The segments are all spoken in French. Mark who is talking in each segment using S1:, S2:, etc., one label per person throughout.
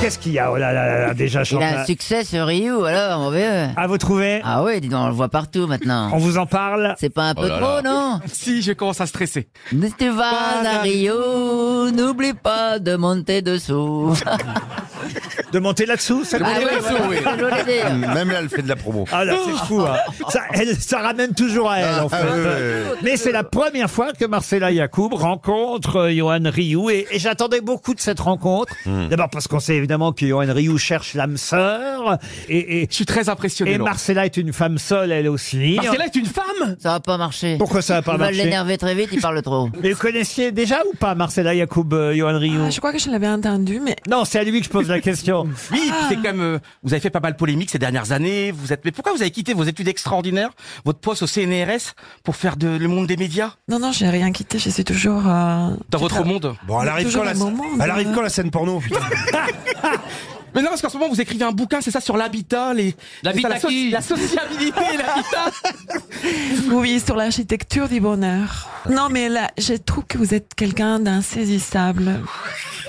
S1: Qu'est-ce qu'il y a Oh là là là là,
S2: Il
S1: déjà
S2: a un
S1: Chantal.
S2: succès ce Rio, alors, mon vieux.
S1: Ah, vous trouvez
S2: Ah ouais, dis donc, on le voit partout maintenant.
S1: On vous en parle
S2: C'est pas un peu
S3: Oh là
S2: trop,
S3: là.
S2: non
S4: Si, je commence à stresser.
S2: Mais tu vas à Rio, n'oublie pas de monter dessous.
S1: De monter là-dessous ça
S2: Ah oui, voilà,
S4: oui.
S2: je voulais dire.
S3: Même là, elle fait de la promo.
S1: Ah là, c'est fou. hein. Ça, elle, ça ramène toujours à elle, en fait.
S3: Ah, ouais, ouais, ouais.
S1: Mais c'est la première fois que Marcella Yacoub rencontre euh, Johan Rioux et, et j'attendais beaucoup de cette rencontre.
S3: Hmm.
S1: D'abord parce qu'on sait évidemment que Johan Rioux cherche l'âme sœur et, et,
S4: Je suis très impressionné.
S1: et
S4: Laurent.
S1: Marcella est une femme seule elle aussi.
S4: Marcella est une femme
S2: Ça va pas marcher.
S1: Pourquoi ça n'a
S2: Il
S1: pas
S2: va
S1: marché
S2: l'énerver très vite, il parle trop.
S1: Mais vous connaissiez déjà ou pas Marcella Yacoub, euh, Johan Rioux
S5: Ah, Je crois que je l'avais entendu, mais
S1: Non, c'est à lui que je pose la question.
S6: Oui, et puis c'est quand même. euh, vous avez fait pas mal de polémiques ces dernières années. Vous êtes. Mais pourquoi vous avez quitté vos études extraordinaires, votre poste au CNRS, pour faire de le monde des médias
S5: non, non, j'ai rien quitté, je suis toujours. euh,
S6: dans votre monde
S3: Bon, elle arrive, quand
S5: Toujours
S3: la...
S5: le moment,
S3: elle arrive
S5: euh.
S3: quand la scène porno putain
S6: Mais non, parce qu'en ce moment vous écrivez un bouquin, c'est ça sur l'habitat, les
S4: L'habitat
S6: c'est ça, la,
S4: qui
S6: la sociabilité, l'habitat.
S5: Oui, sur l'architecture du bonheur. Non, mais là, je trouve que vous êtes quelqu'un d'insaisissable.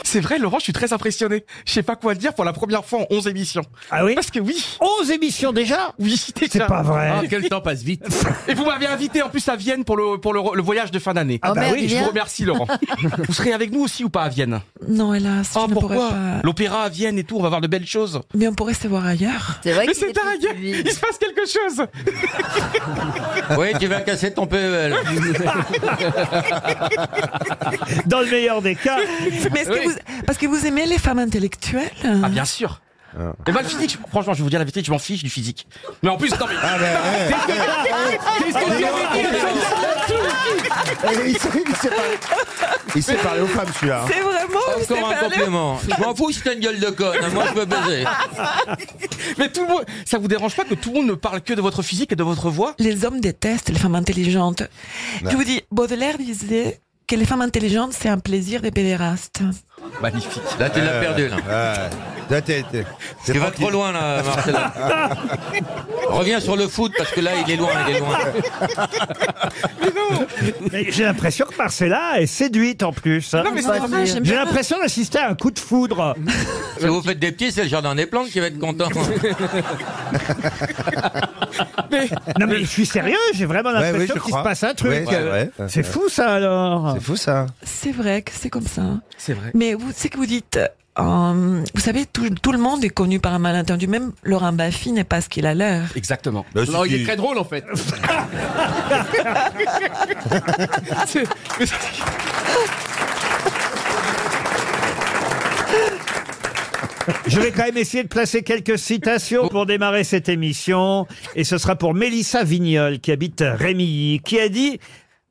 S6: C'est vrai, Laurent, je suis très impressionné. Je sais pas quoi dire pour la première fois en 11 émissions.
S1: Ah oui
S6: Parce que oui,
S1: 11 émissions déjà
S6: oui,
S1: C'est
S6: déjà.
S1: pas vrai.
S4: Ah, quel temps passe vite.
S6: Et vous m'avez invité en plus à Vienne pour le pour le, le voyage de fin d'année.
S1: Ah
S2: oh
S1: bah
S2: merde,
S1: oui,
S2: il
S6: Je vous
S2: vient.
S6: remercie, Laurent. vous serez avec nous aussi ou pas à Vienne
S5: Non, hélas,
S6: Ah
S5: je ne pourrais
S6: pourquoi
S5: pas.
S6: L'opéra à Vienne et tout, on va voir de belles choses.
S5: Mais on pourrait se voir ailleurs.
S2: C'est vrai
S6: Mais
S2: qu'il
S6: c'est
S2: est plus
S6: dingue
S2: suivi.
S6: Il se passe quelque chose
S4: Oui, tu vas casser ton PEL.
S1: Dans le meilleur des cas.
S5: Mais est-ce que
S6: Oui.
S5: vous, parce que vous aimez les femmes intellectuelles
S6: Ah bien sûr
S3: Ah.
S6: Et moi le physique, je- franchement je vais vous dire la vérité, je m'en fiche du physique. Mais en plus, non mais...
S3: Ah, ben, ouais.
S6: Qu'est-ce que tu as dit
S3: Eh, Il s'est il s'est parlé- il s'est parlé aux femmes, celui-là. hein.
S5: C'est vraiment. vous
S4: Encore
S5: savez
S4: un
S5: parler-
S4: complément. Je m'en fous si t'as une gueule de conne. hein, Moi, je veux baiser.
S6: Mais tout le monde, ça vous dérange pas que tout le monde ne parle que de votre physique et de votre voix
S5: Les hommes détestent les femmes intelligentes. Je vous dis, Baudelaire disait que les femmes intelligentes, c'est un plaisir des pédérastes.
S6: Magnifique.
S4: Là, tu l'as perdu, là.
S3: Euh, Ouais. Là, t'es- t'es- c'est
S4: Tu vas
S3: tranquille.
S4: trop loin, là, Marcella. Reviens sur le foot, parce que là, il est loin, il est loin.
S1: Mais J'ai l'impression que Marcella est séduite en plus.
S6: Non mais c'est
S2: Pas
S5: Ah,
S2: sûr.
S5: j'aime
S1: J'ai
S5: bien.
S1: l'impression d'assister à un coup de foudre.
S4: Si vous faites des petits, c'est le jardin des plantes qui va être content.
S1: Non mais je suis sérieux, j'ai vraiment l'impression
S3: oui, je
S1: qu'il se
S3: crois.
S1: passe un truc.
S3: Ouais, ouais, ouais.
S1: Euh, C'est fou ça alors.
S3: C'est fou, ça.
S5: C'est vrai que c'est comme ça.
S6: C'est vrai.
S5: Mais vous, c'est que vous dites, euh, vous savez, tout, tout le monde est connu par un malentendu. Même Laurent Baffy n'est pas ce qu'il a l'air.
S6: Exactement.
S3: Bah, si tu-
S4: drôle, en fait.
S6: C'est- mais c'est-
S1: Je vais quand même essayer de placer quelques citations pour démarrer cette émission et ce sera pour Mélissa Vignol qui habite Rémilly qui a dit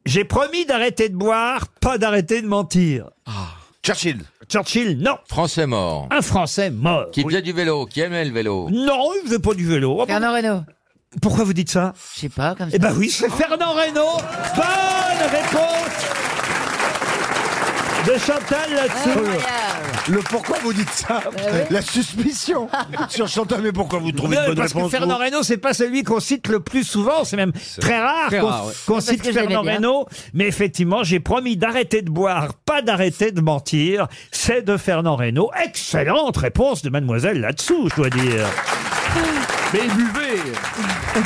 S1: j'ai promis d'arrêter de boire, pas d'arrêter de mentir.
S3: Churchill.
S1: Churchill, non,
S4: Français mort.
S1: un Français mort.
S4: Qui
S1: Oui.
S4: faisait du vélo, qui aimait le vélo.
S1: Oh. Non, il faisait pas du vélo. Ah bon
S2: Bernard Renault.
S1: Pourquoi vous dites ça
S2: Je sais pas, comme ça.
S1: Eh ben oui, c'est Fernand Reynaud. Bonne réponse de Chantal Eh là-dessous.
S2: Incroyable.
S3: Le pourquoi vous dites ça La suspicion
S1: Ah.
S3: sur Chantal. Mais pourquoi vous trouvez une bonne
S1: Parce que
S3: réponse
S1: Fernand Reynaud, c'est pas celui qu'on cite le plus souvent, c'est même très rare
S4: Très
S1: qu'on
S4: rare, ouais.
S1: qu'on
S2: Parce
S1: cite
S2: que je l'aimais
S1: Fernand
S2: bien.
S1: Reynaud. Mais effectivement, j'ai promis d'arrêter de boire, pas d'arrêter de mentir. C'est de Fernand Reynaud. Excellente réponse de mademoiselle là-dessous, je dois dire.
S4: Mais buvez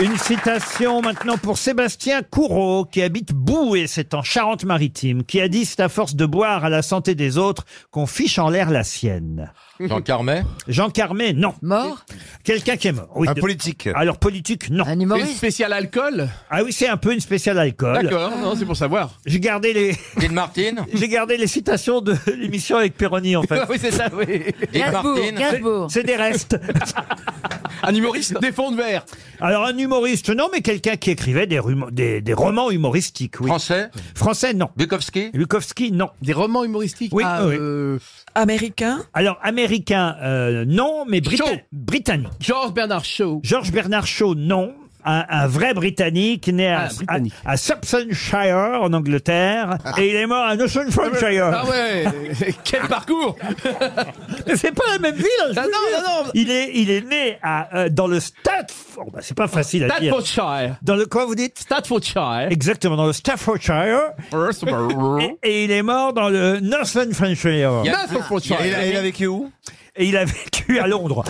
S1: Une citation maintenant pour Sébastien Courreau, qui habite Boué, c'est en Charente-Maritime, qui a dit C'est à force de boire à la santé des autres qu'on fiche en l'air la sienne.
S4: Jean Carmet.
S1: Jean Carmet, non.
S2: Mort
S1: Quelqu'un qui est mort. Oui,
S3: Un
S1: de-
S3: politique.
S1: Alors politique, non.
S2: Un humoriste
S6: spéciale alcool
S1: Ah oui, c'est un peu une spéciale alcool.
S6: non, c'est pour savoir.
S1: J'ai gardé les,
S4: Dean Martin.
S1: j'ai gardé les citations de l'émission avec Perroni, en fait.
S6: oui, c'est ça, oui.
S4: Dean
S2: Gainsbourg,
S4: Martin.
S2: Gainsbourg.
S1: C'est des restes.
S6: Un humoriste Des fonds de verre.
S1: Alors un humoriste, non, mais quelqu'un qui écrivait des, rumo- des, des romans humoristiques, oui.
S4: Français.
S1: Français, non.
S4: Bukowski.
S1: Bukowski, non.
S6: Des romans humoristiques ah, euh,
S1: Oui, oui.
S5: Américain,
S1: Alors, américain, euh, non, mais Brita-
S6: Shaw.
S1: britannique.
S6: George Bernard Shaw.
S1: Georges Bernard Shaw, non. Un, un vrai Britannique, né à,
S6: Ah, Britannique. Ah.
S1: à- à Somersetshire, en Angleterre, et il est mort à Nottinghamshire.
S6: ouais Quel parcours
S1: Mais C'est pas la même ville, je
S6: Ah
S1: vous
S6: non,
S1: jure.
S6: non, non.
S1: Il est, il est né à, euh, dans le Staff... oh, bah, c'est pas facile à dire.
S6: Staffordshire.
S1: Dans le quoi, vous dites
S6: Staffordshire.
S1: Exactement, dans le Staffordshire, et, et il est mort dans le Northamptonshire.
S4: Il y a-
S6: Staffordshire.
S3: Et il a- il a vécu où
S1: Et et il a vécu à Londres.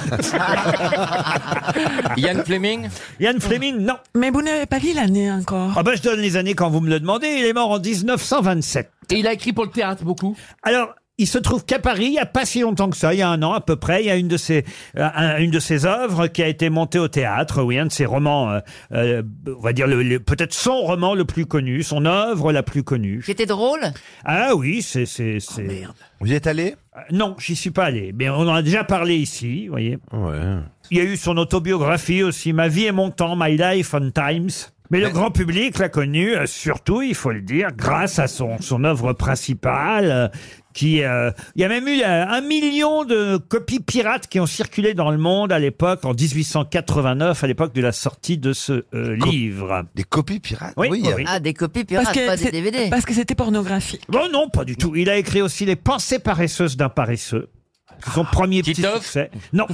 S7: Yann Fleming
S1: Yann Fleming, non.
S5: Mais vous n'avez pas dit l'année encore.
S1: Ah ben je donne les années quand vous me le demandez. Il est mort en 1927.
S6: Et il a écrit pour le théâtre beaucoup.
S1: Alors, il se trouve qu'à Paris, il n'y a pas si longtemps que ça, il y a un an à peu près, il y a une de ses, euh, un- une de ses œuvres qui a été montée au théâtre, oui, un de ses romans, euh, euh, on va dire le- le- peut-être son roman le plus connu, son œuvre la plus connue.
S8: Qui était drôle Oh,
S1: Ah oui, c'est... c'est, c'est-
S9: Vous y êtes allé
S1: Euh, Non, j'y suis pas allé, mais on en a déjà parlé ici, vous voyez.
S9: Ouais.
S1: Il y a eu son autobiographie aussi, Ma vie et mon temps, My Life on Times. Mais le grand public l'a connu, euh, surtout, il faut le dire, grâce à son, son œuvre principale, euh, qui, euh, il y a même eu euh, un million de copies pirates qui ont circulé dans le monde à l'époque, en 1889, à l'époque de la sortie de ce euh, livre.
S9: Des copies pirates
S1: Oui,
S9: il y a-
S1: oui.
S8: Ah, des copies pirates, pas des
S5: c'est-
S8: DVD.
S5: parce que c'était pornographique.
S1: Bon, Oh non, pas du tout. Il a écrit aussi Les pensées paresseuses d'un paresseux. Son
S9: Ah,
S1: premier petit
S7: Titov
S1: succès. Non.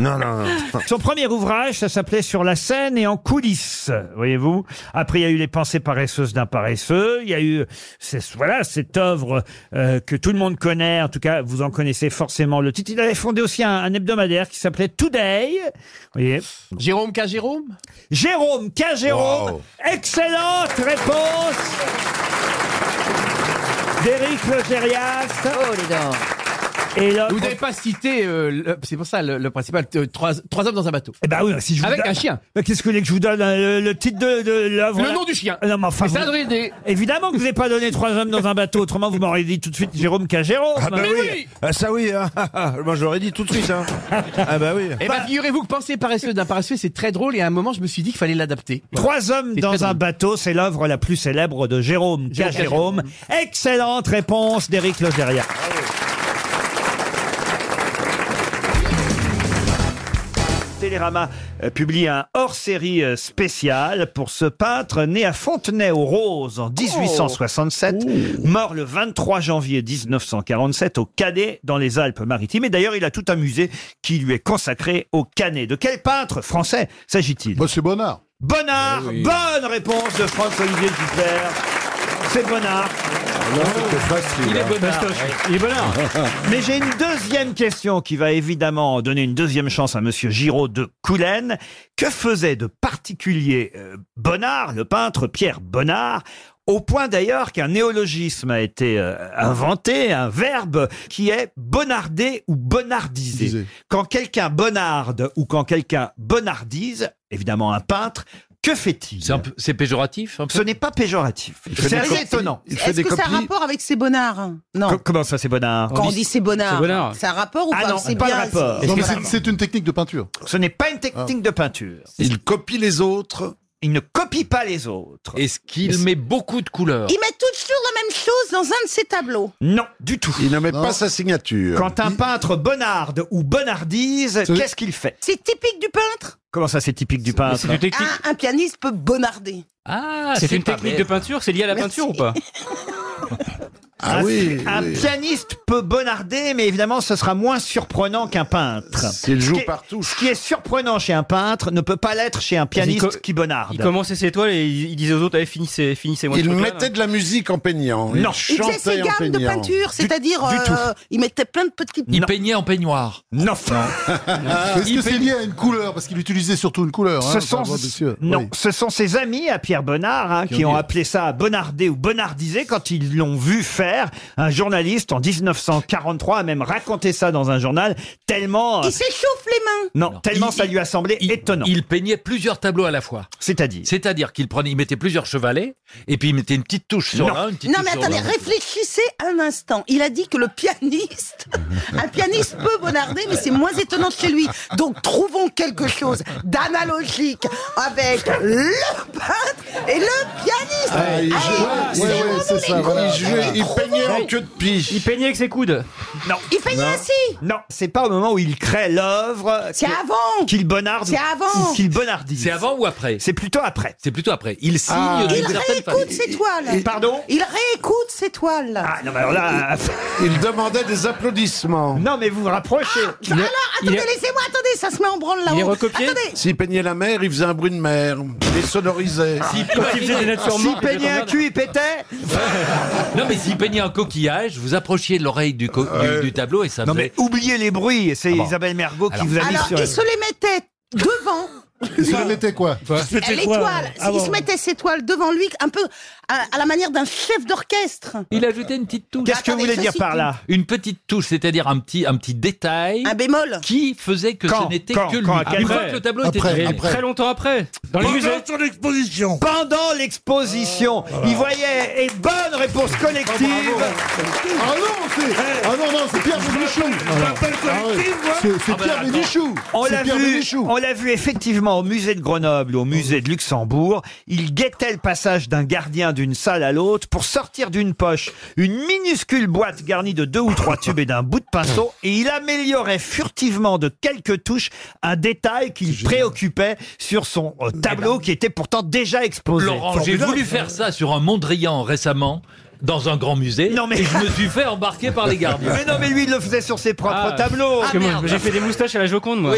S9: Non, non, non.
S1: Son premier ouvrage, ça s'appelait Sur la scène et en coulisses, voyez-vous. Après, il y a eu Les pensées paresseuses d'un paresseux. Il y a eu, c'est- voilà, cette œuvre euh, que tout le monde connaît. En tout cas, vous en connaissez forcément le titre. Il avait fondé aussi un, un hebdomadaire qui s'appelait Today. Vous voyez.
S6: Jérôme K. Jérôme
S1: Jérôme K. Jérôme.
S9: Wow.
S1: Excellente réponse d'Éric Legérias.
S8: Oh, les dents.
S1: Et l'autre-
S6: Vous n'avez pas cité, euh, le- c'est pour ça le, le principal, euh, trois, trois hommes dans un bateau.
S1: Eh ben oui, si je vous
S6: Avec
S1: donne-
S6: un chien.
S1: Mais Qu'est-ce que vous voulez que je vous donne euh, le, le titre de, de l'œuvre là
S6: Le nom du chien.
S1: Ah Non, mais enfin,
S6: C'est ça,
S1: vous-
S6: Dridé.
S1: Évidemment que vous n'avez pas donné trois hommes dans un bateau, autrement vous m'auriez dit tout de suite Jérôme qu'à Jérôme.
S9: Ah bah
S6: Mais
S9: oui.
S6: oui.
S9: Ah ça oui, hein. moi j'aurais dit tout de suite. Hein. Ah bah oui.
S6: Eh ben, figurez-vous que penser paresseux d'un paresseux, c'est très drôle et à un moment, je me suis dit qu'il fallait l'adapter.
S1: Trois hommes
S6: C'est
S1: dans
S6: très
S1: un
S6: drôle.
S1: bateau, c'est l'œuvre la plus célèbre de Jérôme K.
S6: Jérôme K.
S1: Jérôme. Excellente réponse d'Éric Logéria. Télérama euh, publie un hors-série euh, spécial pour ce peintre né à Fontenay-aux-Roses en 1867, mort le 23 janvier 1947 au Canet dans les Alpes-Maritimes. Et d'ailleurs, il a tout un musée qui lui est consacré au Canet. De quel peintre français s'agit-il
S10: Bah, c'est Bonnard.
S1: Bonnard, bonne réponse de François-Olivier Gisbert. C'est Bonnard.
S7: Il est bonheur.
S1: Il est Bonnard. Mais j'ai une deuxième question qui va évidemment donner une deuxième chance à Monsieur Giraud de Coulennes. Que faisait de particulier euh, Bonnard, le peintre Pierre Bonnard au point d'ailleurs qu'un néologisme a été euh, inventé, un verbe qui est bonnarder ou bonnardiser
S10: Disait.
S1: quand quelqu'un bonnarde ou quand quelqu'un bonnardise, évidemment un peintre, que fait-il
S7: C'est péjoratif
S1: Ce n'est pas péjoratif.
S10: fait
S1: C'est
S10: des
S1: assez
S10: copies.
S1: étonnant.
S10: Il fait
S11: Est-ce
S10: des
S11: que ça a
S10: copies.
S11: un rapport avec ces bonnards Non.
S1: Co- Comment ça, c'est bonnard
S11: Quand on dit c'est
S7: C'est bonnard.
S11: bonnard, c'est un rapport ou
S1: Ah
S11: pas
S1: non,
S11: C'est
S1: pas de
S11: bien,
S1: rapport.
S11: c'est-
S10: Non, mais
S11: Voilà.
S10: c'est c'est une technique de peinture. Ah.
S1: Ce n'est pas une technique de peinture.
S9: Il copie les autres.
S1: Il ne copie pas les autres.
S7: Est-ce qu'il met beaucoup de couleurs
S11: Il met toujours la même chose dans un de ses tableaux.
S1: Non, du tout.
S10: Il ne met
S9: Pas sa signature.
S1: Quand un peintre bonnarde ou bonnardise,
S10: C'est-
S1: qu'est-ce qu'il fait
S11: C'est typique du peintre.
S1: Comment ça, c'est typique du peintre
S11: Un, un pianiste peut bonnarder.
S7: Ah,
S1: C'est
S7: c'est une
S1: pas
S7: technique
S1: bête.
S7: de peinture, c'est lié à la peinture ou pas
S10: Ah
S1: un,
S10: oui.
S1: un
S10: oui.
S1: pianiste peut bonnarder, mais évidemment, ce sera moins surprenant qu'un peintre.
S10: S'il joue
S1: Ce qui est-
S10: partout.
S1: Ce qui est surprenant chez un peintre ne peut pas l'être chez
S12: Il
S1: un
S12: co-
S1: pianiste qui bonnarde.
S12: Il commençait ses toiles et il il disait aux autres, allez, finissez, finissez-moi
S10: Il
S12: ce truc-là,
S10: mettait
S12: là.
S10: de la musique en peignant.
S1: Non.
S10: Il
S11: Il faisait ses
S10: chantait en
S11: gammes de
S10: peignant.
S11: peinture, c'est-à-dire
S1: du tout.
S11: euh, il mettait plein de petits
S1: Il Non.
S7: peignait en peignoir.
S1: Non.
S10: Ah,
S7: Ah,
S10: Est-ce que c'est lié à une couleur Parce qu'il utilisait surtout une couleur.
S1: Ce
S10: hein,
S1: sont,
S10: bravo, monsieur.
S1: non,
S10: Oui.
S1: ce sont ses amis à Pierre Bonnard hein, qui, ont appelé ça Bonnarder ou Bonnardiser quand ils l'ont vu faire. Un journaliste en 1943 a même raconté ça dans un journal tellement, euh,
S11: Il s'échauffe les mains.
S1: non,
S7: Non.
S1: tellement
S7: Il-
S1: ça lui a semblé
S7: Il,
S1: étonnant.
S7: il peignait plusieurs tableaux à la fois.
S1: C'est-à-dire,
S7: C'est-à-dire qu'il prenait, il mettait plusieurs chevalets et puis il mettait une petite touche sur
S1: Non.
S7: l'un, une petite
S11: Non
S7: touche
S11: mais
S7: sur
S11: attendez,
S7: l'autre.
S11: réfléchissez un instant. Il a dit que le pianiste, un pianiste peut bonnarder, mais c'est moins étonnant que chez lui. Donc trouvons quelque chose d'analogique avec le peintre et le pianiste.
S10: Ah, il
S11: Allez,
S10: jouait. Ouais,
S13: Ah
S10: ouais, c'est ça. voilà.
S9: Il, jouait, il peignait en queue de
S12: Il
S9: pie.
S12: peignait avec ses coudes.
S1: non,
S11: Il fait ainsi.
S1: non, c'est pas au moment où il crée l'œuvre
S11: C'est
S1: que-
S11: avant.
S1: qu'il bonnarde
S11: C'est avant.
S1: ou qu'il bonnardise.
S7: C'est avant ou après
S1: C'est plutôt après.
S7: C'est plutôt après. Il signe
S10: Ah.
S7: d'une
S11: Il
S7: certaine
S11: réécoute
S7: façon.
S11: ses toiles.
S1: Pardon
S11: Il réécoute ses toiles.
S1: Ah non, mais alors là,
S10: Il demandait des applaudissements.
S1: non mais vous vous rapprochez.
S12: Il est-
S11: Alors,
S12: il
S11: attendez,
S12: est-
S11: laissez-moi, attendez, ça se met en branle là-haut.
S12: Il est recopié
S11: Attendez,
S10: S'il peignait la mer, il faisait un bruit de mer. Il les sonorisait.
S12: Quand il faisait des natures
S1: S'il
S12: mortes, il
S1: peignait
S12: faisait
S1: un
S12: comme ça.
S1: cul, il pétait.
S7: Non mais s'il peignez un coquillage, vous approchiez de l'oreille du, co- du- du tableau et ça
S1: Non,
S7: faisait-
S1: mais oubliez les bruits. C'est
S7: Ah bon.
S1: Isabelle Mergot qui
S7: Alors-
S1: vous a mis
S14: Alors,
S1: sur.
S14: il se les mettait devant.
S13: Ils se mettaient quoi
S7: Ah,
S14: L'étoile. il se mettait ses toiles devant lui, un peu à, à la manière d'un chef d'orchestre.
S7: Il ajoutait une petite touche.
S14: Qu'est-ce que vous Attendez, voulez dire ceci- par là
S7: Une petite touche, c'est-à-dire un petit, un petit détail. Un
S14: bémol.
S7: Qui faisait que ce
S1: Quand
S7: n'était
S1: Quand
S7: que lui.
S1: Quand À quelle
S7: Une fois
S1: date
S7: que le tableau
S1: Après,
S7: était terminé.
S1: après. Très
S7: longtemps après.
S1: Dans les musées.
S7: l'exposition.
S1: Pendant l'exposition, il voyait et bonne réponse collective. Eh.
S13: Ah non, c'est. Ah non, non, c'est Pierre Bénichou. Ah, C'est c'est Pierre Bénichou.
S1: On
S13: C'est
S1: l'a
S13: Pierre
S1: vu,
S13: Bénichou.
S1: on l'a vu effectivement au musée de Grenoble ou au
S7: Oh.
S1: musée de Luxembourg. Il guettait le passage d'un gardien d'une salle à l'autre pour sortir d'une poche une minuscule boîte garnie de deux ou trois tubes et d'un bout de pinceau et il améliorait furtivement de quelques touches un détail qu'il préoccupait sur son euh,
S7: Eh ben.
S1: tableau qui était pourtant déjà exposé.
S7: Laurent, j'ai
S1: Formidable.
S7: voulu faire ça sur un Mondrian récemment, dans un grand musée. Non, mais. Et je me suis fait embarquer par les gardiens.
S1: Mais non, mais lui, il le faisait sur ses propres
S7: Ah.
S1: tableaux.
S7: Parce que moi, Ah, merde. j'ai fait des
S1: moustaches à la Joconde, moi.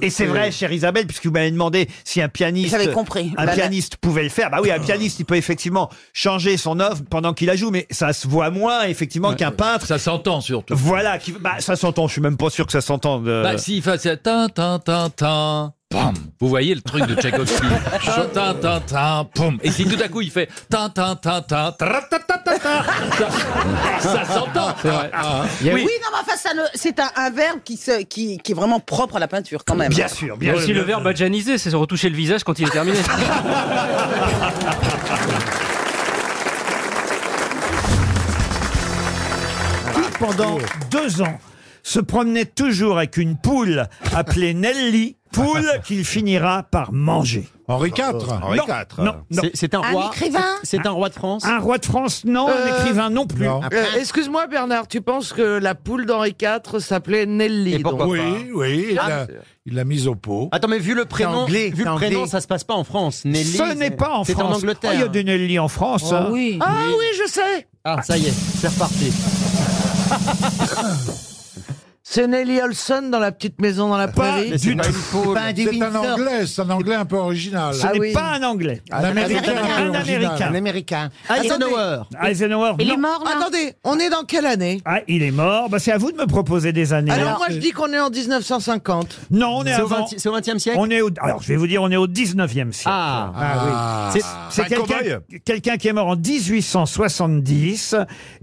S1: Et c'est vrai, chère Isabelle, puisque vous m'avez demandé si un pianiste,
S14: J'avais compris.
S1: un
S14: Voilà.
S1: pianiste pouvait le faire. Bah oui, un pianiste, il peut effectivement changer son œuvre pendant qu'il la joue, mais ça se voit moins effectivement qu'un peintre.
S7: Ça s'entend surtout.
S1: Voilà, qui, bah, ça s'entend. Je suis même pas sûr que ça s'entende. euh.
S7: Bah, s'il faisait tin, tin, tin, tin. Pam. Vous voyez le truc de Tchaïkovski. Tin, tin, tin, tin, pom. Et si tout à coup il fait tin, tin, tin, tin, tra, ta, ta, ta, ta, ça, ça s'entend. Ah, hein.
S14: Oui. non, mais enfin, ça ne- c'est un, un verbe qui, se, qui, qui est vraiment propre à la peinture, quand même.
S9: Il y a aussi le verbe adjaniser, c'est se retoucher le visage quand il est terminé.
S1: qui, pendant deux ans, se promenait toujours avec une poule appelée Nelly, poule qu'il finira par manger.
S10: Henri IV. Henri
S1: non,
S10: IV.
S1: Non, non.
S10: C'est- c'est un Un roi. écrivain C'est- c'est un roi de France
S1: Un roi de France, non. Un
S15: Euh,
S1: écrivain, non plus.
S15: Euh, Excuse-moi Bernard, tu penses que la poule d'Henri IV s'appelait Nelly donc
S10: oui, oui, il
S15: Ah,
S10: l'a- il l'a mise au pot.
S6: Attends, mais vu le prénom,
S10: anglais,
S6: vu
S10: c'est
S6: le prénom,
S10: anglais.
S6: ça se passe pas en France. Nelly,
S1: Ce n'est pas en
S6: c'est
S1: France.
S6: en Angleterre.
S1: Oh, il y a des Nelly en France. hein.
S15: Ah oui, je sais
S6: Ah, ça y est, c'est reparti.
S15: C'est Nelly Olson dans la petite maison dans la prairie.
S10: Mais c'est pas une poule. C'est un anglais, c'est un anglais un peu original. Ah
S1: Ce n'est pas un anglais.
S15: Ah,
S10: Un américain.
S1: Un américain.
S10: Un
S15: américain.
S10: Ah, Eisenhower.
S1: Eisenhower, non.
S15: Attendez, on est dans quelle année
S1: Ah, il est mort. Bah, c'est à vous de me proposer des années.
S15: Alors, moi je dis qu'on est en 1950.
S1: Non, on est
S15: C'est au
S1: avant.
S15: vingt-
S1: au 20e siècle on est au- Alors, je vais vous dire, on est au 19e siècle. Ah,
S10: Ah, oui. Ah.
S1: C'est
S10: Un
S1: quelqu'un
S10: cow-boy.
S1: quelqu'un qui est mort en 1870.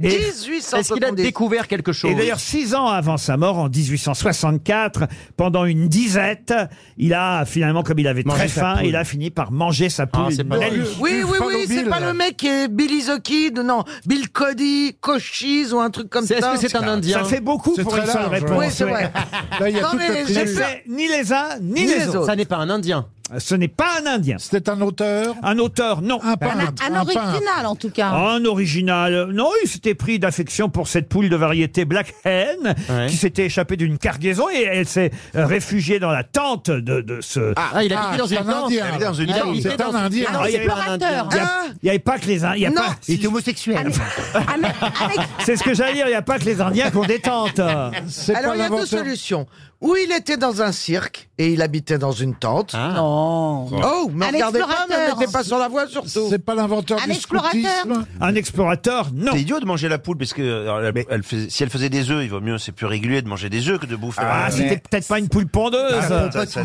S1: Et-
S6: Est-ce qu'il a découvert quelque chose
S1: Et d'ailleurs, six ans avant sa mort, en 1864, pendant une disette, il a finalement, comme il avait
S10: Mangé
S1: très
S10: sa
S1: faim,
S10: poule.
S1: il a fini par manger sa poule.
S10: c'est pas
S1: Nelly.
S15: Oui, oui, oui, c'est pas le mec qui est Billy the Kid, non, Bill Cody, Cochise ou un truc comme ça.
S1: Ça fait beaucoup pour une seule réponse.
S15: Oui, c'est vrai. Non, mais j'ai
S1: C'est
S15: peur.
S1: ni les uns, ni,
S15: Ni
S1: les,
S15: les
S1: autres.
S15: autres. Ça
S1: n'est pas un Indien. Ce n'est pas un Indien.
S10: C'est un auteur
S1: Un auteur, non.
S10: peintre, Un- un un original, peintre.
S14: en tout cas.
S1: Un original. Non, il s'était pris d'affection pour cette poule de variété Black Hen qui s'était échappée d'une cargaison et elle s'est euh, réfugiée dans la tente de, de ce...
S10: Ah, il a habité dans une tente. Il habitait dans une tente. C'est un Indien.
S1: Ah, il y avait-
S10: Explorateur.
S1: Il y a- Il n'y avait pas que les Indiens.
S10: Non. Ah,
S1: Il était homosexuel. C'est ce que j'allais dire, il n'y a pas que les Indiens qui ont des tentes. euh,
S15: Alors, il y a deux solutions. Ou il était dans un cirque et il habitait dans une tente.
S1: Ah.
S14: Non.
S15: Oh, mais
S14: Un
S15: regardez pas, mais
S14: explorateur.
S15: mettez pas sur la voie surtout.
S10: C'est pas l'inventeur
S14: Un du explorateur. scoutisme
S1: Un explorateur, non.
S16: C'est idiot de manger la poule parce que alors, elle- elle faisait- si elle faisait des œufs, il vaut mieux, c'est plus régulier de manger des œufs que de bouffer.
S1: Ah,
S16: un-
S1: c'était peut-être pas une poule pondeuse.
S16: Ah, ça, ça, ça, ça.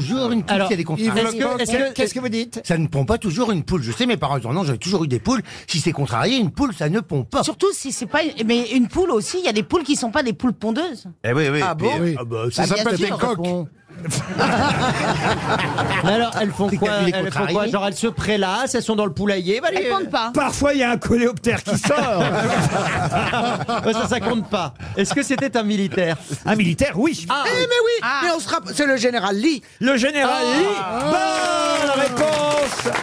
S1: Alors,
S17: Est-ce que- est-ce que-
S1: Qu'est-ce que vous dites
S17: Ça ne pond pas toujours une poule. Je sais, mes parents ils en ont, non, j'avais toujours eu des poules. Si c'est contrarié, une poule, ça ne pond pas.
S18: Surtout si c'est pas. Mais une poule aussi, il y a des poules qui sont pas des poules pondeuses.
S16: Eh oui, oui.
S18: Ah
S16: puis,
S18: bon
S16: euh,
S18: Oui.
S16: ah bah,
S17: Ça
S16: c'est-
S17: s'appelle des coques.
S6: Mais alors, elles font quoi,
S17: calculé
S6: elles font
S17: contrarié.
S6: quoi Genre, elles se prélassent, elles sont dans le poulailler. Bah, les-
S1: Parfois, il y a un coléoptère qui sort.
S6: Ouais, ça, ça compte pas. Est-ce que c'était un militaire Ah,
S1: Un militaire, oui.
S15: Eh, mais oui, mais on se rapp- C'est le général Lee.
S1: Le général
S15: Ah.
S1: Lee. Bonne réponse.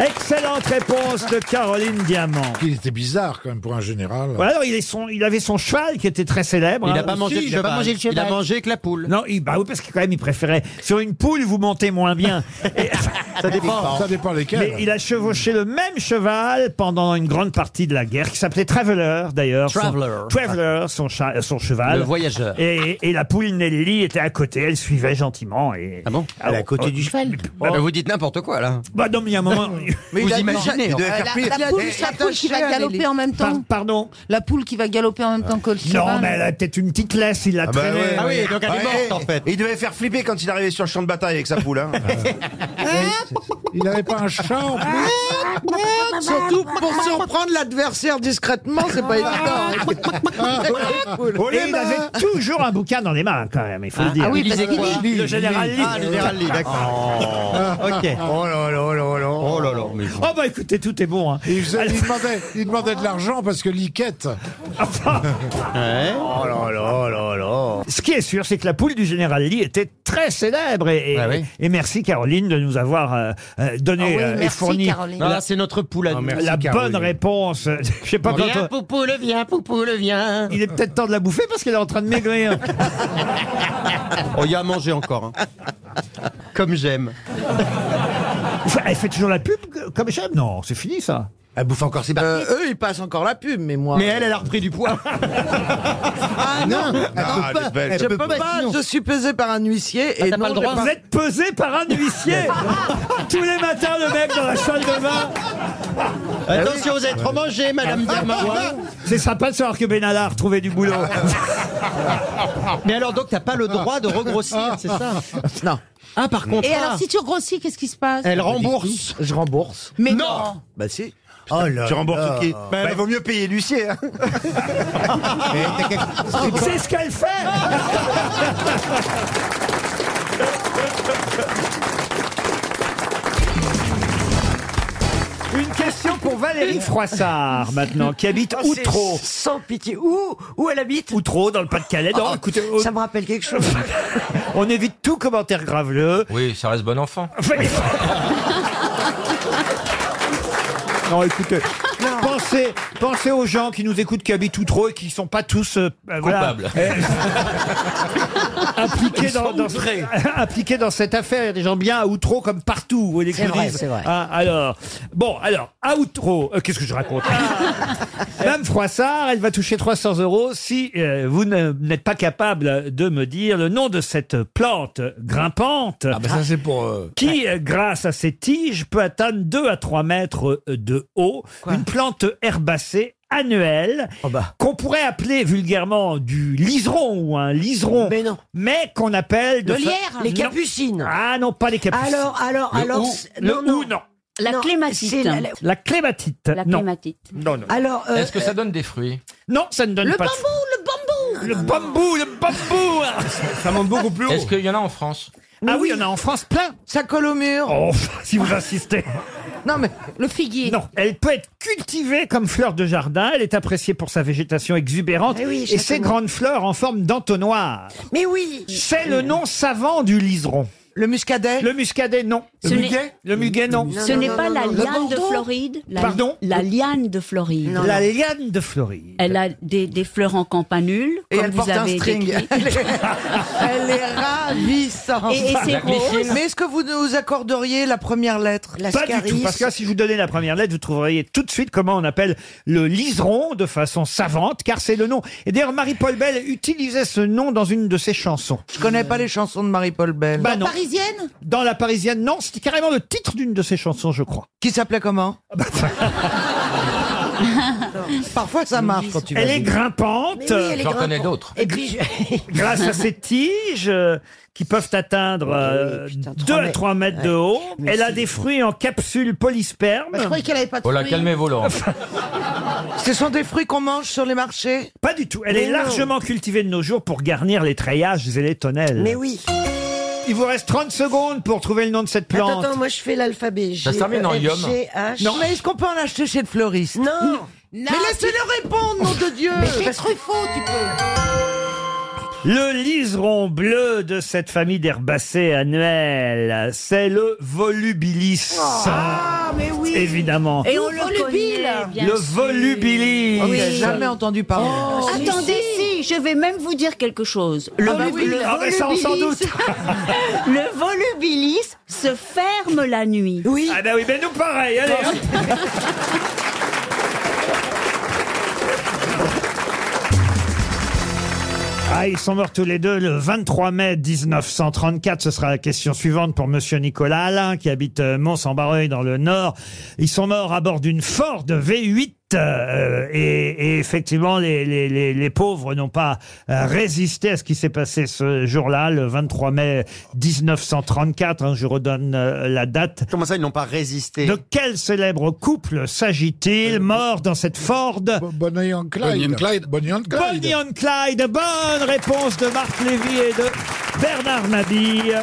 S1: Excellente réponse de Caroline Diamant.
S10: Il était bizarre quand même pour un général.
S1: Voilà, alors il, est son- il avait son cheval qui était très célèbre.
S10: Il
S1: hein.
S10: a pas
S1: Si,
S10: mangé le cheval. Il a mangé
S1: que la poule. Non, il, bah oui, parce que quand même il préférait. Sur une poule, vous montez moins bien. Et-
S10: Ça dépend. Ça dépend lesquels.
S1: Mais il a chevauché le même cheval pendant une grande partie de la guerre, qui s'appelait Traveler d'ailleurs. Son-
S6: Traveler.
S1: Traveler, son, cha- euh, son cheval.
S6: Le voyageur.
S1: Et, et la poule Nelly était à côté, elle suivait gentiment. Et... Ah bon
S6: Elle est à côté du cheval.
S1: bah,
S10: Ah ben,
S6: vous dites n'importe quoi, là.
S1: Bah non, mais il y a un moment,
S15: Mais
S18: Vous
S15: il a-
S18: imaginez,
S15: il devait
S18: euh,
S15: faire
S18: la-
S15: plaisir.
S18: la poule-
S15: Et-
S18: la poule qui va
S15: attaché à
S18: galoper
S15: des-
S18: en même temps.
S1: pardon
S18: La poule qui va galoper en même temps que le
S1: Non,
S18: cheval.
S1: mais elle a peut-être une petite laisse,
S6: Ah
S1: il l'a
S16: bah
S1: traînée. Ah
S16: ouais, ouais. Ouais, et-
S1: fait.
S16: et Il devait faire flipper quand il arrivait sur le champ de bataille avec sa poule. hein.
S10: Il n'avait pas un chat en plus
S15: Surtout pour surprendre l'adversaire discrètement, c'est pas Eh ben, évident.
S1: Et il avait toujours un bouquin dans les mains, quand même, il faut le dire.
S15: Ah oui, parce qu'il lit.
S1: Le général Lee.
S15: Ah, le général Lee,
S16: d'accord.
S1: ok.
S10: Oh là là là là.
S16: Oh là là, mais vous-
S1: Oh bah écoutez, tout est bon. hein.
S10: Il, faisait-
S1: Alors-
S10: il demandait, il demandait de l'argent parce que l'IQUETTE.
S16: Oh là là là là.
S1: Ce qui est sûr, c'est que la poule du général Lee était très célèbre. Et, et- et merci Caroline de nous avoir euh, euh, donné euh, et fourni la,
S19: c'est notre poule à nous.
S1: la bonne réponse. Je sais pas quand.
S19: Viens,
S1: on-
S19: Poupou, le viens, Poupou, le viens.
S1: Il est peut-être temps de la bouffer parce qu'elle est en train de maigrir.
S19: Oh, il y a à manger encore. hein. Comme j'aime.
S1: Enfin, Elle fait toujours la pub
S6: euh,
S1: que- comme j'aime. Non, c'est fini ça.
S17: Elle bouffe encore ses
S15: Euh, eux, ils passent encore la pub, mais moi. euh,
S19: Mais elle, elle a repris du poids.
S15: Ah
S19: Non,
S15: non, elle
S19: elle
S15: peut
S19: est
S15: pas,
S19: belle.
S15: je
S19: Elle peut
S15: peux
S19: pas,
S15: pas,
S19: sinon.
S15: je suis pesé par un huissier
S1: Ah,
S15: et
S1: t'as
S15: non,
S1: pas le droit.
S15: j'ai
S1: Vous êtes pesé par un huissier Tous les matins, le mec dans la salle de bain.
S19: Ah, Attention, vous êtes remangé, madame
S1: Ah,
S19: Dermarois.
S1: C'est sympa de savoir que Benalla a retrouvé du boulot.
S19: Mais alors, donc, t'as pas le droit de regrossir, c'est ça
S15: Non.
S19: Ah, par contre.
S18: Et alors, si tu grossis, qu'est-ce qui se passe
S19: Elle rembourse.
S15: Je rembourse.
S18: Mais
S19: non
S15: Bah si.
S17: Oh là
S16: Tu
S17: là.
S16: rembourses qui
S17: Bah,
S16: Il vaut mieux payer l'huissier. hein.
S1: C'est ce qu'elle fait Une question pour Valérie Froissart, maintenant, qui habite
S19: Oh,
S20: Ah, c'est
S1: Outreau.
S20: Sans pitié. Où Où elle habite
S1: Outreau, dans le Pas-de-Calais.
S19: Oh,
S1: Non, écoutez, on-
S20: Ça me rappelle quelque chose.
S1: on évite tout commentaire graveleux.
S4: Oui, ça reste bon enfant.
S1: Non, écoutez, pensez, pensez aux gens qui nous écoutent, qui habitent Outreau et qui ne sont pas tous euh, euh, voilà,
S4: Coupable.
S1: euh,
S6: Eh.
S1: impliqués,
S4: Ils
S1: dans,
S4: sont
S1: dans-
S4: outrés.
S1: impliqués dans cette affaire. Il y a des gens bien à Outreau comme partout. Vous voyez
S20: C'est
S1: qu'on
S20: vrai,
S1: dise.
S20: c'est vrai.
S1: Ah, alors, bon, alors, à Outreau, euh, qu'est-ce que je raconte Madame Froissart, elle va toucher 300 euros si euh, vous ne- n'êtes pas capable de me dire le nom de cette plante grimpante
S17: pour.
S1: qui, euh, grâce à ses tiges, peut atteindre 2 à 3 mètres euh, de haut. une plante herbacée annuelle qu'on pourrait appeler vulgairement du liseron ou un liseron, mais, qu'on appelle de
S20: Le
S1: fa-
S20: lierre. Les
S1: Non.
S20: capucines.
S1: Ah non, pas les capucines.
S20: Alors, alors,
S1: Le
S20: alors,
S1: hou-
S20: c'est-
S1: le
S20: non, non.
S1: hou, non.
S20: La Non, clématite. c'est la- la-
S1: La clématite. La clématite. Euh, Non, non.
S20: Alors, euh, Est-ce que ça
S1: donne des fruits Non, ça ne donne
S20: Le
S1: pas de
S20: bambou,
S1: fruits. Le bambou, le bambou Ça monte beaucoup plus haut. Est-ce qu'il y en a en France Ah oui, il y en a en France plein
S15: Ça colle au mur.
S1: Oh, si vous insistez
S15: Non, mais
S1: le figuier. Non, elle peut être cultivée comme fleur de jardin. Elle est appréciée pour sa végétation exubérante
S20: Eh
S8: Ah
S20: oui, je
S1: et
S20: la
S1: ses
S20: connais.
S1: grandes fleurs en forme d'entonnoir.
S20: Mais oui.
S1: C'est le nom savant du liseron.
S15: Le muscadet
S1: Le muscadet, non.
S8: Ce n'est-
S1: Le muguet, non.
S8: Ce n'est pas la liane de Floride. La,
S1: Pardon
S8: La liane de Floride.
S1: La liane de Floride.
S8: Elle a des, des fleurs en campanule.
S15: Et
S8: comme
S15: elle
S8: vous
S15: porte un
S8: avez
S15: string.
S8: décrit.
S15: Elle est, elle est ravissante.
S8: Et- et c'est La rose. glycine.
S15: Mais est-ce que vous nous accorderiez la première lettre
S1: Pas du tout, parce que là, si je vous donnais la première lettre, vous trouveriez tout de suite comment on appelle le liseron de façon savante, car c'est le nom. Et d'ailleurs, Marie-Paul Bell utilisait ce nom dans une de ses chansons.
S15: Je connais pas les chansons de Marie-Paul Bell.
S1: Bah non. Dans La Parisienne, non, c'était carrément le titre d'une de ses chansons, je crois. Ah bah,
S15: Qui s'appelait comment Parfois ça marche quand tu
S1: Elle est grimpante.
S15: Mais oui, elle est J'en connais grimpante.
S1: d'autres. Grâce à ses tiges euh, qui peuvent atteindre euh, 2
S15: Oh, trois
S1: à 3 mètres de haut,
S15: Mais
S1: elle a
S15: si.
S1: des fruits en capsule polysperme.
S15: Bah, je croyais qu'elle avait pas de
S1: Oh là,
S15: fruits.
S1: calmez-vous, Laurent.
S15: Ce sont des fruits qu'on mange sur les marchés
S1: Pas du tout. Elle
S15: Mais
S1: est
S15: non.
S1: largement cultivée de nos jours pour garnir les treillages et les tonnelles.
S20: Mais oui.
S1: Il vous reste 30 secondes pour trouver le nom de cette
S20: Attends,
S1: plante.
S20: attends, moi je fais l'alphabet. G,
S1: Ça se
S11: E,
S1: termine en
S20: F,
S1: ium.
S20: G, H.
S15: Non, mais est-ce qu'on peut en acheter chez le fleuriste
S20: Non.
S15: Mais laissez-le répondre, nom de Dieu
S20: Mais c'est Truffaut, tu peux.
S1: Le liseron bleu de cette famille d'herbacées annuelles, c'est le volubilis.
S15: Ah, mais oui
S1: Évidemment.
S15: Et on le Volubile. connaît, bien
S1: Le
S15: sûr.
S1: volubilis.
S15: On n'a jamais entendu parler.
S8: Oh, Attendez, si, je vais même vous dire quelque chose.
S15: Ah bah oui,
S8: le
S15: ah bah ça, on s'en
S8: volubilis-
S15: doute.
S8: le volubilis se ferme la nuit.
S15: Oui.
S1: Ah bah oui, ben nous pareil, allez. hein. hop. Ah, ils sont morts tous les deux le 23 mai 1934. Ce sera la question suivante pour Monsieur Nicolas Alain, qui habite euh, Mons-en-Barœil dans le Nord. Ils sont morts à bord d'une Ford V8. euh, et, et effectivement, les, les- les- les pauvres n'ont pas euh, résisté à ce qui s'est passé ce jour-là, le 23 mai 1934. hein, je redonne euh, la date.
S19: Comment ça, ils n'ont pas résisté
S1: De quel célèbre couple s'agit-il mort dans cette Ford Bonnie and
S10: Clyde. Bonnie and Clyde.
S1: Bonnie and Clyde. Bonne réponse de Marc Lévy et de Bernard Mabille.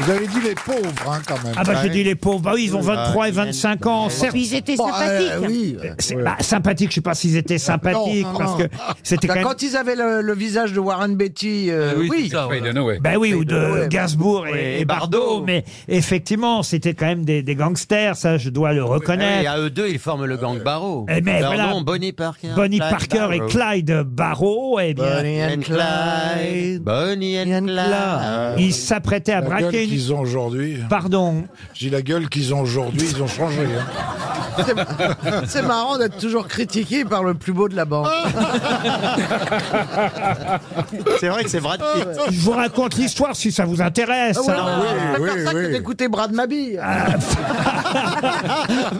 S10: Vous avez dit les pauvres, hein, quand même.
S1: Ah bah j'ai dit les pauvres, bah oui ils ont 23 et 25 ans, certes.
S10: Puis ils étaient Bah, sympathiques. euh, oui.
S1: C'est-
S10: Ouais.
S1: bah, sympathiques, je sais pas s'ils étaient sympathiques
S15: Non, non,
S1: parce
S15: non.
S1: que c'était quand
S15: Bah,
S1: même...
S15: Quand ils avaient le, le visage de Warren Beatty, euh, oui.
S1: Ben oui, ou de
S15: Ouais,
S1: Gainsbourg
S15: ouais,
S1: et,
S15: et
S1: et Bardot, mais effectivement, c'était quand même des, des gangsters, ça, je dois le
S19: Et
S1: reconnaître.
S19: à eux deux, ils forment le gang Barrow.
S1: Eh, mais
S19: Pardon,
S1: voilà.
S19: Bonnie Parker.
S1: Bonnie
S19: Clyde
S1: Parker et
S19: Barrow.
S1: Clyde Barrow, eh bien,
S19: Bonnie and Clyde. Bonnie and Clyde.
S1: ils s'apprêtaient à
S10: La gueule
S1: braquer une...
S10: qu'ils ont aujourd'hui.
S1: Pardon.
S10: J'ai la gueule qu'ils ont aujourd'hui, ils ont changé. hein.
S15: C'est- C'est marrant d'être toujours critiqué par le plus beau de la bande.
S19: C'est vrai que c'est Brad Pitt.
S1: Je vous raconte l'histoire si ça vous intéresse.
S15: Ah ouais,
S1: hein.
S15: ouais, je préfère ça que d'écouter Brad Mabille.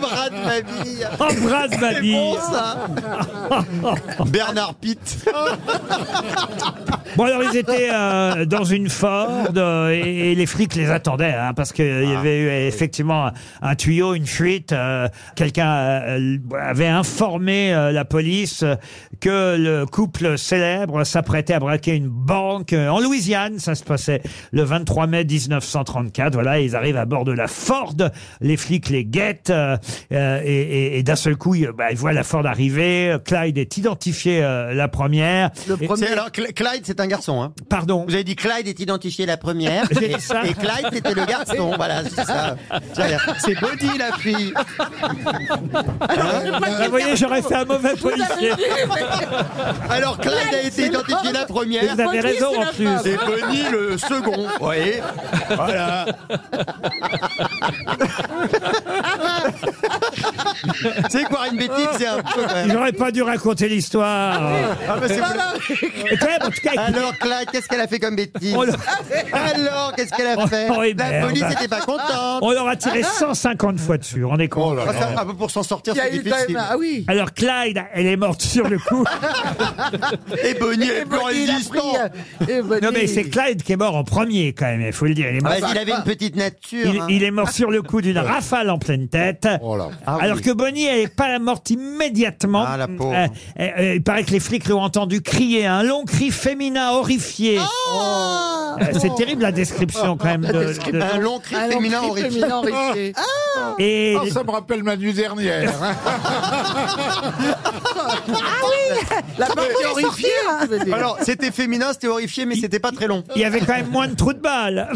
S19: Brad Mabille.
S1: Oh, Brad Mabille.
S19: C'est bon, ça. Bernard Pitt.
S1: Bon alors ils étaient euh, dans une Ford euh, et, et les flics les attendaient hein, parce qu'il
S19: Ah,
S1: y avait eu euh, effectivement un- un tuyau, une fuite. euh, Quelqu'un euh, avait informé euh, la police euh, que le couple célèbre s'apprêtait à braquer une banque euh, en Louisiane. Ça se passait le 23 mai 1934. Voilà, ils arrivent à bord de la Ford. Les flics les guettent euh, euh, et, et- et d'un seul coup ils, bah, ils voient la Ford arriver. Clyde est identifié euh, la première. Et-
S19: C'est- alors, Cl- Clyde, c'est un garçon. Hein.
S1: Pardon.
S19: Vous avez dit Clyde est identifié la première.
S1: J'ai
S19: et,
S1: dit ça.
S19: et Clyde, c'était le garçon. voilà, c'est ça. C'est Bonnie, la fille.
S1: vous voyez, j'aurais fait un mauvais policier.
S19: Alors, Clyde a été identifié la première.
S1: Vous avez raison, en plus.
S19: Et Bonnie, le second. Vous voyez Voilà. C'est quoi une bêtise C'est un peu. quand même.
S1: J'aurais pas dû raconter l'histoire.
S19: Ah, mais c'est-
S1: Et quand même, en tout cas,
S19: Alors, Clyde, qu'est-ce qu'elle a fait comme bêtise
S1: Oh là.
S19: Alors, qu'est-ce qu'elle a fait
S1: Oh, oui,
S19: La
S1: merde.
S19: police n'était pas contente.
S1: on leur a tiré 150 fois dessus, on est con.
S19: Ah, ça, un peu pour s'en sortir,
S15: Il y a
S19: c'est
S15: eu quand même
S19: difficile.
S15: un- ah oui.
S1: Alors Clyde, elle est morte sur le coup.
S19: Et Bonnie est plus
S15: Bonnie, il a pris,
S19: résistant.
S15: euh, et Bonnie-
S1: Non mais c'est Clyde qui est mort en premier quand même, il faut le dire. Il est mort,
S19: Ah, bah, il avait une petite nature.
S1: il-
S19: hein.
S1: il est mort sur le coup d'une rafale en pleine tête.
S19: Ah oui.
S1: Alors que Bonnie, elle n'est pas morte immédiatement.
S19: Ah, la pauvre.
S1: Euh, euh, euh, il paraît que les flics l'ont entendu crier, un long cri féminin horrifié.
S19: Oh
S15: Oh.
S1: Euh, C'est terrible la description quand même. de- de-
S19: Un long cri
S15: Un long
S19: féminin
S15: cri
S19: horrifié.
S15: féminin horrifié.
S1: Ah. Et
S10: Oh, ça me rappelle ma nuit dernière. hein.
S19: Ah
S15: La partie horrifiée,
S1: hein,
S15: tu veux dire.
S19: hein. Alors, c'était féminin, c'était horrifié, mais c'était pas très long.
S1: il y avait quand même moins de trous de balles.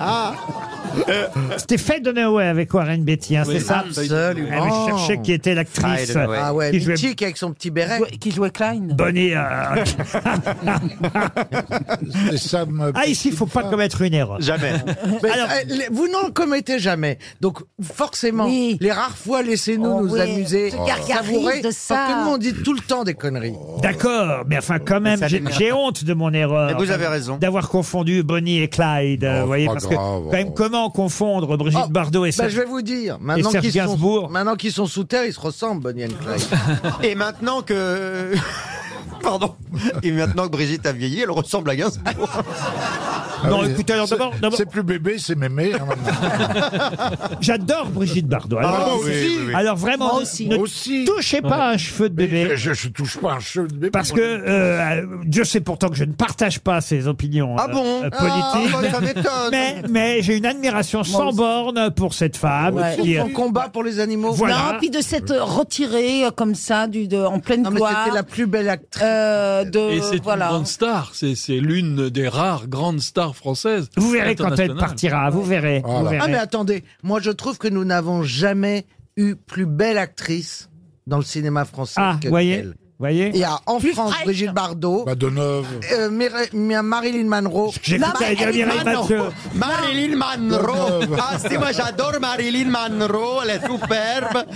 S19: Ah,
S1: Euh, C'était Faye Dunaway avec Warren Beatty, hein, c'est ça Ah, mais je cherchais qui était
S19: Faye
S1: l'actrice
S19: Dunaway.
S15: Ah ouais,
S1: qui jouait
S15: mythique avec son petit béret.
S5: Qui jouait Klein
S1: Bonnie. euh,
S10: Et ça me-
S1: Ah, ici, il faut pas commettre une erreur.
S19: Jamais.
S15: Mais,
S1: Alors-
S15: euh, les- vous n'en commettez jamais. Donc, forcément,
S18: Oui.
S15: les rares fois, laissez-nous
S18: Oh,
S15: nous
S18: oui.
S15: amuser,
S18: Se gargarise
S15: savourer,
S18: de
S15: parce
S18: ça.
S15: que nous, on dit tout le temps des conneries.
S1: D'accord, mais enfin quand même,
S19: ça
S1: j'ai
S19: démerde.
S1: j'ai honte de mon erreur.
S19: Et vous avez raison.
S1: D'avoir confondu Bonnie et Clyde, euh,
S10: Oh,
S1: vous voyez,
S10: pas
S1: parce que
S10: grave,
S1: quand même
S10: oh.
S1: comment confondre Brigitte
S15: Oh,
S1: Bardot et
S15: bah,
S1: Serge-
S15: je vais vous dire, maintenant
S1: Serge
S15: qu'ils sont,
S1: Gainsbourg.
S15: maintenant qu'ils sont sous terre, ils se ressemblent, Bonnie and Clyde.
S19: Et maintenant que. Pardon. Et maintenant que Brigitte a vieilli, elle ressemble à Gainsbourg.
S10: Ah
S1: Non,
S10: oui,
S1: écoutez, alors
S10: c'est-
S1: d'abord, d'abord-
S10: C'est plus bébé, c'est mémé. hein, maintenant.
S1: j'adore Brigitte Bardot. Alors,
S10: Ah,
S1: alors,
S10: oui, oui, oui.
S1: alors vraiment,
S18: Moi
S1: ne
S10: Aussi.
S1: touchez pas un cheveu de bébé.
S10: Je, je touche pas un cheveu de bébé.
S1: Parce que
S10: moi.
S1: euh, euh, Dieu sait pourtant que je ne partage pas ses opinions
S19: Ah
S1: euh,
S19: bon
S1: euh, politiques.
S19: Ah, bah, ça m'étonne.
S1: mais mais j'ai une admiration sans borne pour cette femme. qui, euh,
S15: Son combat pour les animaux.
S1: Voilà.
S18: Non, puis de s'être retirée euh, comme ça, du, de, en pleine
S15: Non, mais
S18: gloire.
S15: c'était la plus belle actrice.
S18: euh, de,
S7: Et c'est
S18: voilà.
S7: une grande star. C'est c'est l'une des rares grandes stars françaises.
S1: vous verrez quand elle
S7: internationales.
S1: partira, vous verrez.
S10: Voilà.
S1: vous verrez.
S15: Ah mais attendez, moi je trouve que nous n'avons jamais eu plus belle actrice dans le cinéma français
S1: Ah,
S15: que
S1: voyez,
S15: elle.
S1: voyez. Oh.
S15: Il y a en France
S18: fraîche.
S15: Brigitte Bardot,
S10: Bah, de neuf.
S15: euh, Mir- Mir- Marilyn Monroe.
S1: J'ai
S15: Non,
S1: cru que t'allais dire Mireille Mathieu.
S19: Ah, Marilyn Monroe. Ah, si, moi j'adore Marilyn Monroe, elle est superbe.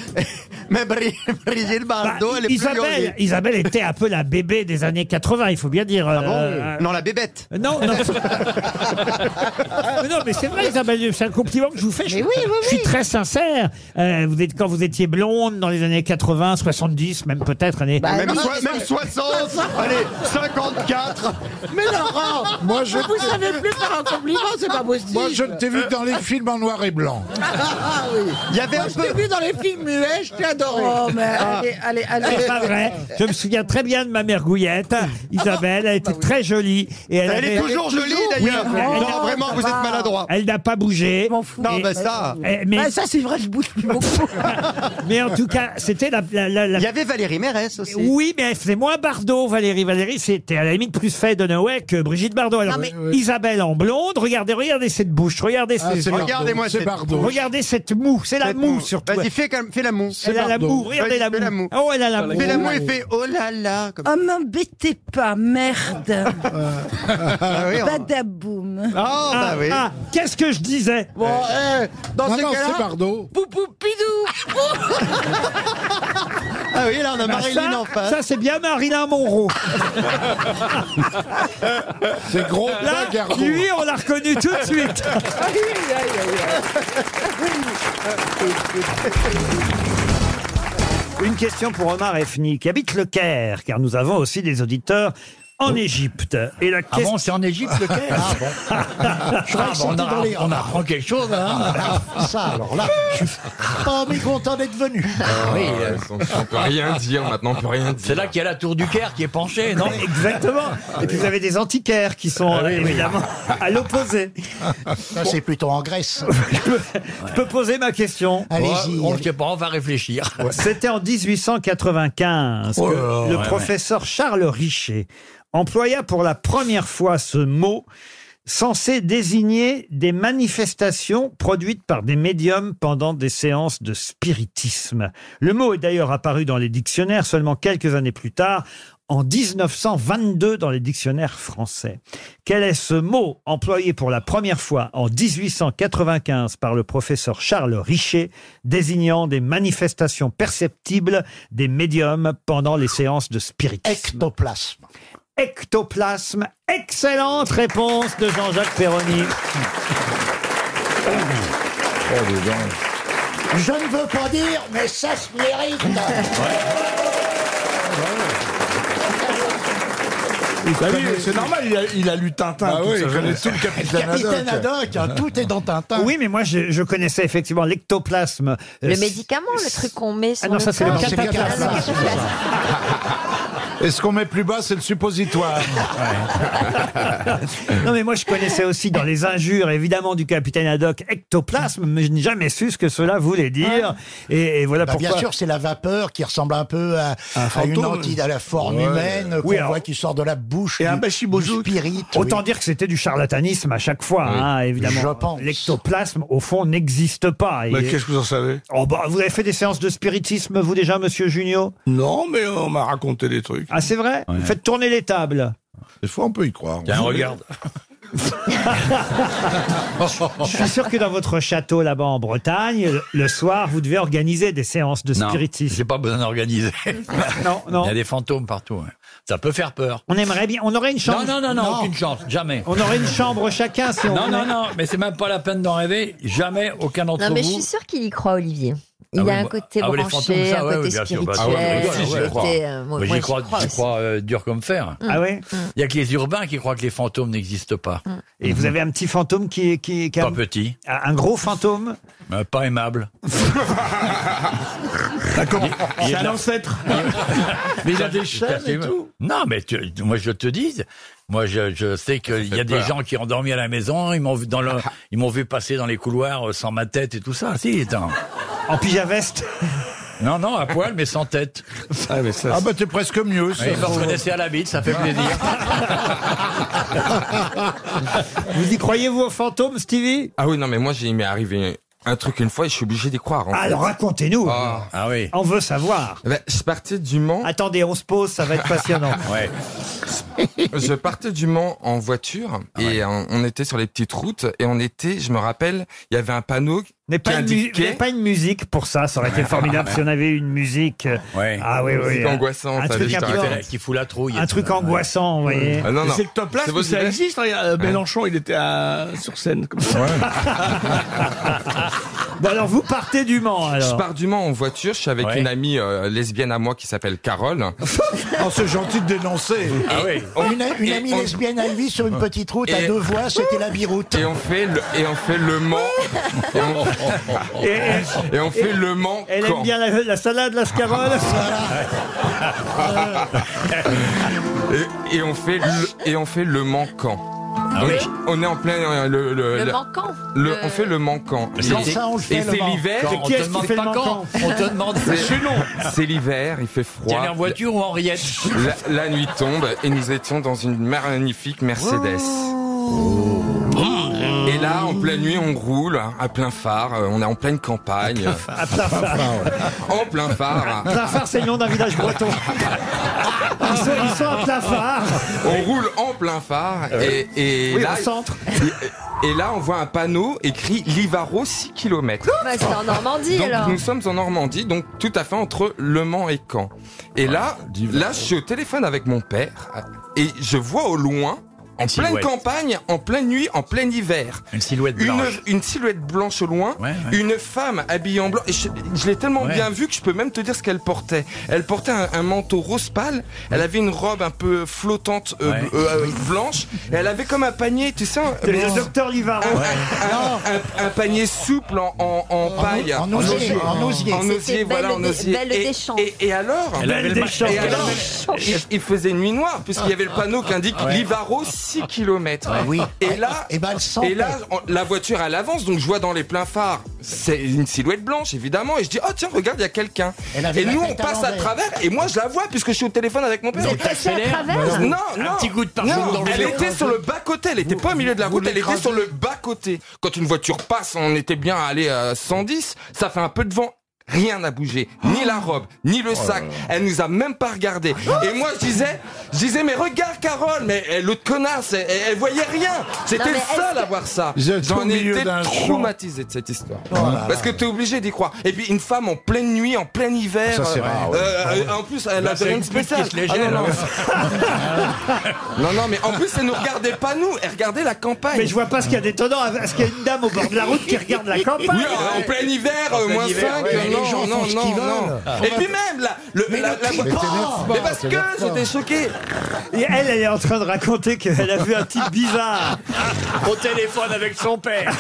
S19: Mais Bri- Brigitte Bardot,
S1: Bah,
S19: elle est plus
S1: Isabelle,
S19: jolie.
S1: Isabelle était un peu la bébé des années 80, il faut bien dire.
S19: Ah bon
S1: euh,
S19: Non, la bébête.
S1: Non, non. Mais non, mais c'est vrai, Isabelle, Huppert, c'est un compliment que je vous fais. Je, je suis très sincère. Euh, vous êtes, quand vous étiez blonde dans les années 80, 70, même peut-être, années.
S15: Bah,
S19: Bah, même, soi- même 60, allez, 54.
S10: Mais Laurent,
S6: Moi, je-
S10: vous savez plus faire un compliment, c'est pas possible.
S6: Moi, je t'ai vu dans les films en noir et blanc.
S10: Ah oui.
S6: Euh. Il y avait
S10: Moi,
S6: un
S10: je t'ai vu dans les films muets, je t'ai adoré.
S1: Oh, mais Ah.
S10: allez, allez,
S1: C'est pas vrai. Je me souviens très bien de ma mère Gouillette.
S19: Ah.
S1: Isabelle, elle était très jolie. Et elle,
S19: bah Elle est
S1: avait-
S19: toujours jolie,
S1: Oui,
S19: d'ailleurs.
S1: elle- elle-
S19: Non, vraiment, vous
S10: Ah.
S19: êtes maladroit.
S1: Elle n'a pas bougé.
S19: Non,
S1: Et-
S19: bah ça.
S1: Eh, mais-
S10: Ah, ça, c'est vrai, je bouge plus beaucoup.
S1: Mais en tout cas, c'était la, Il
S19: y avait Valérie Mérès aussi.
S1: Oui, mais elle faisait moins Bardot, Valérie. Valérie, c'était à la limite plus fait de Noé que Brigitte Bardot. Alors,
S10: mais-
S1: Isabelle en blonde, regardez, regardez cette bouche, regardez
S19: Ah,
S1: ces
S19: c'est
S1: yeux.
S19: Bardot, Regardez-moi c'est cette- Bardot.
S1: Regardez cette moue, c'est la
S19: Cette
S1: moue
S19: moue.
S1: surtout.
S19: Vas-y, fais, comme- fais la moue.
S1: C'est la- la moue, regardez
S19: Vas-y,
S1: la
S19: fais
S1: moue. Oh, elle a la moue.
S19: Fais la moue et fais oh là là. comme-
S11: Oh, m'embêtez pas, merde.
S19: Ah
S15: Bah,
S19: oui, on-
S11: Badaboum.
S19: Ah, bah oui.
S1: Ah, qu'est-ce que je disais
S10: Bon, eh, dans
S6: Non,
S10: ces
S6: non,
S10: cas-là,
S6: c'est Bardot.
S10: Poupou Pidou.
S19: Ah oui, là, on a
S1: Bah,
S19: Marilyn
S1: ça,
S19: en face.
S1: ça, c'est bien Marilyn Monroe.
S6: C'est gros
S1: Là,
S6: blague, Arnaud.
S1: lui, on l'a reconnu tout de suite.
S10: Aïe, aïe,
S1: Une question pour Omar Efni, qui habite le Caire, car nous avons aussi des auditeurs en Égypte. Et la
S7: Ah bon, c'est en Égypte le Caire Ah bon. Ah, bah, on, a- on apprend quelque chose. Hein Ça, alors là, je suis pas mécontent d'être venu.
S17: Ah
S21: Ah oui, on peut rien dire maintenant, on peut rien dire.
S7: Ah euh. C'est là qu'il y a la tour du Caire qui est penchée, Eh non
S1: Exactement. Et puis vous avez des antiquaires qui sont
S7: Ah oui,
S1: euh,
S7: oui.
S1: évidemment à l'opposé.
S7: Ça, c'est plutôt en Grèce.
S1: Je peux poser ma question.
S7: Ouais, on ne sait pas, on va réfléchir.
S1: C'était en 1895 que
S7: Oh là là,
S1: le
S7: ouais,
S1: professeur Charles Richer employa pour la première fois ce mot censé désigner des manifestations produites par des médiums pendant des séances de spiritisme. Le mot est d'ailleurs apparu dans les dictionnaires seulement quelques années plus tard, en 1922 dans les dictionnaires français. Quel est ce mot employé pour la première fois en 1895 par le professeur Charles Richer, désignant des manifestations perceptibles des médiums pendant les séances de spiritisme Ectoplasme. Ectoplasme. Excellente réponse de Jean-Jacques Perroni.
S7: Je ne veux pas dire, mais ça se mérite.
S6: c'est normal, il a, lu Tintin.
S7: Bah
S21: toute
S6: Ah oui, il
S21: sa
S6: connaît
S21: jeunesse.
S6: tout le capitaine,
S7: Capitaine Haddock, hein, tout est dans Tintin.
S1: Oui, mais moi, je, je connaissais effectivement l'ectoplasme. Euh,
S8: Le
S1: c-
S8: médicament, le truc qu'on met sur
S1: Ah non,
S8: le
S1: ça, c'est le
S8: corps.
S1: cataplasme.
S8: Ah, le cataplasme.
S6: Et ce qu'on met plus bas, c'est le suppositoire.
S1: non, mais moi, je connaissais aussi dans les injures, évidemment, du capitaine Haddock, ectoplasme, mais je n'ai jamais su ce que cela voulait dire. Et, et voilà
S7: Bah,
S1: pourquoi.
S7: bien sûr, c'est la vapeur qui ressemble un peu à,
S1: Un
S7: à une
S1: fantôme.
S7: entité, à la forme
S1: Ouais.
S7: humaine qu'on
S1: Oui, alors-
S7: voit qui sort de la bouche du, du spirit.
S1: Autant
S7: oui.
S1: dire que c'était du charlatanisme à chaque fois, hein, évidemment.
S7: Je pense.
S1: L'ectoplasme, au fond, n'existe pas. Et-
S6: Bah, que vous en savez
S1: Oh, bah, vous avez fait des séances de spiritisme, vous déjà, monsieur Junio
S6: Non, mais on m'a raconté des trucs.
S1: Ah, c'est vrai Vous faites tourner les tables.
S6: Des fois, on peut y croire.
S21: Tiens, regarde.
S1: Je suis sûr que dans votre château là-bas en Bretagne, le- le soir, vous devez organiser des séances de
S7: Non,
S1: spiritisme.
S7: j'ai pas besoin d'organiser.
S1: Non, non.
S7: Il y a des fantômes partout. hein. Ça peut faire peur.
S1: On aimerait bien, on aurait une chambre.
S7: Non, non, non, non, aucune chance, jamais.
S1: On aurait une chambre chacun si on
S7: Non,
S1: venait.
S7: non, non, mais c'est même pas la peine d'en rêver. Jamais, aucun d'entre
S8: Non, mais je
S7: vous.
S8: suis sûr qu'il y croit, Olivier. Il
S7: Ah
S8: y
S7: oui,
S8: a un
S7: moi-
S8: côté
S7: ah oui, les fantômes,
S8: branché,
S7: ça, ouais,
S8: un
S7: oui,
S8: côté
S7: bien sûr, bah,
S8: spirituel.
S7: ça, oui, oui,
S8: un
S7: si, j'y crois.
S8: côté, euh, moi,
S7: Mais
S8: moi,
S7: j'y crois, j'y
S8: aussi. Mm.
S7: crois euh, dur comme fer.
S1: Ah ouais
S7: Il y a que les urbains qui croient que les fantômes n'existent pas.
S8: Mm.
S7: Mm-hmm.
S1: Et vous avez un petit fantôme qui est. Qui, est- qui a-
S7: Pas petit,
S1: un gros fantôme
S7: mais Euh, pas aimable.
S22: C'est
S7: Il y a
S22: un
S7: de la-
S22: ancêtre.
S1: Ah,
S22: Mais il a des chaînes et tout.
S7: Non, mais tu- moi je te dis, moi je, je sais qu'il y a des
S21: peur.
S7: gens qui ont dormi à la maison, ils m'ont vu dans le,
S1: Ah.
S7: ils m'ont vu passer dans les couloirs euh, sans ma tête et tout ça. Si, attends.
S1: En pyjaveste
S7: Non, non, à poil mais sans tête.
S22: Ah, mais ça,
S6: Ah, bah, t'es presque mieux. ça.
S7: Ouais, Ils me reconnaissaient à la bite, ça fait
S10: Ah.
S7: plaisir.
S1: Vous y croyez-vous aux fantômes, Stevie
S21: Ah oui, non, mais moi, j'ai- il m'est arrivé un truc une fois et je suis obligé d'y croire. en fait.
S1: Alors racontez-nous.
S21: Ah.
S7: Ah oui.
S1: On veut savoir.
S21: Eh ben, je partais du Mans.
S1: Attendez, on se pose, ça va être passionnant.
S7: Ouais.
S21: je partais du Mans
S7: Ah
S21: en voiture et on, on était sur les petites routes et on était, je me rappelle, il y avait un panneau
S1: N'est pas, une mu-
S21: Qu'indiqué.
S1: n'est pas une musique pour ça, ça aurait été formidable si on avait une musique. euh, Ah oui, oui.
S21: Musique
S1: un-
S21: angoissante,
S1: un
S21: ça,
S1: truc
S21: juste
S1: un peu-
S21: arrêter.
S2: Qui fout la trouille.
S1: Un truc angoissant, vous voyez.
S21: Ah, non, non.
S2: C'est le top là,
S21: C'est
S2: parce que ça
S21: Bossuet
S2: existe. regarde, euh, Mélenchon, il était à- sur scène comme ça.
S1: Bon, alors vous partez du Mans, alors.
S21: Je pars du Mans en voiture, je suis avec une amie euh, lesbienne à moi qui s'appelle Carole.
S10: Oh, c'est gentil de dénoncer.
S21: Ah oui. On-
S10: Une, une
S21: et
S10: amie
S21: on-
S10: lesbienne à lui sur une petite route à
S21: Et-
S10: deux voies, c'était la biroute.
S21: Et on fait le, et on fait le Mans. Et on,
S1: Et-
S21: et on fait le Ah, Mans.
S1: Elle
S21: quand
S1: aime bien la, la salade, la scarole.
S21: Euh. et, et on fait le, et on fait le manquant.
S2: Ah
S21: Donc, on est en plein euh, le,
S23: Le
S21: la-
S23: manquant.
S21: le-
S23: Le-
S21: on fait le manquant.
S23: Mais quand
S21: Et-
S23: ça, on le fait,
S21: Et
S23: le
S21: c'est
S23: manquant.
S21: l'hiver.
S2: Quand on te demande pas quand, on te demande
S21: C'est-
S2: chez nous.
S21: C'est l'hiver, il fait froid.
S2: T'es allé en voiture ou en riette
S21: La, la nuit tombe et nous étions dans une magnifique Mercedes.
S1: Oh.
S21: Et là, en pleine nuit, on roule à plein phare. euh, On est en pleine campagne.
S1: À plein phare.
S21: En plein phare.
S1: Plein phare, c'est le nom d'un village breton.
S10: Ah,
S1: Ils sont, ils sont à plein phare.
S21: On roule en plein phare
S2: Ah
S10: Euh,
S21: et, et
S1: Oui,
S21: là,
S1: au centre.
S21: Et, et là, on voit un panneau écrit Livaro 6 km.
S23: Bah, c'est en Normandie,
S21: donc,
S23: alors.
S21: Nous sommes en Normandie, donc tout à fait entre Le Mans et Caen. Et
S2: Ah,
S21: là, là, je suis au téléphone avec mon père et je vois au loin. En
S2: Une
S21: pleine
S2: silhouette.
S21: campagne, en pleine nuit, en plein hiver.
S2: Une silhouette blanche.
S21: Une, silhouette blanche au loin.
S2: ouais.
S21: Une femme habillée en blanc. Et je je l'ai tellement
S2: Ouais.
S21: bien vue que je peux même te dire ce qu'elle portait. Elle portait un, un manteau rose pâle. Elle avait une robe un peu flottante euh,
S2: Ouais.
S21: bl- euh, euh, blanche. Et elle avait comme un panier, tu sais. un-
S1: C'est
S21: un-
S1: le docteur Livaro.
S21: un- un, un- un panier souple en, en- en paille.
S10: en osier, en osier.
S21: En
S10: C'était
S21: osier,
S10: Belle
S21: voilà, en
S10: des-
S21: osier.
S10: Belle
S21: et,
S10: Deschamps.
S21: et- et alors
S10: Elle avait Belle le ma- Deschamps.
S21: Et
S10: Belle
S21: alors, il, il faisait nuit noire, puisqu'il y avait le panneau qui indique
S10: Ouais. Ah
S21: Livaro 6 km.
S10: oui.
S21: Et là,
S10: Eh ben, elle sent.
S21: et là, on- la voiture elle avance, donc je vois dans les pleins phares, c'est une silhouette blanche évidemment, et je dis oh tiens regarde il y a quelqu'un.
S10: Elle avait
S21: Et
S10: la
S21: nous on
S10: tête à
S21: passe à
S10: l'envers.
S21: travers, et moi je la vois puisque je suis au téléphone avec mon père.
S2: Donc, t'accélères
S21: Non non.
S2: Un petit coup de
S21: non,
S2: parchemin dans le
S21: Elle
S2: vélo.
S21: était sur le bas côté, elle était pas au milieu de la route, elle était sur le bas côté. Quand une voiture passe, on était bien allé à 110, ça fait un peu de vent. Rien n'a bougé, ni la robe, ni le sac.
S2: Oh
S21: Elle nous a même pas regardé. Et moi, je disais, je disais, mais regarde Carole, mais elle, l'autre connasse, elle, elle voyait rien. C'était
S23: Non, mais
S21: le
S23: est-ce
S21: seul
S23: que-
S21: à voir ça.
S10: Vous êtes au
S21: J'en ai
S10: milieu
S21: été
S10: d'un champ.
S21: traumatisé de cette histoire.
S2: Oh
S10: là
S21: Parce que t'es obligé d'y croire. Et puis une femme en pleine nuit, en plein hiver.
S2: Ça, c'est
S21: euh,
S2: rare, ouais.
S21: euh, euh, en plus, elle
S2: Là,
S21: a
S2: c'est
S21: rien
S2: une
S21: de
S2: pute qui
S21: spécial.
S2: se les
S21: Ah, non,
S2: gèle,
S21: non.
S2: hein.
S21: Non, non, mais en plus, elle ne regardait pas nous, elle regardait la campagne.
S1: Mais je vois pas ce qu'il y a d'étonnant. à- à ce qu'il y a une dame au bord de la route qui regarde la campagne
S21: Oui, en plein hiver,
S1: En
S21: euh,
S1: plein
S21: moins 5,
S1: hiver, ouais. Mais
S21: non,
S1: les gens
S21: non,
S1: font ce
S21: non,
S1: qu'ils
S21: non.
S1: veulent.
S21: Et puis même, là, le,
S1: Mais
S21: la,
S1: ne
S21: la-
S1: crie
S21: Mais
S1: pas.
S21: t'énerve
S1: Mais
S21: pas,
S1: parce que
S21: t'énerve pas.
S1: j'étais choqué. Et elle, elle est en train de raconter qu'elle a vu un type bizarre
S2: Au téléphone avec son père.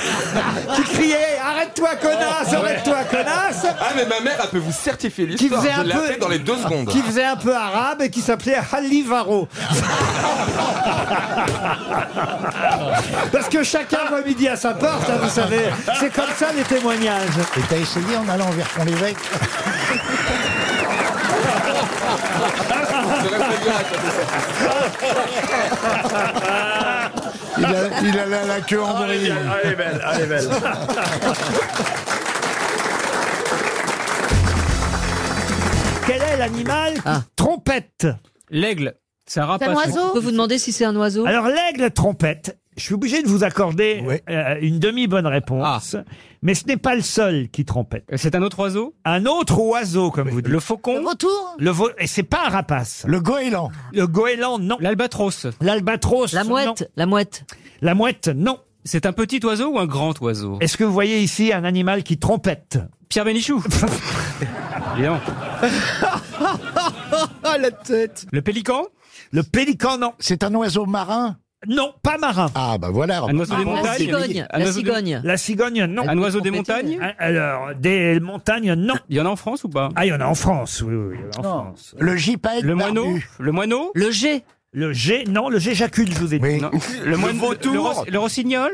S1: qui criait Arrête-toi, connasse Arrête-toi, connasse
S21: Ah, mais ma mère, elle peut vous certifier
S1: qui
S21: l'histoire.
S1: faisait
S21: Je
S1: un
S21: l'ai
S1: peu
S21: appelée dans les deux secondes.
S1: qui faisait un peu arabe et qui s'appelait Halivaro. Parce que chacun voit midi à sa porte, hein, vous savez. C'est comme ça les témoignages.
S10: Et t'as essayé en allant vers Pont-l'Évêque il, a- il allait à la queue en vrille.
S2: Ah, Elle est belle, elle est belle.
S1: Quel est l'animal qui trompette
S9: L'aigle, Ah. c'est un rapace.
S1: oiseau
S9: On peut vous demander si c'est un oiseau
S1: Alors l'aigle trompette, je suis obligé de vous accorder euh, une demi-bonne réponse, mais ce n'est pas le seul qui trompette.
S9: Ah. Euh, C'est un autre oiseau
S1: Un autre oiseau, comme vous dites.
S9: Le faucon
S18: Retour
S1: Le veau- et c'est pas un rapace. Le goéland. Le goéland, non.
S9: L'albatros
S1: L'albatros.
S9: La mouette,
S1: La mouette. La mouette, non.
S9: C'est un petit oiseau ou un grand oiseau
S1: Est-ce que vous voyez ici un animal qui trompette
S9: Pierre Bénichou Évidemment.
S24: La tête.
S9: Le pélican
S1: Ah, Le pélican, non.
S10: C'est un oiseau marin
S1: Non, pas marin.
S10: Ah, bah voilà.
S9: Un oiseau des
S10: Ah,
S9: montagnes Un oiseau des-
S1: La cigogne, non.
S9: Un oiseau des montagnes
S1: Ah, Alors, des montagnes, non.
S9: Il y en a en France ou pas
S1: Ah, il y en a en France, oui, oui, oui, en France.
S10: Le gypaète
S9: Le moineau Le moineau
S1: Le G. Le G, non, le G j'accule, je vous ai dit.
S9: Non. Le, moine- le, ros- le rossignol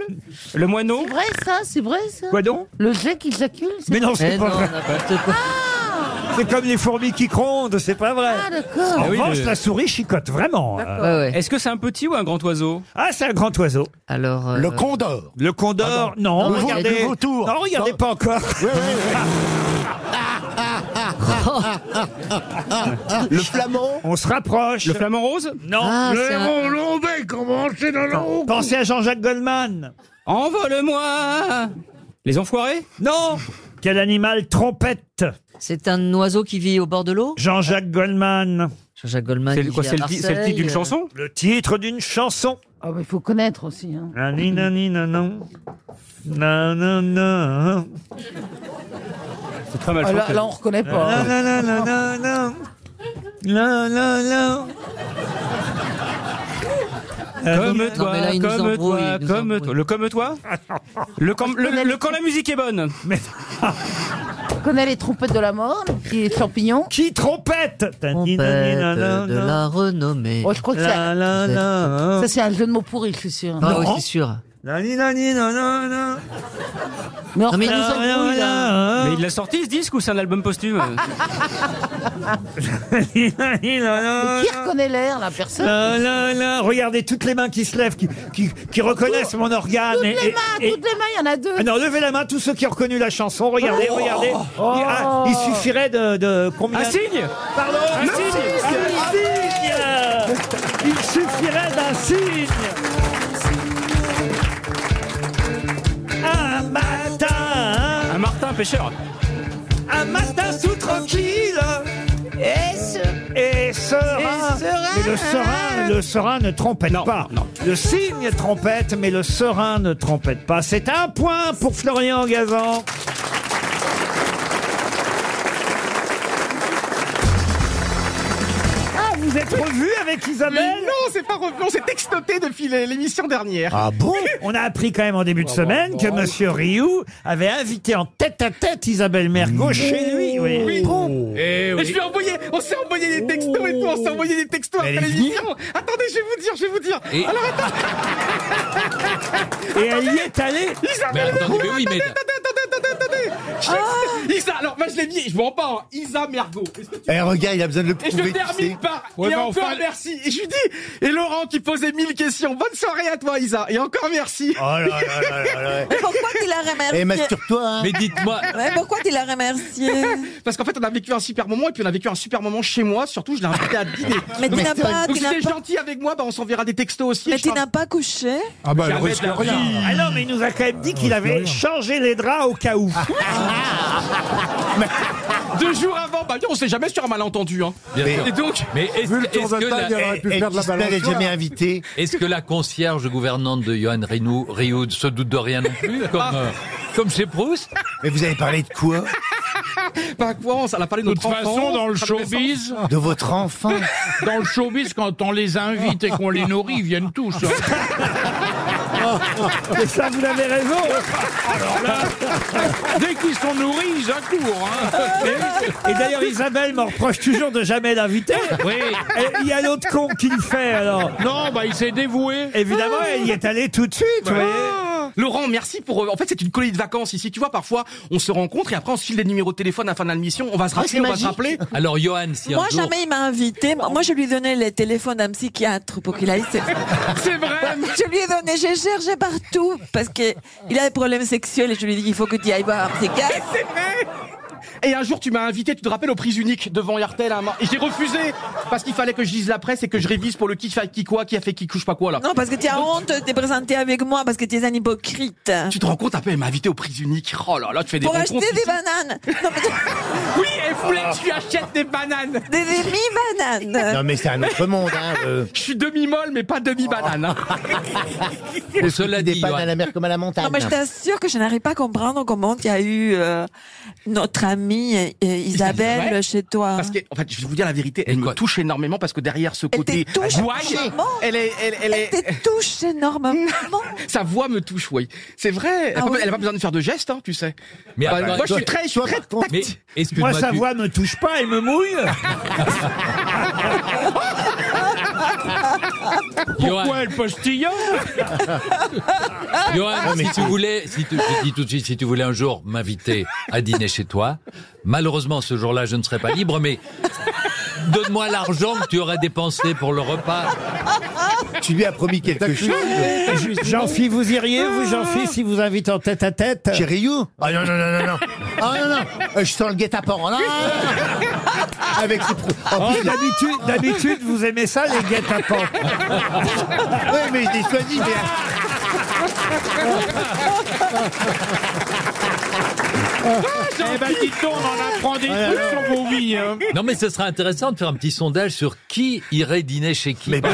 S9: Le moineau
S18: C'est vrai ça, c'est vrai ça.
S1: Quoi donc
S18: Le jet qui s'accule.
S1: Mais Eh non, c'est pas vrai.
S18: Ah,
S1: C'est comme les fourmis qui grondent, c'est pas vrai.
S18: Ah, d'accord.
S1: En
S9: Ah oui,
S1: revanche,
S9: le-
S1: la souris chicote vraiment. Euh,
S9: Est-ce que c'est un petit ou un grand oiseau
S1: Ah, c'est un grand oiseau.
S9: Alors.
S1: euh,
S10: Le condor.
S1: Le condor,
S10: Ah
S1: non,
S10: non. Le veau-
S1: regardez.
S10: le vautour.
S1: Non, regardez
S10: Non.
S1: pas encore.
S19: Le flamand
S1: On se rapproche. Ah,
S9: Le flamand rose
S1: Non.
S24: Lombé, comment c'est dans l'eau
S1: Pensez à Jean-Jacques Goldman.
S9: Envole-moi
S1: Les enfoirés Non Quel animal trompette
S3: C'est un oiseau qui vit au bord de l'eau
S1: Jean-Jacques Goldman.
S3: Jean-Jacques Goldman.
S1: C'est
S3: il
S1: quoi,
S3: vit à
S1: c'est le ti- c'est le
S3: Marseille,
S1: titre d'une
S3: euh,
S1: chanson Le titre d'une chanson.
S20: Ah, bah, il faut connaître aussi. hein.
S1: Ah, ni, na, ni, na, non. Na, na, na. C'est très
S20: mal Ah, là- chanté. là, on reconnaît pas.
S1: Non, non, non, non, non. Non, non, non.
S9: Comme
S1: Non, mais
S9: toi,
S1: là, il nous
S9: comme
S1: embrouille,
S9: toi,
S1: il nous
S9: comme toi. Le comme toi le, quand- le- le quand la musique est bonne.
S20: On connaît les trompettes de la mort, les petits champignons.
S1: Qui trompette
S11: Euh,
S3: Trompette de la renommée.
S20: Oh, je crois que c'est-
S3: La, la,
S8: hein.
S3: la.
S20: Ça, c'est un jeu de mots pourri, je suis sûr.
S3: Ah oui, c'est sûr.
S20: Mais on
S9: mais,
S20: reconnaît les embrouilles, là.
S9: il l'a sorti ce disque ou c'est un album posthume
S20: Mais Qui reconnaît l'air, la personne
S1: Non, non, non. Regardez toutes les mains qui se lèvent, qui, qui, qui reconnaissent mon organe.
S20: Toutes
S1: et-
S20: les
S1: et-
S20: mains,
S1: et-
S20: toutes les mains, il y en a deux.
S1: Ah non, levez la main tous ceux qui ont reconnu la chanson. Regardez,
S20: Oh
S1: regardez.
S20: Oh
S1: Il, ah, il suffirait de, de combien
S9: Un signe
S1: Pardon
S9: Un
S1: Un
S9: signe
S1: signe Un signe Il suffirait d'un signe Un matin
S9: Un Martin pêcheur.
S1: Un matin sous tranquille
S2: Et ce-
S1: Et serein
S2: Et serein.
S1: Mais le serein, le serein ne trompette pas. Le signe trompette, mais le serein ne trompette pas. C'est un point pour Florian Gazan. Ah, vous êtes revu avec Isabelle
S6: Non, c'est pas revenu, on s'est textoté depuis l'é- l'émission dernière.
S1: Ah bon On a appris quand même en début de
S7: Ah bah
S1: semaine que Monsieur Rioux avait invité en tête à tête Isabelle Mergo
S6: Mmh.
S1: chez lui. Oui.
S7: Oh.
S6: Et, je lui ai envoyé, on s'est envoyé des textos et tout, on s'est envoyé des textos
S1: Elle
S6: après
S1: est
S6: l'émission. Attendez, je vais vous dire, je vais vous dire.
S7: Et-
S6: Alors attends.
S1: Et elle y est allée.
S7: Mais
S6: Isabelle
S7: attendez,
S6: Mergo,
S7: mais oui, mais.
S6: je l'explique. Isa, alors moi je l'ai mis, je m'en parle. hein. Isa Mergo. Est-ce que tu-
S19: Eh, regarde, il a besoin de le
S6: Et je
S19: prouver, tu sais.
S6: termine par.
S19: Ouais,
S1: bah,
S6: et
S9: bah,
S19: mais
S6: encore
S19: enfin-
S6: merci. Et je lui dis. Et Laurent qui posait mille questions. Bonne soirée à toi, Isa. Et encore merci.
S19: Oh là là là là là.
S5: Pourquoi tu l'as remercié
S6: Eh, masturbe-toi, hein. Mais dites-moi.
S5: Ouais, Pourquoi tu l'as remercié
S6: Parce qu'en fait, on a vécu un super moment et puis on a vécu un super moment chez moi. Surtout, je l'ai invité à dîner.
S5: Mais tu
S6: Donc,
S5: n'as pas-
S6: Donc,
S5: tu
S6: si
S5: n'as
S6: t'es
S5: pas-
S6: gentil avec moi, bah, on s'enverra des textos aussi.
S5: Mais tu n'as pas couché
S10: Ah bah, elle
S6: Jamais
S10: risque
S6: de la
S10: rien.
S6: vie.
S1: Ah non, mais il nous a quand même dit qu'il avait changé les draps au cas où.
S6: Deux jours avant, bah, on sait jamais sur un malentendu. Hein.
S7: Bien sûr.
S6: et donc,
S7: Mais est-ce
S6: Vu le tour
S7: est-ce
S6: de
S7: que
S6: table, il y aurait pu
S7: est-
S6: faire de la
S7: est-ce-
S6: balançoire.
S7: est-ce que la-
S6: Jamais invité.
S7: Est-ce que la concierge gouvernante de Johan Rioux Rioux se doute de rien non plus, comme, euh, comme chez Proust
S19: Mais vous avez parlé de quoi
S6: Pas quoi On s'en a parlé de
S7: De
S6: notre
S7: toute
S6: enfant,
S7: façon, dans le
S6: notre adolescence.
S7: showbiz,
S19: De votre enfant
S7: Dans le showbiz, quand on les invite et qu'on les nourrit, ils viennent tous.
S1: Oh, Mais ça, vous avez raison.
S7: dès qu'ils sont nourris, ils accourent. hein.
S1: Et d'ailleurs, Isabelle m'en reproche toujours de jamais l'inviter.
S7: Oui.
S1: Et il y a l'autre con qui le fait, alors.
S7: Non, bah il s'est dévoué.
S1: Évidemment, elle y est allée tout de suite, vous voyez.
S6: Ah. Laurent, merci pour. En fait, c'est une colonie de vacances ici. Tu vois, parfois, on se rencontre et après, on se file des numéros de téléphone à la fin de la mission. On va se
S5: Ah,
S6: rappeler,
S5: c'est
S6: on va se
S5: magique.
S6: rappeler.
S7: Alors, Johan, si un
S5: Moi,
S7: jour-
S5: jamais il m'a invité. Moi, je lui donnais les téléphones d'un psychiatre pour qu'il aille. se-
S6: C'est vrai.
S5: Je lui ai donné, j'ai cherché partout parce que il a des problèmes sexuels et je lui ai dit il faut que tu ailles voir un
S6: Et
S5: psychiatre.
S6: c'est vrai et un jour, tu m'as invité, tu te rappelles, aux prises uniques devant Yartel. à un moment. Et j'ai refusé parce qu'il fallait que je lise la presse et que je révise pour le qui fait qui quoi, qui a fait qui couche pas quoi là.
S5: Non, parce que tu as honte de te présenter avec moi parce que tu es un hypocrite.
S6: Tu te rends compte, après, elle m'a invité aux prises uniques. Oh là là, tu fais des
S5: Pour
S6: rencontres.
S5: acheter des bananes. Non,
S6: Oui, elle voulait que tu achètes des bananes.
S5: mais des demi-bananes.
S17: Non, mais c'est un autre monde, hein. euh.
S6: Je suis demi-molle, mais pas demi-banane. hein.
S17: On se
S7: cela
S17: dit
S7: dit,
S17: des pannes
S7: Johan.
S17: à la mer comme à la montagne.
S5: Non, Ah, mais je t'assure que je n'arrive pas à comprendre comment il y a eu euh, notre amie euh,
S6: C'est
S5: Isabelle
S6: vrai.
S5: chez toi.
S6: Parce que, en fait, je vais vous dire la vérité, elle me touche énormément parce que derrière ce côté
S5: touche
S6: joie,
S5: énormément.
S6: elle est, elle, elle est,
S5: Elle te touche énormément.
S6: sa voix me touche, oui. C'est vrai. Elle
S5: Ah
S6: n'a
S5: oui.
S6: pas, besoin de faire de gestes, hein, tu sais.
S7: Mais
S6: Bah,
S7: attends,
S6: moi, je
S7: toi-
S6: suis très, je suis très
S7: Mais
S6: tactile. Ah,
S7: excuse-moi,
S1: Moi, sa
S7: tu-
S1: voix me touche pas, elle me mouille.
S7: Johan.
S1: elle postillonne
S7: Johan,
S19: Oh,
S7: si tu voulais, si tu, je dis tout de suite, si tu voulais un jour m'inviter à dîner chez toi, malheureusement ce jour-là je ne serai pas libre, mais donne-moi l'argent que tu aurais dépensé pour le repas. ah.
S17: Tu lui as promis quelque chose.
S1: Jean-Phi, vous iriez, vous, Jean-Phi, si vous invitez en tête à tête
S17: Chez Ryu Ah non, non, non, non, non. Ah non, non. Euh, Je sens le guet-apens. Non, non, non, non. Avec ses pro- En
S1: Oh,
S17: plus, là-
S1: d'habitude, d'habitude, vous aimez ça, les guet-apens.
S17: Ouais, mais je l'ai choisi, mais.
S19: Eh ben, dis donc, on en apprend des trucs sur vos vies. hein.
S7: Non, mais ce serait intéressant de faire un petit sondage sur qui irait dîner chez
S24: Eh
S7: qui.
S24: ben,
S17: Ah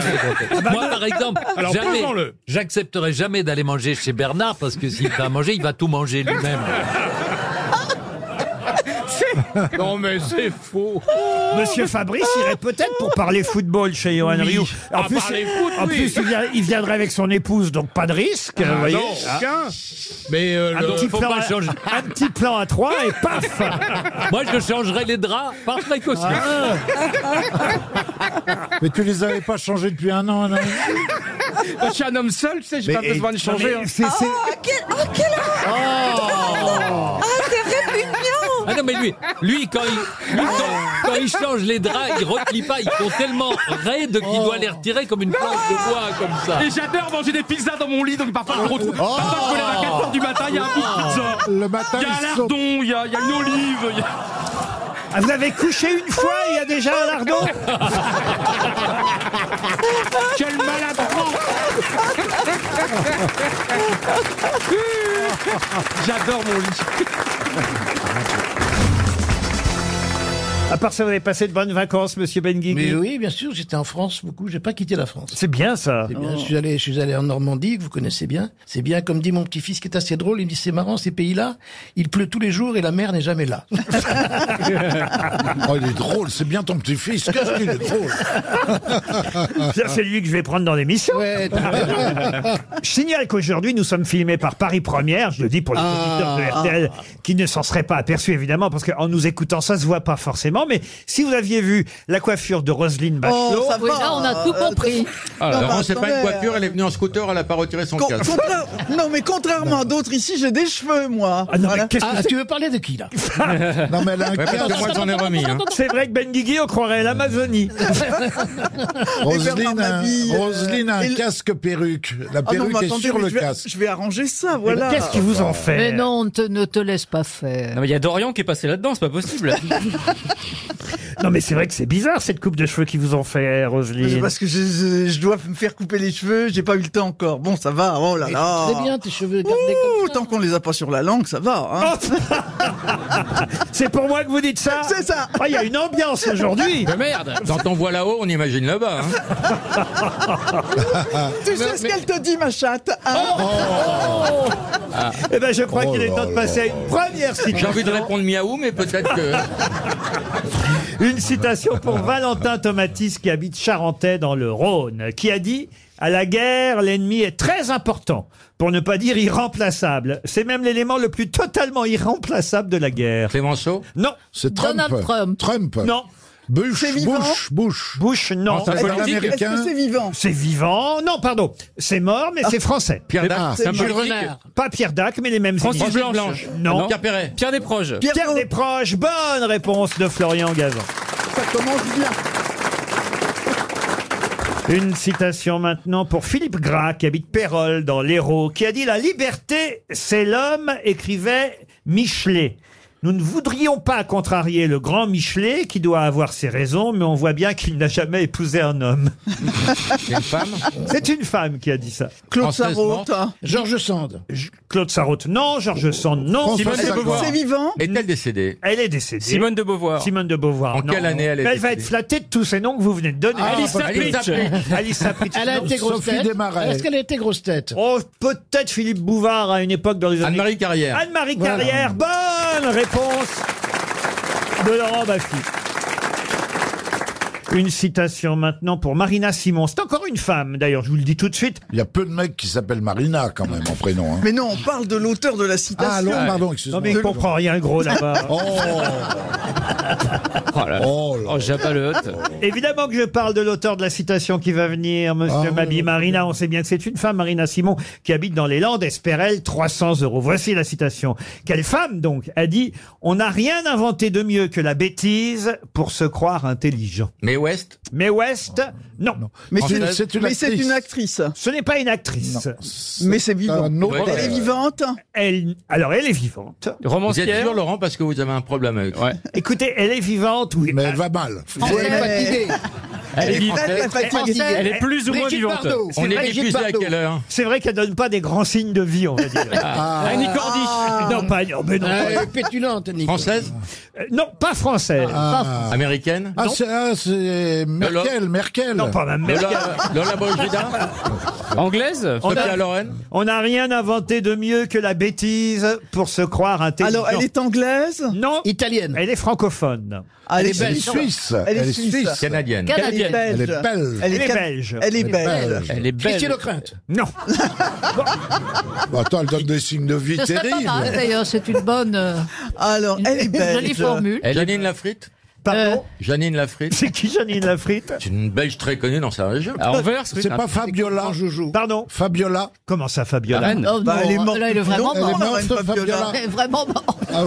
S17: bah,
S7: Moi, par exemple,
S19: Alors,
S7: jamais,
S19: faisons-le.
S7: j'accepterai jamais d'aller manger chez Bernard parce que s'il va manger, il va tout manger lui-même.
S19: Non, mais c'est faux.
S1: Monsieur Fabrice irait peut-être pour parler football chez Johan
S19: Oui.
S1: Rioux.
S19: Ah, parler foot,
S1: en
S19: oui.
S1: plus, il, vient- il viendrait avec son épouse, donc pas de risque.
S19: Ah,
S1: vous voyez.
S19: non, aucun. Mais euh,
S7: Ah,
S19: le-
S7: donc, faut
S1: plan
S7: pas
S1: à-
S7: changer.
S1: un petit plan à trois et paf
S7: Moi, je changerais les draps par précaution.
S17: Ah.
S10: Mais tu les avais pas changés depuis un an, un an. et demi.
S24: Je suis un homme seul, tu sais, j'ai
S10: Mais-
S24: pas besoin de
S10: non,
S24: changer.
S10: mais
S24: hein.
S10: c'est- c'est-
S24: Ah,
S25: quel... Oh, quel
S7: Oh.
S25: Ah, c'est répugnant
S7: Ah non, mais lui, lui, quand il, lui, quand, quand il change les draps, il replie pas, ils sont tellement raides qu'il
S17: Oh.
S7: doit les retirer comme une planche de bois, comme ça.
S24: Et j'adore manger des pizzas dans mon lit, donc parfois je me retrouve.
S7: Oh.
S24: Parfois je me lève à 4h du matin, il y a un bout de pizza.
S10: Le matin,
S24: Il y a un
S10: ils
S24: lardon, il y, a il y a une olive. il y a-
S1: Ah, vous avez couché une fois, il y a déjà un lardon
S16: Ah,
S19: Quel maladroit
S24: J'adore mon lit.
S1: À part ça, vous avez passé de bonnes vacances, monsieur Benguigui
S15: Mais oui, bien sûr, j'étais en France beaucoup, j'ai pas quitté la France.
S1: C'est bien ça. Oh.
S15: C'est bien, je, suis allé, je suis allé en Normandie, que vous connaissez bien. C'est bien, comme dit mon petit-fils qui est assez drôle, il me dit c'est marrant ces pays-là, il pleut tous les jours et la mer n'est jamais là.
S10: Oh, il est drôle, c'est bien ton petit-fils. Qu'est-ce qu'il est drôle.
S1: Tiens, Ah, C'est lui que je vais prendre dans l'émission. je signale qu'aujourd'hui, nous sommes filmés par Paris Première. Je le dis pour les
S15: Ah.
S1: auditeurs de RTL qui ne s'en seraient pas aperçus, évidemment, parce qu'en nous écoutant, ça se voit pas forcément. Mais si vous aviez vu la coiffure de Roselyne
S8: Bah,
S1: Bachelot...
S21: Oh, ça
S11: Oui, là, on a tout compris.
S1: euh,
S21: Alors,
S6: Non, bah,
S21: Ah, c'est pas
S6: attendez,
S21: une coiffure, elle est venue en scooter, elle a pas retiré son
S6: Con-
S21: casque.
S6: contra- Non, mais contrairement à d'autres ici, j'ai des cheveux, moi.
S1: Ah non, mais qu'est-ce que
S15: Ah,
S1: c'est
S15: tu veux parler de qui là
S10: Non, mais elle a un
S21: Ouais, parce que
S10: casque.
S21: moi, j'en ai remis, hein.
S1: C'est vrai que Ben Guigui, on croirait l'Amazonie.
S6: Ah
S10: Roselyne a, un-
S6: Mabille, euh,
S10: Roselyne a un
S6: il-
S10: casque perruque. La
S6: Ah non,
S10: perruque
S6: mais
S10: est
S6: attendez,
S10: sur
S6: mais
S10: le
S6: je vais-
S10: casque.
S6: Je vais arranger ça, voilà.
S1: Qu'est-ce qui vous en fait
S11: Mais non, on te- ne te laisse pas faire.
S26: Non, mais il y a Dorian qui est passé là-dedans, c'est pas possible.
S1: Non, mais c'est vrai que c'est bizarre, cette coupe de cheveux qu'ils vous ont fait,
S6: C'est
S1: Roselyne.
S6: parce que je, je- je dois me faire couper les cheveux, j'ai pas eu le temps encore. Bon, ça va, oh là là.
S15: C'est bien tes cheveux.
S6: Ouh, tant qu'on les a pas sur la langue, ça va. Hein.
S1: Oh, C'est pour moi que vous dites ça
S6: C'est ça.
S1: Ah, Il y a une ambiance aujourd'hui.
S21: De merde Quand on voit là-haut, on imagine là-bas. hein.
S6: tu sais ce qu'elle te dit, ma chatte hein
S1: Oh.
S26: Oh.
S1: Eh ben, je crois
S10: Oh
S1: qu'il est
S10: là
S1: temps de
S10: là
S1: passer à une première
S21: J'ai
S1: citation.
S21: envie de répondre miaou, mais peut-être que...
S1: Une citation pour Valentin Tomatis qui habite Charentais dans le Rhône, qui a dit À la guerre, l'ennemi est très important, pour ne pas dire irremplaçable. C'est même l'élément le plus totalement irremplaçable de la guerre.
S21: Clémenceau
S1: Non,
S10: C'est Trump.
S11: Donald Trump.
S10: Trump.
S1: non,
S10: Bush,
S6: C'est vivant
S10: Bush, Bush.
S1: Bush, non.
S10: C'est un
S6: Est-ce que
S10: américain.
S6: c'est vivant
S1: C'est vivant. Non, pardon, c'est mort, mais c'est français.
S21: Pierre Dac,
S10: Ah,
S6: c'est
S21: un
S6: Jules
S21: politique.
S1: Pas Pierre Dac, mais les mêmes
S26: Francis
S1: émissions.
S26: Blanche.
S1: Non.
S21: Pierre Perret.
S26: Pierre Desproges.
S6: Pierre, Dac,
S1: Pierre Desproges, bonne réponse de Florian Gazan.
S6: ça commence bien.
S1: Une citation maintenant pour Philippe Gras, qui habite Pérol, dans l'Hérault, qui a dit « La liberté, c'est l'homme », écrivait Michelet. Nous ne voudrions pas contrarier le grand Michelet, qui doit avoir ses raisons, mais on voit bien qu'il n'a jamais épousé un homme.
S21: C'est une femme
S1: C'est une femme qui a dit ça.
S6: Claude
S21: Française
S6: Sarraute,
S21: morte.
S6: hein.
S15: Georges Sand.
S1: J- Claude Sarraute, non. Georges Sand, non.
S10: François
S21: Simone de
S10: Sagan.
S6: c'est
S21: Beauvoir.
S6: vivant
S21: Est-elle décédée
S1: Elle est décédée.
S26: Simone de Beauvoir.
S1: Simone de Beauvoir.
S21: En
S1: non.
S21: quelle année elle est
S1: Mais Elle va être
S21: décédée
S1: flattée de tous ces noms que vous venez de donner.
S10: Ah,
S26: Alice
S10: parce que-
S26: Sapritch.
S1: Alice Sapritch,
S15: Elle a
S1: non.
S15: été grosse
S10: Sophie
S15: tête.
S10: Desmarais.
S15: Est-ce qu'elle a été grosse tête
S1: Oh, peut-être Philippe Bouvard à une époque dans les années
S21: Anne-Marie Carrière.
S1: Anne-Marie
S15: Voilà.
S1: Carrière, bonne réponse de Laurent Baffy. Une citation maintenant pour Marina Simon. C'est encore une femme, d'ailleurs, je vous le dis tout de suite.
S10: Il y a peu de mecs qui s'appellent Marina, quand même, en prénom. hein.
S6: Mais non, on parle de l'auteur de la citation.
S10: Ah, allons, pardon, excuse-moi.
S1: Non, mais il comprend rien, gros, là-bas.
S10: Oh,
S26: Oh là là.
S10: oh là.
S26: Oh, Jabba le Hutt.
S1: Évidemment que je parle de l'auteur de la citation qui va venir, monsieur
S10: Ah.
S1: Mabi Marina. On sait bien que c'est une femme, Marina Simon, qui habite dans les Landes, Espérel, 300 euros. Voici la citation. Quelle femme, donc, a dit « On n'a rien inventé de mieux que la bêtise pour se croire intelligent.
S21: Mais West ».
S1: Mais West, non.
S6: Mais c'est
S10: Française. C'est une
S6: mais c'est
S10: actrice.
S6: une actrice.
S1: Ce n'est pas une actrice.
S6: Mais c'est vivant.
S10: Un autre-
S21: Ouais.
S6: Elle est vivante
S1: Elle, alors, elle est vivante.
S21: Vous êtes
S26: Romancière.
S21: sûr, Laurent, parce que vous avez un problème avec ça.
S1: Écoutez, elle est vivante, oui.
S10: Mais elle va mal.
S6: Ouais.
S1: Elle est
S27: Elle est
S1: française.
S27: très, très fatiguée.
S1: Elle est
S27: Elle-
S1: plus ou moins
S27: Brigitte
S1: vivante.
S27: Bardot.
S1: C'est
S27: On est
S1: Brigitte
S27: épuisé à
S1: Bardot.
S27: quelle heure
S1: C'est vrai qu'elle donne pas des grands signes de vie, on va dire.
S27: Ah. Annie Cordy.
S1: Non, pas non, mais non.
S27: Euh,
S1: pétulante,
S27: Française
S1: Non, pas française.
S27: Ah.
S1: Pas-
S27: Américaine
S10: Ah,
S1: Non.
S10: c'est ah, c'est Merkel, Merkel.
S1: Non, pas même Merkel.
S27: Lola Brigida
S6: Ah,
S1: Anglaise
S27: Sophia Loren
S1: On n'a rien inventé de mieux que la bêtise pour se croire intelligent.
S28: Alors, elle est
S1: anglaise Non. Italienne Elle est francophone.
S28: Ah, elle est Elle est belge. suisse. Elle est Elle est suisse. suisse. Canadienne. Canadienne.
S1: Elle
S28: Elle
S1: est
S28: est
S1: belge.
S28: belge. Elle est Elle
S1: belge.
S28: est belge.
S1: Elle est belge.
S29: Christine O'Crinte.
S1: Non.
S10: Bah, attends, elle donne des signes de vie
S11: Ce serait pas
S10: terribles.
S11: mal Ah, d'ailleurs, c'est une bonne.
S20: euh,
S28: Alors,
S11: elle est Une jolie formule.
S21: Janine Lafritte
S1: Pardon
S21: Janine Lafritte.
S1: C'est qui Janine Lafritte
S21: C'est une belge très connue dans sa région.
S10: À Anvers, oui. C'est pas Fabiola.
S1: Joujou. Pardon
S10: Fabiola.
S1: Comment ça, Fabiola
S10: Ah, non,
S1: Bah, elle est morte.
S11: Là, il est vraiment
S10: Elle est
S11: mort.
S20: euh,
S10: morte, Fabiola.
S11: Elle est vraiment mort.
S1: Ah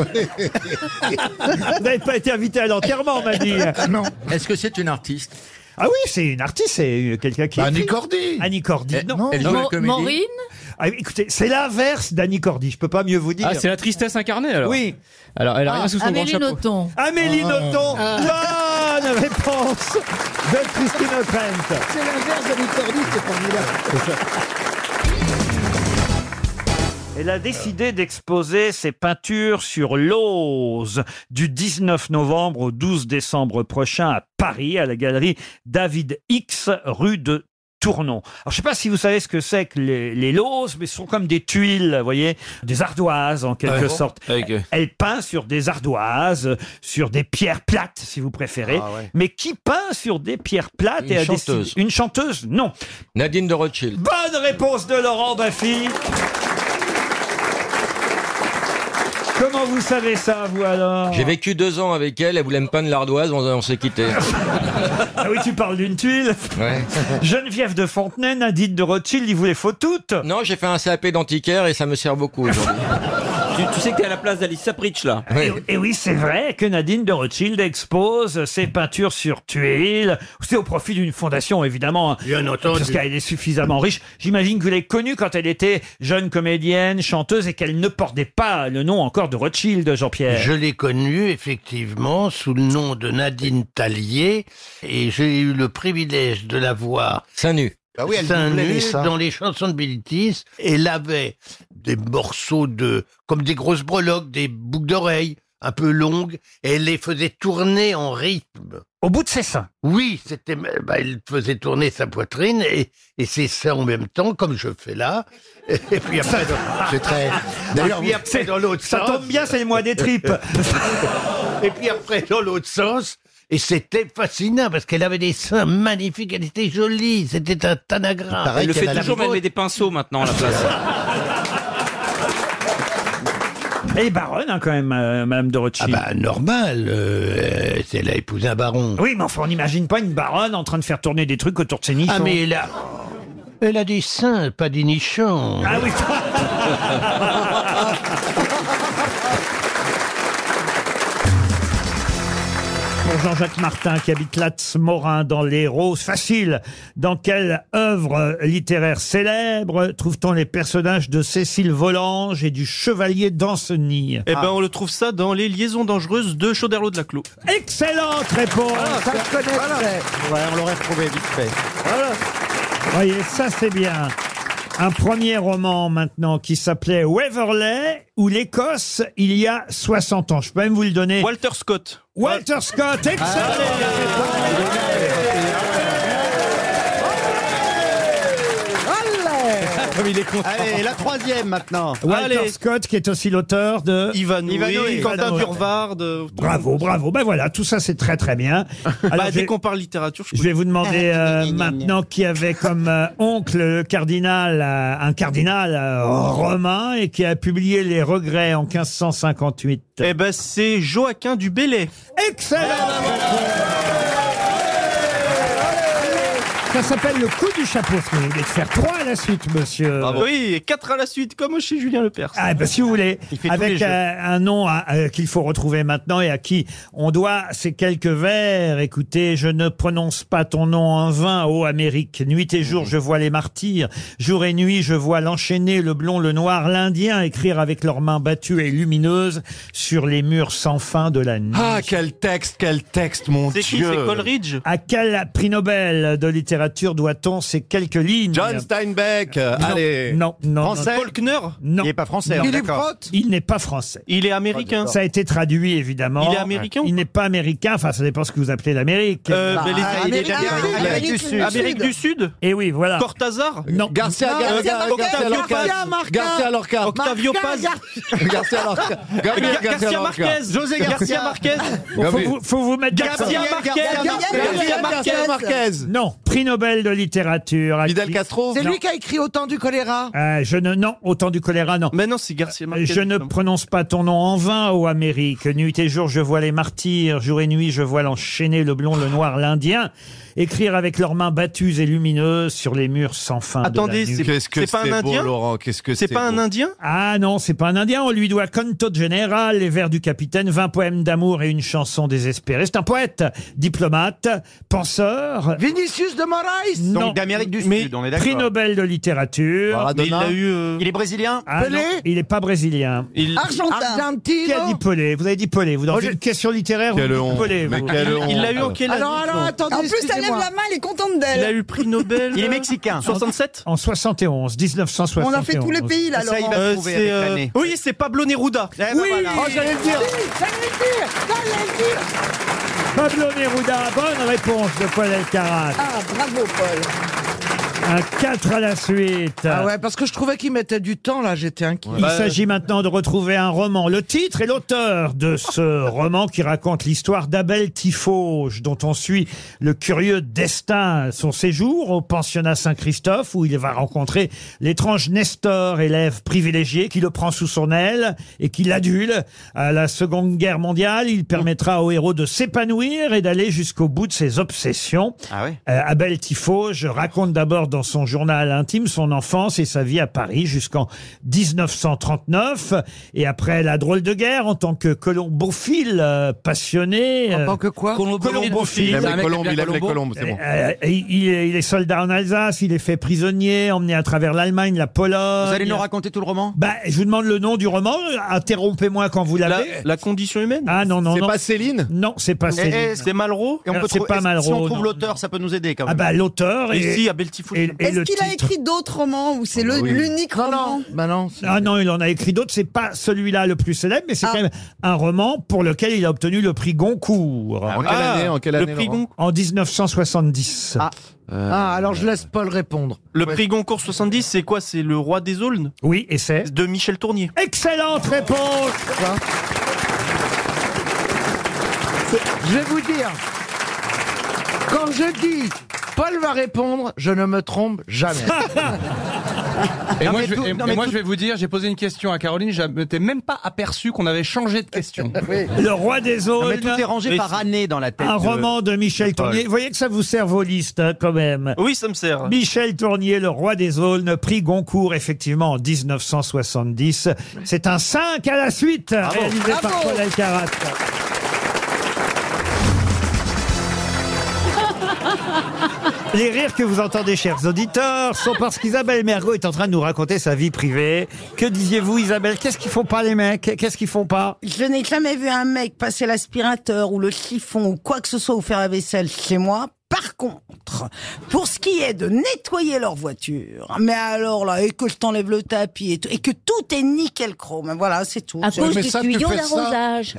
S1: Vous n'avez pas été invité à l'enterrement, on m'a dit. Non. Est-ce que c'est une artiste ah oui, c'est une artiste, c'est euh, quelqu'un qui. Annie Cordy. Annie Cordy,
S21: Elle-
S1: non.
S21: elle joue la Mo- comédie Maureen
S1: Ah, écoutez, c'est l'inverse d'Annie Cordy, je peux pas mieux vous dire.
S30: Ah, c'est la tristesse incarnée alors
S1: Oui.
S30: Alors,
S21: Ah,
S30: elle a rien sous son grand chapeau.
S1: Amélie
S30: Ah.
S1: Nothomb.
S21: Ah.
S1: Bonne réponse de Christine O'Krent.
S29: C'est l'inverse de Nicordi, c'est formidable.
S1: Elle a décidé d'exposer ses peintures sur l'Ose du 19 novembre au 12 décembre prochain à Paris, à la galerie David X, rue de Tournon. Alors, je ne sais pas si vous savez ce que c'est que les, les loses, mais ce sont comme des tuiles, vous voyez, des ardoises en quelque
S21: Ouais.
S1: sorte.
S21: Avec, euh,
S1: Elle peint sur des ardoises, euh, sur des pierres plates, si vous préférez.
S21: Ah ouais.
S1: Mais qui peint sur des pierres plates
S21: Une
S1: et a
S21: chanteuse.
S1: décidé- Une chanteuse Non.
S21: Nadine de Rothschild.
S1: Bonne réponse de Laurent Baffy. Comment vous savez ça, vous alors
S21: J'ai vécu deux ans avec elle, elle voulait me peindre l'ardoise, on, on s'est quittés.
S1: Ah oui, tu parles d'une tuile.
S21: Ouais.
S1: Geneviève de Fontenay, Nadine de Rothschild, il vous les faut toutes.
S21: Non, j'ai fait un CAP d'antiquaire et ça me sert beaucoup aujourd'hui.
S9: Tu, tu sais que t'es à la place d'Alice Sapritch là.
S1: Et Eh oui, c'est vrai que Nadine de Rothschild expose ses peintures sur tuiles. C'est au profit d'une fondation, évidemment. hein.
S9: Bien entendu.
S1: Parce qu'elle est suffisamment riche. J'imagine que vous l'avez connue quand elle était jeune comédienne, chanteuse, et qu'elle ne portait pas le nom encore de Rothschild, Jean-Pierre.
S9: Je l'ai connue effectivement sous le nom de Nadine Tallier et j'ai eu le privilège de la voir.
S21: Seins nu.
S9: Bah
S19: oui, elle doublait les seins.
S9: dans les chansons de Bilitis. Elle avait des morceaux de comme des grosses breloques, des boucles d'oreilles un peu longues et elle les faisait tourner en rythme.
S1: Au bout de ses seins.
S9: Oui, c'était bah, elle faisait tourner sa poitrine et, et ses seins en même temps comme je fais là. Et puis après
S1: C'est très-
S9: D'ailleurs,
S1: D'ailleurs,
S9: puis après
S1: c'est-
S9: dans l'autre
S1: ça
S9: sens.
S1: tombe bien, c'est le mois des tripes.
S9: Et puis après, dans l'autre sens, et c'était fascinant parce qu'elle avait des seins magnifiques, elle était jolie, c'était
S19: Il
S9: un
S6: Ah,
S9: tanagramme.
S19: paraît Elle le qu'elle fait a la toujours, mais elle grosse-
S9: des pinceaux maintenant à la place.
S1: Et baronne, hein, quand même, euh, Madame de Rothschild.
S9: Ah bah, normal, euh, c'est elle a épousé un baron.
S1: Oui, mais enfin, on n'imagine pas une baronne en train de faire tourner des trucs autour de ses nichons.
S9: Ah, mais elle a, elle a des seins, pas des nichons.
S1: Ah oui Pour Jean-Jacques Martin, qui habite Latz-Morin dans l'Hérault, c'est facile. Dans quelle œuvre littéraire célèbre trouve-t-on les personnages de Cécile Volange et du Chevalier d'Ancenis
S6: Eh ben, on le trouve ça dans Les Liaisons Dangereuses de Chauderlot de la Ah, Clos.
S1: Ah. Excellente réponse
S19: on l'aurait trouvé vite fait.
S1: Voyez, ça c'est bien. Un premier roman maintenant qui s'appelait Waverley ou l'Écosse il y a 60 ans. Je peux même vous le donner.
S6: Walter Scott.
S1: Walter Scott, excellent
S19: Comme il est content. Allez, la troisième maintenant.
S6: Ah.
S1: Walter Scott qui est aussi l'auteur de
S6: Ivanhoe,
S1: Ivanhoe.
S6: Quentin
S1: Ivanhoe.
S6: Durvard. euh, de-
S1: Bravo, bravo. Ben voilà, tout ça c'est très très bien.
S6: Bah,
S1: j'ai-
S6: dès qu'on parle littérature, je
S1: Je vais vous demander euh, maintenant qui avait comme euh, oncle le cardinal, euh, un cardinal euh, romain et qui a publié Les Regrets en 1558.
S6: Eh ben, c'est Joaquin du Bellay.
S1: Excellent Ça s'appelle le coup du chapeau, ce que vous venez de faire. Trois à la suite, monsieur.
S16: Oui, et quatre à la suite, comme chez Julien Lepers.
S1: Ah, ben, si vous voulez,
S16: fait tous les
S1: avec
S16: jeux.
S1: euh, un nom à- euh, qu'il faut retrouver maintenant et à qui on doit ces quelques vers. Écoutez, je ne prononce pas ton nom en vain, ô Amérique. Nuit et jour, je vois les martyrs. Jour et nuit, je vois l'enchaîné, le blond, le noir, l'indien écrire avec leurs mains battues et lumineuses sur les murs sans fin de la nuit.
S18: Ah, quel texte, quel texte, mon
S16: C'est qui,
S18: Dieu.
S16: c'est Coleridge
S1: À quel prix Nobel de littérature doit-on ces quelques lignes
S18: John
S1: Steinbeck,
S18: euh, allez.
S1: Non, non.
S18: Français
S1: non.
S16: Faulkner
S1: Non.
S16: Il n'est pas français,
S18: hein,
S16: alors,
S1: Il est
S16: d'accord.
S1: prote Il n'est pas français.
S16: Il est américain.
S1: Ça a été traduit, évidemment.
S16: Il est américain
S1: Il n'est pas américain, enfin, ça dépend ce que vous appelez l'Amérique.
S16: Euh, Bah, ben, les- ah, les- les- Amérique- les- Amérique du Sud. Amérique du Sud
S1: Et Eh oui, voilà.
S16: Cortázar
S1: Non.
S18: Garcia,
S16: Euh,
S18: Garcia, Garcia
S16: Octavio
S18: Lorca.
S16: Paz.
S18: Garcia Lorca.
S16: Octavio Paz.
S18: Garcia Lorca. Gabriel
S16: Gar- Garcia
S18: Lorca.
S16: Marquez.
S18: José
S16: Garcia Marquez.
S1: Faut vous, faut vous mettre
S16: Garcia Marquez. Garcia Marquez.
S1: Non, prix Nobel de littérature. à qui-
S23: C'est
S1: Non.
S23: lui qui a écrit Autant du choléra.
S1: Euh, je ne non autant du choléra non. Euh,
S16: Mais non, c'est Garcia Marquez.
S1: Je ne prononce pas ton nom en vain, ô Amérique. Nuit et jour, je vois les martyrs. Jour et nuit, je vois l'enchaîné, le blond, le noir, l'indien. Écrire avec leurs mains battues et lumineuses sur les murs sans fin. de la
S16: Attendez,
S1: nuit.
S16: c'est- Qu'est-ce que c'est pas un c'est beau, Indien Laurent,
S18: Qu'est-ce que
S16: C'est c'est pas un beau. Indien
S1: Ah non, c'est pas un Indien. On lui doit Canto de Général, Les Vers du Capitaine, 20 poèmes d'amour et une chanson désespérée. C'est un poète, diplomate, penseur.
S23: Vinicius de Moraes.
S1: Non. Mais Prix Nobel de littérature.
S23: Mais il a eu,
S16: euh,
S1: Il est brésilien
S23: Pelé
S1: Ah Il n'est pas brésilien.
S23: Il- Argentin. Argentino.
S1: Qui a dit Pelé Vous avez dit Pelé. Vous dans une question littéraire,
S18: Quelle
S1: vous dites
S18: honte.
S1: Pelé.
S18: Mais
S1: vous.
S18: quelle Il- il l'a honte. eu en
S16: quelle
S23: Alors,
S16: année,
S23: alors,
S16: Laurent
S23: attendez.
S16: En plus, elle lève
S23: excusez-moi.
S16: la
S23: main, elle est contente d'elle.
S16: Il a eu prix Nobel.
S23: Il est
S16: mexicain. 67
S1: En 71, 1971.
S23: On a fait tous
S1: Ah,
S23: les pays, là, Ça, il va Laurent.
S16: Euh,
S23: trouver
S16: c'est,
S23: avec Eh ben
S16: euh,
S23: l'année.
S16: Oui, c'est Pablo Neruda.
S23: Oui.
S16: Oh, j'allais le dire.
S23: Si, J'allais le dire. J'allais le dire.
S1: Pablo Neruda, bonne réponse de Paul Elkarat.
S23: Ah, bravo, Paul.
S1: Un 4 à la suite.
S23: Ah ouais, parce que je trouvais qu'il mettait du temps, là, j'étais inquiet.
S1: Il
S15: Bah,
S1: s'agit maintenant de retrouver un roman. Le titre et l'auteur de ce roman qui raconte l'histoire d'Abel Tifauge, dont on suit le curieux destin, son séjour au pensionnat Saint-Christophe, où il va rencontrer l'étrange Nestor, élève privilégié, qui le prend sous son aile et qui l'adule. À la Seconde Guerre mondiale, il permettra au héros de s'épanouir et d'aller jusqu'au bout de ses obsessions.
S18: Ah
S1: Euh, Abel Tifauge raconte d'abord dans son journal intime son enfance et sa vie à Paris jusqu'en 1939. Et après la drôle de guerre, en tant que colombophile euh, passionné. En tant que quoi Colombophile.
S18: Il aime les colombes, il aime les colombes, c'est bon.
S1: Euh, il, il est, il est soldat en Alsace, il est fait prisonnier, emmené à travers l'Allemagne, la Pologne.
S16: Vous allez nous raconter tout le roman
S1: Bah, je vous demande le nom du roman. Interrompez-moi quand vous l'avez.
S16: La condition humaine
S1: Ah non non
S16: C'est
S1: non.
S16: pas
S1: Céline Non, c'est pas
S23: Eh,
S6: Eh,
S1: Céline.
S16: C'est Malraux
S1: Et on peut Ah, C'est trouver- pas si Malraux, on trouve non.
S16: l'auteur, ça peut nous aider quand
S1: Ah bah l'auteur et-
S16: Ici, à Beltifou.
S1: et- et le
S11: Est-ce qu'il a
S1: titre. Ah bah
S11: écrit d'autres romans ou c'est le-
S1: Oui.
S11: l'unique roman
S18: Bah
S1: Ah non, il en a écrit d'autres. C'est pas celui-là le plus célèbre, mais c'est quand même un roman pour lequel il a obtenu le prix Goncourt.
S18: En quelle année, en quelle année, Laurent Euh,
S1: En 1970. Ah,
S16: Ah,
S1: alors je laisse Paul répondre.
S16: Le prix Goncourt 70, c'est quoi C'est le roi des aulnes
S1: Oui, et c'est
S16: De Michel Tournier.
S1: Excellente réponse
S23: Je vais vous dire, Euh, quand je dis Paul va répondre, je ne me trompe jamais.
S13: Et
S23: Non,
S13: moi,
S23: mais
S13: je,
S23: tout-
S13: vais- et-
S23: non,
S13: et
S23: mais
S13: moi,
S23: tout-
S13: je vais vous dire, j'ai posé une question à Caroline, je m'étais même pas aperçu qu'on avait changé de question.
S1: Le roi des
S13: eaux.
S1: aulnes. Mais c'est Un roman de Michel
S13: Paul.
S1: Tournier. Vous voyez que ça vous sert vos listes, hein, quand même.
S16: Oui, ça me sert.
S1: Michel Tournier, le roi des aulnes, prix Goncourt, effectivement, en 1970. C'est un 5 à la suite, réalisé par
S13: Bravo.
S1: Paul Alcarat. Les rires que vous entendez, chers auditeurs, sont parce qu'Isabelle Mergot est en train de nous raconter sa vie privée. Que disiez-vous, Isabelle Qu'est-ce qu'ils font pas, les mecs Qu'est-ce qu'ils font pas
S11: Je n'ai jamais vu un mec passer l'aspirateur ou le chiffon ou quoi que ce soit ou faire la vaisselle chez moi. Par contre, pour ce qui est de nettoyer leur voiture, mais alors là, et que je t'enlève le tapis et tout, et que tout est nickel chrome, voilà, c'est tout.
S27: À
S11: C'est-
S27: cause Mais du ça, tu tuyau fais ça
S11: d'arrosage.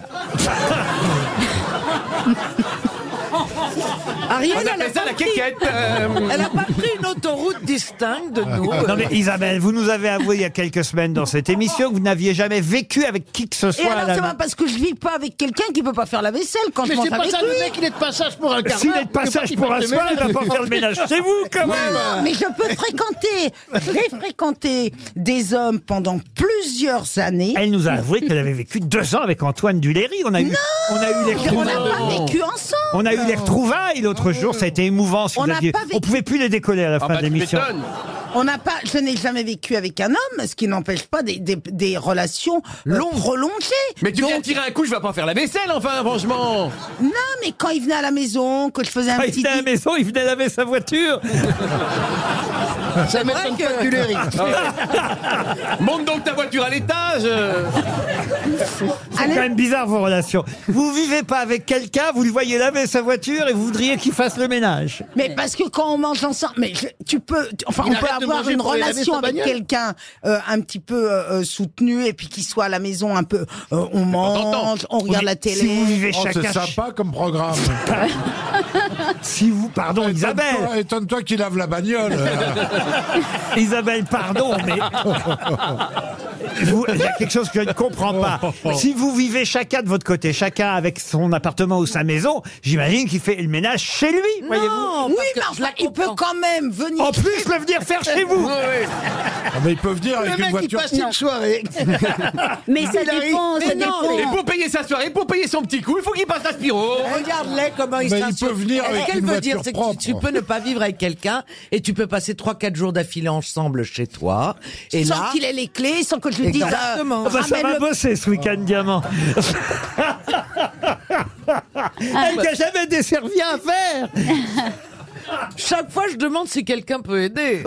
S23: Ariel,
S11: On
S23: elle
S11: appelle
S23: a
S11: ça
S23: pas
S11: la
S23: pris-
S11: quéquette,
S1: euh.
S23: Elle n'a pas pris une autoroute distincte de nous.
S1: Ah,
S15: euh,
S1: Non mais Isabelle, vous nous avez avoué il y a quelques semaines dans cette émission que vous n'aviez jamais vécu avec qui que ce soit.
S11: Et
S1: à
S11: alors,
S1: la
S11: c'est pas parce que je vis pas avec quelqu'un qui peut pas faire la vaisselle quand
S23: Mais
S11: je mange
S23: c'est pas
S11: avec
S23: ça,
S11: lui.
S23: le mec, il est de passage pour un quart
S1: S'il
S23: d'heure,
S1: est
S23: il
S1: de
S23: veut pas
S1: passage
S23: qu'il
S1: pour un
S23: fasse le
S1: soir, il va
S23: ménage.
S1: pas faire le ménage chez vous, quand
S11: Non,
S1: même
S11: non, mais je peux fréquenter, j'ai fréquenté des hommes pendant plusieurs années.
S1: Elle nous a avoué qu'elle avait vécu deux ans avec Antoine Duléry. On a eu, on a eu les
S11: On n'a pas
S1: retrouvailles.
S11: vécu ensemble.
S1: On a eu les Trouvaille l'autre jour, ça a été émouvant. Si
S11: On
S1: vous
S11: n'a
S1: aviez-
S11: pas vécu-
S1: on pouvait plus les décoller à la fin de l'émission.
S11: On n'a pas, je n'ai jamais vécu avec un homme, ce qui n'empêche pas des, des- des relations euh, prolongées.
S6: Mais tu viens de tirer un coup, je vais pas faire la vaisselle, enfin, franchement
S11: Non, mais quand il venait à la maison, que je faisais un
S1: Quand Ah, il
S11: petit.
S1: venait à la maison, il venait laver sa voiture.
S6: Ça m'étonne pas que tu l'aies Monte donc ta voiture à l'étage
S1: C'est quand même bizarre vos relations. Vous vivez pas avec quelqu'un, vous le voyez laver sa voiture et vous voudriez qu'il fasse le ménage.
S11: Mais parce que quand on mange ensemble, mais je- tu peux, tu- enfin,
S1: Il
S11: on peut
S1: arrête de
S11: avoir
S1: manger
S11: une
S1: pour aller laver
S11: relation
S1: sa
S11: avec
S1: bagnole.
S11: quelqu'un euh, un petit peu euh, euh, soutenu et puis qui soit à la maison un peu, euh, on mange, on regarde la télé.
S10: Oh, C'est sympa comme programme.
S1: si vous, pardon,
S10: Isabelle. Étonne-toi qu'il lave la bagnole.
S1: Isabelle, pardon, mais vous- il y a quelque chose que je ne comprends pas. Si vous vivez chacun de votre côté, chacun avec son appartement ou sa maison, j'imagine qu'il fait le ménage chez lui, voyez-vous.
S11: Oui, mais enfin, il peut quand même venir.
S1: En plus, le venir faire chez vous.
S10: mais ils peuvent dire avec une voiture.
S11: soirée.
S8: Mais ça
S6: Il arrive.
S8: dépend, ça
S6: non,
S8: dépend.
S6: Et pour payer sa soirée, pour payer son petit coup, il faut qu'il passe à Spiro
S15: Regarde-les comment ils
S6: Mais il
S15: s'insultent.
S6: peut venir
S15: Et
S6: avec
S15: Ce qu'elle
S6: une
S15: veut dire,
S6: voiture
S15: c'est que
S6: propre.
S15: tu- tu peux ne pas vivre avec quelqu'un et tu peux passer 3-4 jours d'affilée ensemble chez toi. Et
S11: sans
S15: là,
S11: qu'il ait les clés, sans que je lui dise. euh,
S15: Exactement.
S1: Ah bah, ça va
S11: ramène-le.
S1: bosser ce week-end, diamant.
S15: Ah,
S1: Elle t'a jamais desservi un verre.
S15: chaque fois, je demande si quelqu'un peut aider.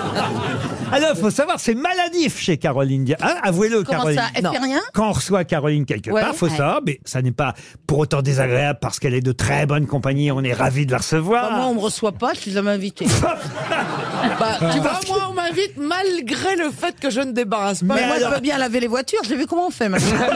S1: Alors, il faut savoir, c'est maladif chez Caroline. Dia- Hein, Avouez-le,
S11: Comment
S1: Caroline.
S11: ça, elle fait Non. rien
S1: Quand on reçoit Caroline quelque
S11: Ouais.
S1: part, faut
S11: Ouais.
S1: savoir, mais ça n'est pas pour autant désagréable parce qu'elle est de très bonne compagnie. On est ravis de la recevoir.
S11: Bah, Moi, on me reçoit pas, je suis jamais invité.
S15: Bah, tu vois, moi, on m'invite malgré le fait que je ne débarrasse
S11: Mais
S15: pas. Moi,
S11: Bah, moi,
S15: je
S11: je veux bien laver les voitures, j'ai vu comment on fait maintenant.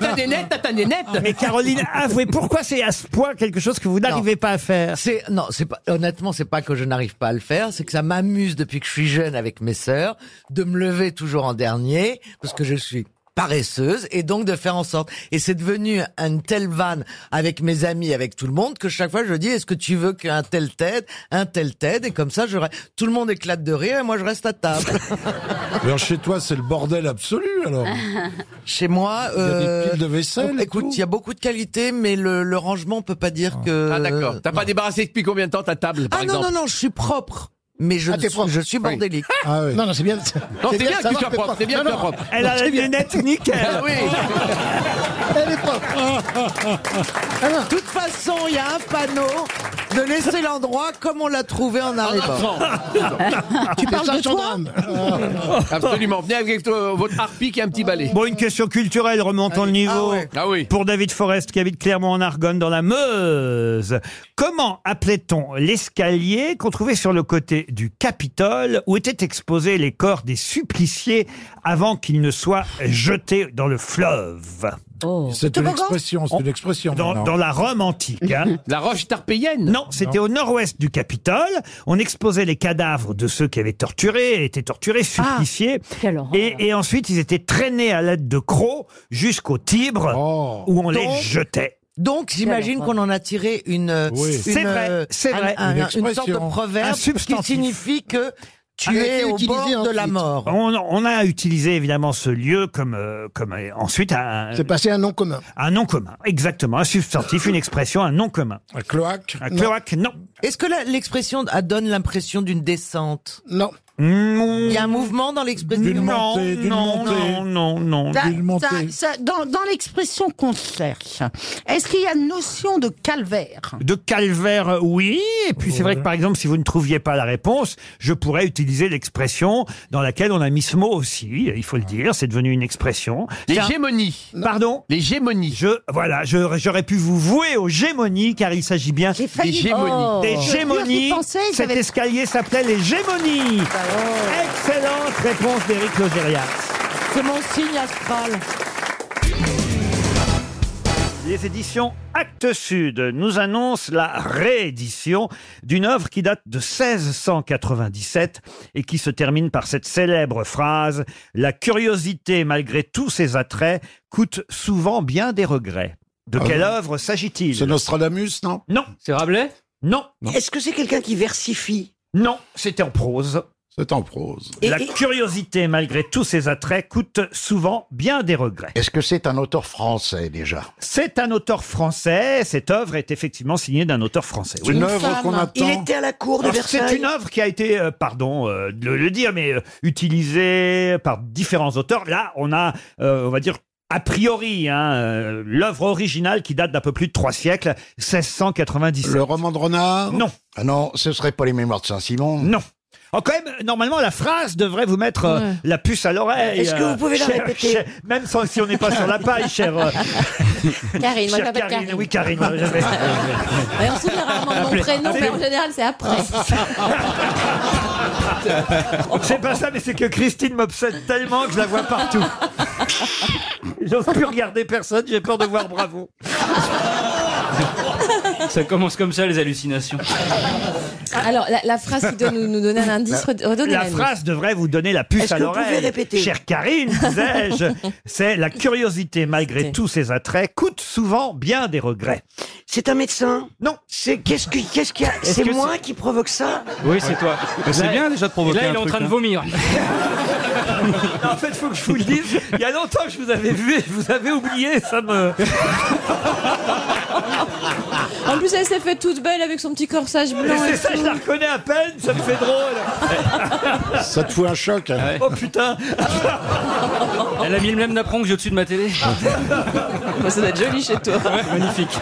S6: T'as des nettes, t'as des nettes
S15: Ah.
S1: Mais Caroline, avouez, pourquoi c'est à ce point quelque chose que vous n'arrivez pas à faire
S15: C'est non, c'est pas honnêtement, c'est pas que je n'arrive pas à le faire, c'est que ça m'amuse depuis que je suis jeune avec mes sœurs de me lever toujours en dernier parce que je suis paresseuse et donc de faire en sorte et c'est devenu une telle vanne avec mes amis avec tout le monde que chaque fois je dis est-ce que tu veux qu'un tel t'aide un tel t'aide et comme ça je re- tout le monde éclate de rire et moi je reste à table
S10: Alors chez toi, c'est le bordel absolu alors.
S15: chez moi
S10: Il y a des
S15: euh,
S10: piles de vaisselle et
S15: écoute il y a beaucoup de qualités mais le, le rangement on peut pas dire que
S6: Ah d'accord, t'as pas débarrassé depuis combien de temps ta table, par
S15: ah non
S6: exemple
S15: non non je suis propre mais je,
S6: Ah,
S15: ne
S6: t'es
S15: suis-
S6: propre.
S15: je suis
S6: Oui.
S15: bordélique
S10: Non, non,
S15: c'est bien.
S6: Non, c'est bien que tu sois propre, c'est bien que tu sois propre.
S1: Elle a la lunette nickel.
S15: Ah oui. Elle est propre. Ah De toute façon, il y a un panneau de laisser l'endroit comme on l'a trouvé en arrivant.
S6: Tu
S15: parles de toi
S6: Absolument, venez avec euh, votre harpique et un petit balai.
S1: Bon, une question culturelle remontant le niveau. Pour David Forest qui habite Clermont-en-Argonne dans la Meuse. Comment appelait-on l'escalier qu'on trouvait sur le côté du Capitole où étaient exposés les corps des suppliciés avant qu'ils ne soient jetés dans le fleuve
S6: Oh.
S10: C'est une expression, c'est une expression.
S1: dans,
S10: maintenant.
S1: dans la Rome antique.
S6: Ah
S1: hein.
S6: La roche tarpéienne
S1: Non, c'était
S10: Non.
S1: au nord-ouest du Capitole. On exposait les cadavres de ceux qui avaient torturé, étaient torturés,
S6: Ah,
S1: suppliciés. et, et ensuite, ils étaient traînés à l'aide de crocs jusqu'au Tibre, où on les
S15: Oh. Donc-
S1: jetait.
S15: Donc, j'imagine qu'on en a tiré une,
S1: Oui.
S15: une,
S1: C'est vrai,
S15: euh,
S1: c'est
S15: un-
S1: vrai.
S15: un-
S1: Une
S15: une,
S1: expression.
S15: sorte de
S1: Un
S15: proverbe qui
S1: substantif.
S15: signifie que tu
S1: Ah,
S15: es au bord de la mort.
S1: On, on a utilisé évidemment ce lieu comme, euh, comme euh, ensuite un.
S31: C'est passé un nom commun.
S1: Un nom commun, exactement. Un substantif, une expression, un nom commun.
S10: Un cloaque
S1: Un cloaque, non.
S15: Est-ce que la- l'expression ah, donne l'impression d'une descente
S31: Non.
S15: Il y a un mouvement dans l'expression
S1: Non, non, non, non, non.
S11: Ça- ça- ça- dans dans l'expression qu'on cherche, est-ce qu'il y a une notion de calvaire
S1: De calvaire, euh, oui. Et puis c'est vrai que par exemple, si vous ne trouviez pas la réponse, je pourrais utiliser l'expression dans laquelle on a mis ce mot aussi. Il faut le dire, c'est devenu une expression.
S6: Les
S1: Tiens,
S6: gémonies.
S1: Pardon
S6: Les gémonies.
S1: Je, voilà, je- j'aurais pu vous vouer aux gémonies car il s'agit bien des
S6: failli- gémonies.
S1: Des
S6: Oh.
S1: gémonies.
S11: J'y pensais,
S1: Cet
S11: j'avais-
S1: escalier s'appelait les gémonies. Excellente réponse d'Éric Logérias.
S15: C'est mon signe astral.
S1: Les éditions Actes Sud nous annoncent la réédition d'une œuvre qui date de 1697 et qui se termine par cette célèbre phrase La curiosité, malgré tous ses attraits, coûte souvent bien des regrets. De
S10: Ah
S1: quelle
S10: oui.
S1: œuvre s'agit-il
S10: C'est Nostradamus, non
S1: Non.
S6: C'est Rabelais
S1: Non.
S10: Non.
S1: Est-ce que c'est quelqu'un qui versifie Non, c'était en prose.
S10: C'est en prose.
S1: La curiosité, malgré tous ses attraits, coûte souvent bien des regrets.
S5: Est-ce que c'est un auteur français déjà
S1: C'est un auteur français. Cette œuvre est effectivement signée d'un auteur français.
S5: Une Une œuvre femme. qu'on attend. Il était à la cour de
S1: Alors, C'est
S5: Versailles.
S1: une œuvre qui a été, euh, pardon euh, de le dire, mais euh, utilisée par différents auteurs. Là, on a, euh, on va dire. A priori, hein, euh, l'œuvre originale qui date d'un peu plus de trois siècles, 1697. Le roman de Renard Non.
S5: Ah non, ce serait pas les mémoires de Saint-Simon
S1: Non. Oh, quand même, normalement, la phrase devrait vous mettre euh,
S5: Ouais.
S1: la puce à l'oreille. euh,
S5: Est-ce que vous pouvez la
S1: cher-
S5: répéter
S1: cher- Même sans, si on n'est pas sur la paille, cher. euh,
S6: Karine, moi je
S1: chère
S6: m'appelle Karine.
S1: Oui, Karine. moi, j'avais-
S6: Ouais, on se souvient rarement de mon
S1: Appelez-
S6: prénom, mais en
S1: appelez-
S6: général c'est après.
S1: C'est pas ça, mais c'est que Christine m'obsède tellement que je la vois partout. J'ose plus regarder personne, j'ai peur de voir bravo.
S9: Ça commence comme ça, les hallucinations.
S6: Alors, la, la phrase qui doit nous, nous donner un indice, redonnez
S1: La phrase devrait vous donner la puce
S6: Est-ce
S1: à
S6: que vous pouvez
S1: l'oreille.
S6: répéter
S1: Chère Karine, disais-je, c'est la curiosité, malgré tous ses attraits, coûte souvent bien des regrets.
S5: C'est un médecin
S1: Non.
S5: C'est qu'est-ce que- qu'est-ce qu'il y a
S1: Est-ce
S5: C'est
S1: que
S5: moi
S1: c'est-
S5: qui provoque ça
S9: Oui, c'est toi.
S5: Mais c'est
S9: Là,
S5: bien déjà de provoquer
S9: Là, il
S5: un
S9: est en
S5: truc,
S9: train de
S5: hein.
S9: vomir.
S1: en fait, faut que je vous le dise, il y a longtemps que je vous avais vu et je vous avais oublié, ça me...
S6: En plus, elle s'est fait toute belle avec son petit corsage blanc.
S1: Mais c'est
S6: et
S1: ça,
S6: tout.
S1: je la reconnais à peine, ça me fait drôle.
S5: Ça te fout un choc.
S10: hein.
S1: Oh putain
S9: Elle a mis le même napron que j'ai au-dessus de ma télé.
S6: ça doit être joli chez toi.
S9: magnifique.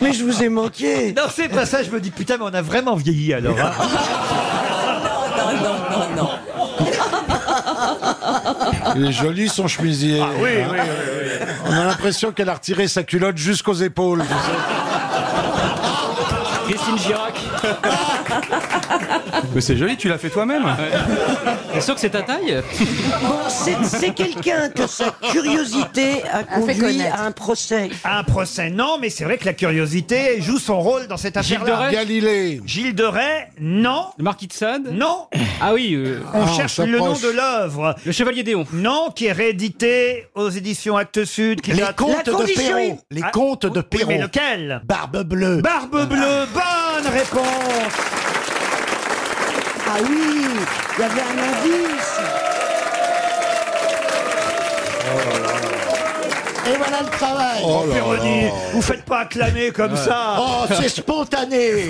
S5: Mais je vous ai manqué.
S1: Non, c'est pas ça, je me dis putain, mais on a vraiment vieilli alors. hein.
S6: Non, non, non, non.
S10: Il est joli son chemisier. Ah,
S5: oui,
S10: oui, On a l'impression qu'elle a retiré sa culotte jusqu'aux épaules.
S9: Christine Girac.
S13: Mais c'est joli, tu l'as fait toi-même.
S9: T'es sûr que c'est ta taille
S5: Bon, c'est c'est quelqu'un que sa curiosité a conduit à un procès.
S1: Un procès, non, mais c'est vrai que la curiosité joue son rôle dans cette
S5: Gilles
S1: affaire-là.
S5: de Rais
S10: Galilée.
S1: Gilles de Rais, non.
S9: Le marquis de Sade
S1: Non.
S9: Ah oui. euh,
S1: On
S9: ah,
S1: cherche
S9: s'approche.
S1: le nom de l'œuvre.
S9: Le Chevalier Déon.
S1: Non, qui est réédité aux éditions Actes Sud. Qui
S17: Les
S1: date-
S17: contes de Perrault. Les
S1: Ah,
S17: contes de
S1: oui,
S17: Perrault.
S1: mais lequel
S17: Barbe bleue.
S1: Barbe bleue, bah. bonne réponse
S11: Ah oui, il y avait un indice.
S17: Et voilà le travail.
S1: Oh, Péroni, vous faites pas acclamer comme ça
S17: Oh, c'est spontané.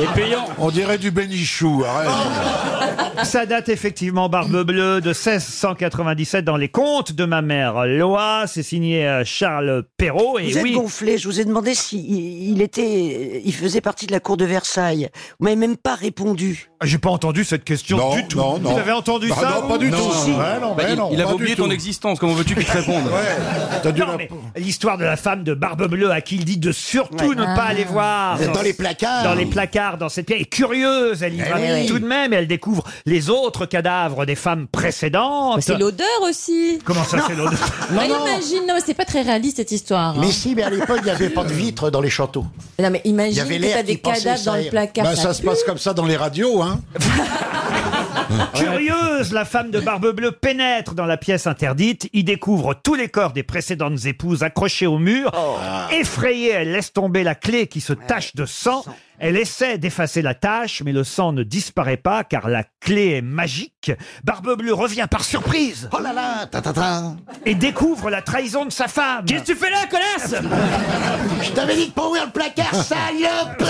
S9: Et payant.
S10: On dirait du bénichou, arrête.
S1: Oh. Ça date effectivement, Barbe Bleue, de 1697 dans les contes de ma mère Loa. C'est signé euh, Charles Perrault. Et
S5: vous êtes
S1: oui,
S5: gonflé, je vous ai demandé s'il il était, il faisait partie de la cour de Versailles. Vous m'avez même pas répondu.
S1: Ah, j'ai pas entendu cette question
S10: Non,
S1: du tout.
S10: non, non.
S1: Vous avez entendu
S10: Bah
S1: ça
S10: non,
S1: vous
S10: pas du
S1: Non,
S10: tout.
S1: si.
S10: Ouais, non,
S1: Bah,
S10: ouais,
S1: il-
S10: non,
S1: il avait
S10: pas
S1: oublié
S10: du tout.
S1: ton
S9: existence, comment veux-tu qu'il te réponde
S10: Ouais, t'as dû
S1: Non,
S10: la-
S1: mais l'histoire de la femme de Barbe Bleue à qui il dit de surtout
S5: Ouais.
S1: ne pas
S5: Ah.
S1: aller voir
S17: Dans les placards.
S1: dans les placards dans cette pièce est curieuse
S10: Eh
S1: elle y va
S5: oui, oui.
S1: tout de même et elle découvre les autres cadavres des femmes précédentes
S6: Mais C'est l'odeur aussi.
S1: comment ça
S6: Non.
S1: c'est l'odeur
S6: Elle imagine, non, mais c'est pas très réaliste cette histoire. hein.
S17: Mais si, mais à l'époque, il n'y avait pas de vitres dans les châteaux.
S6: Mais Non, mais
S17: Il y
S6: imagine
S17: avait
S6: que t'as
S17: l'air
S6: des
S17: qui pensait
S6: cadavres dans le placard.
S10: Bah, ça se
S6: pue.
S10: passe comme ça dans les radios, hein.
S1: Curieuse, la femme de Barbe Bleue pénètre dans la pièce interdite, y découvre tous les corps des précédentes épouses accrochés au mur.
S17: Ah.
S1: Effrayée, elle laisse tomber la clé qui se tache de sang. Elle essaie d'effacer la tache, mais le sang ne disparaît pas car la clé est magique. Barbe Bleue revient par surprise
S17: Oh là là, ta ta ta.
S1: et découvre la trahison de sa femme.
S9: Qu'est-ce que tu fais là, connasse
S17: Je t'avais dit de pas ouvrir le placard, salope.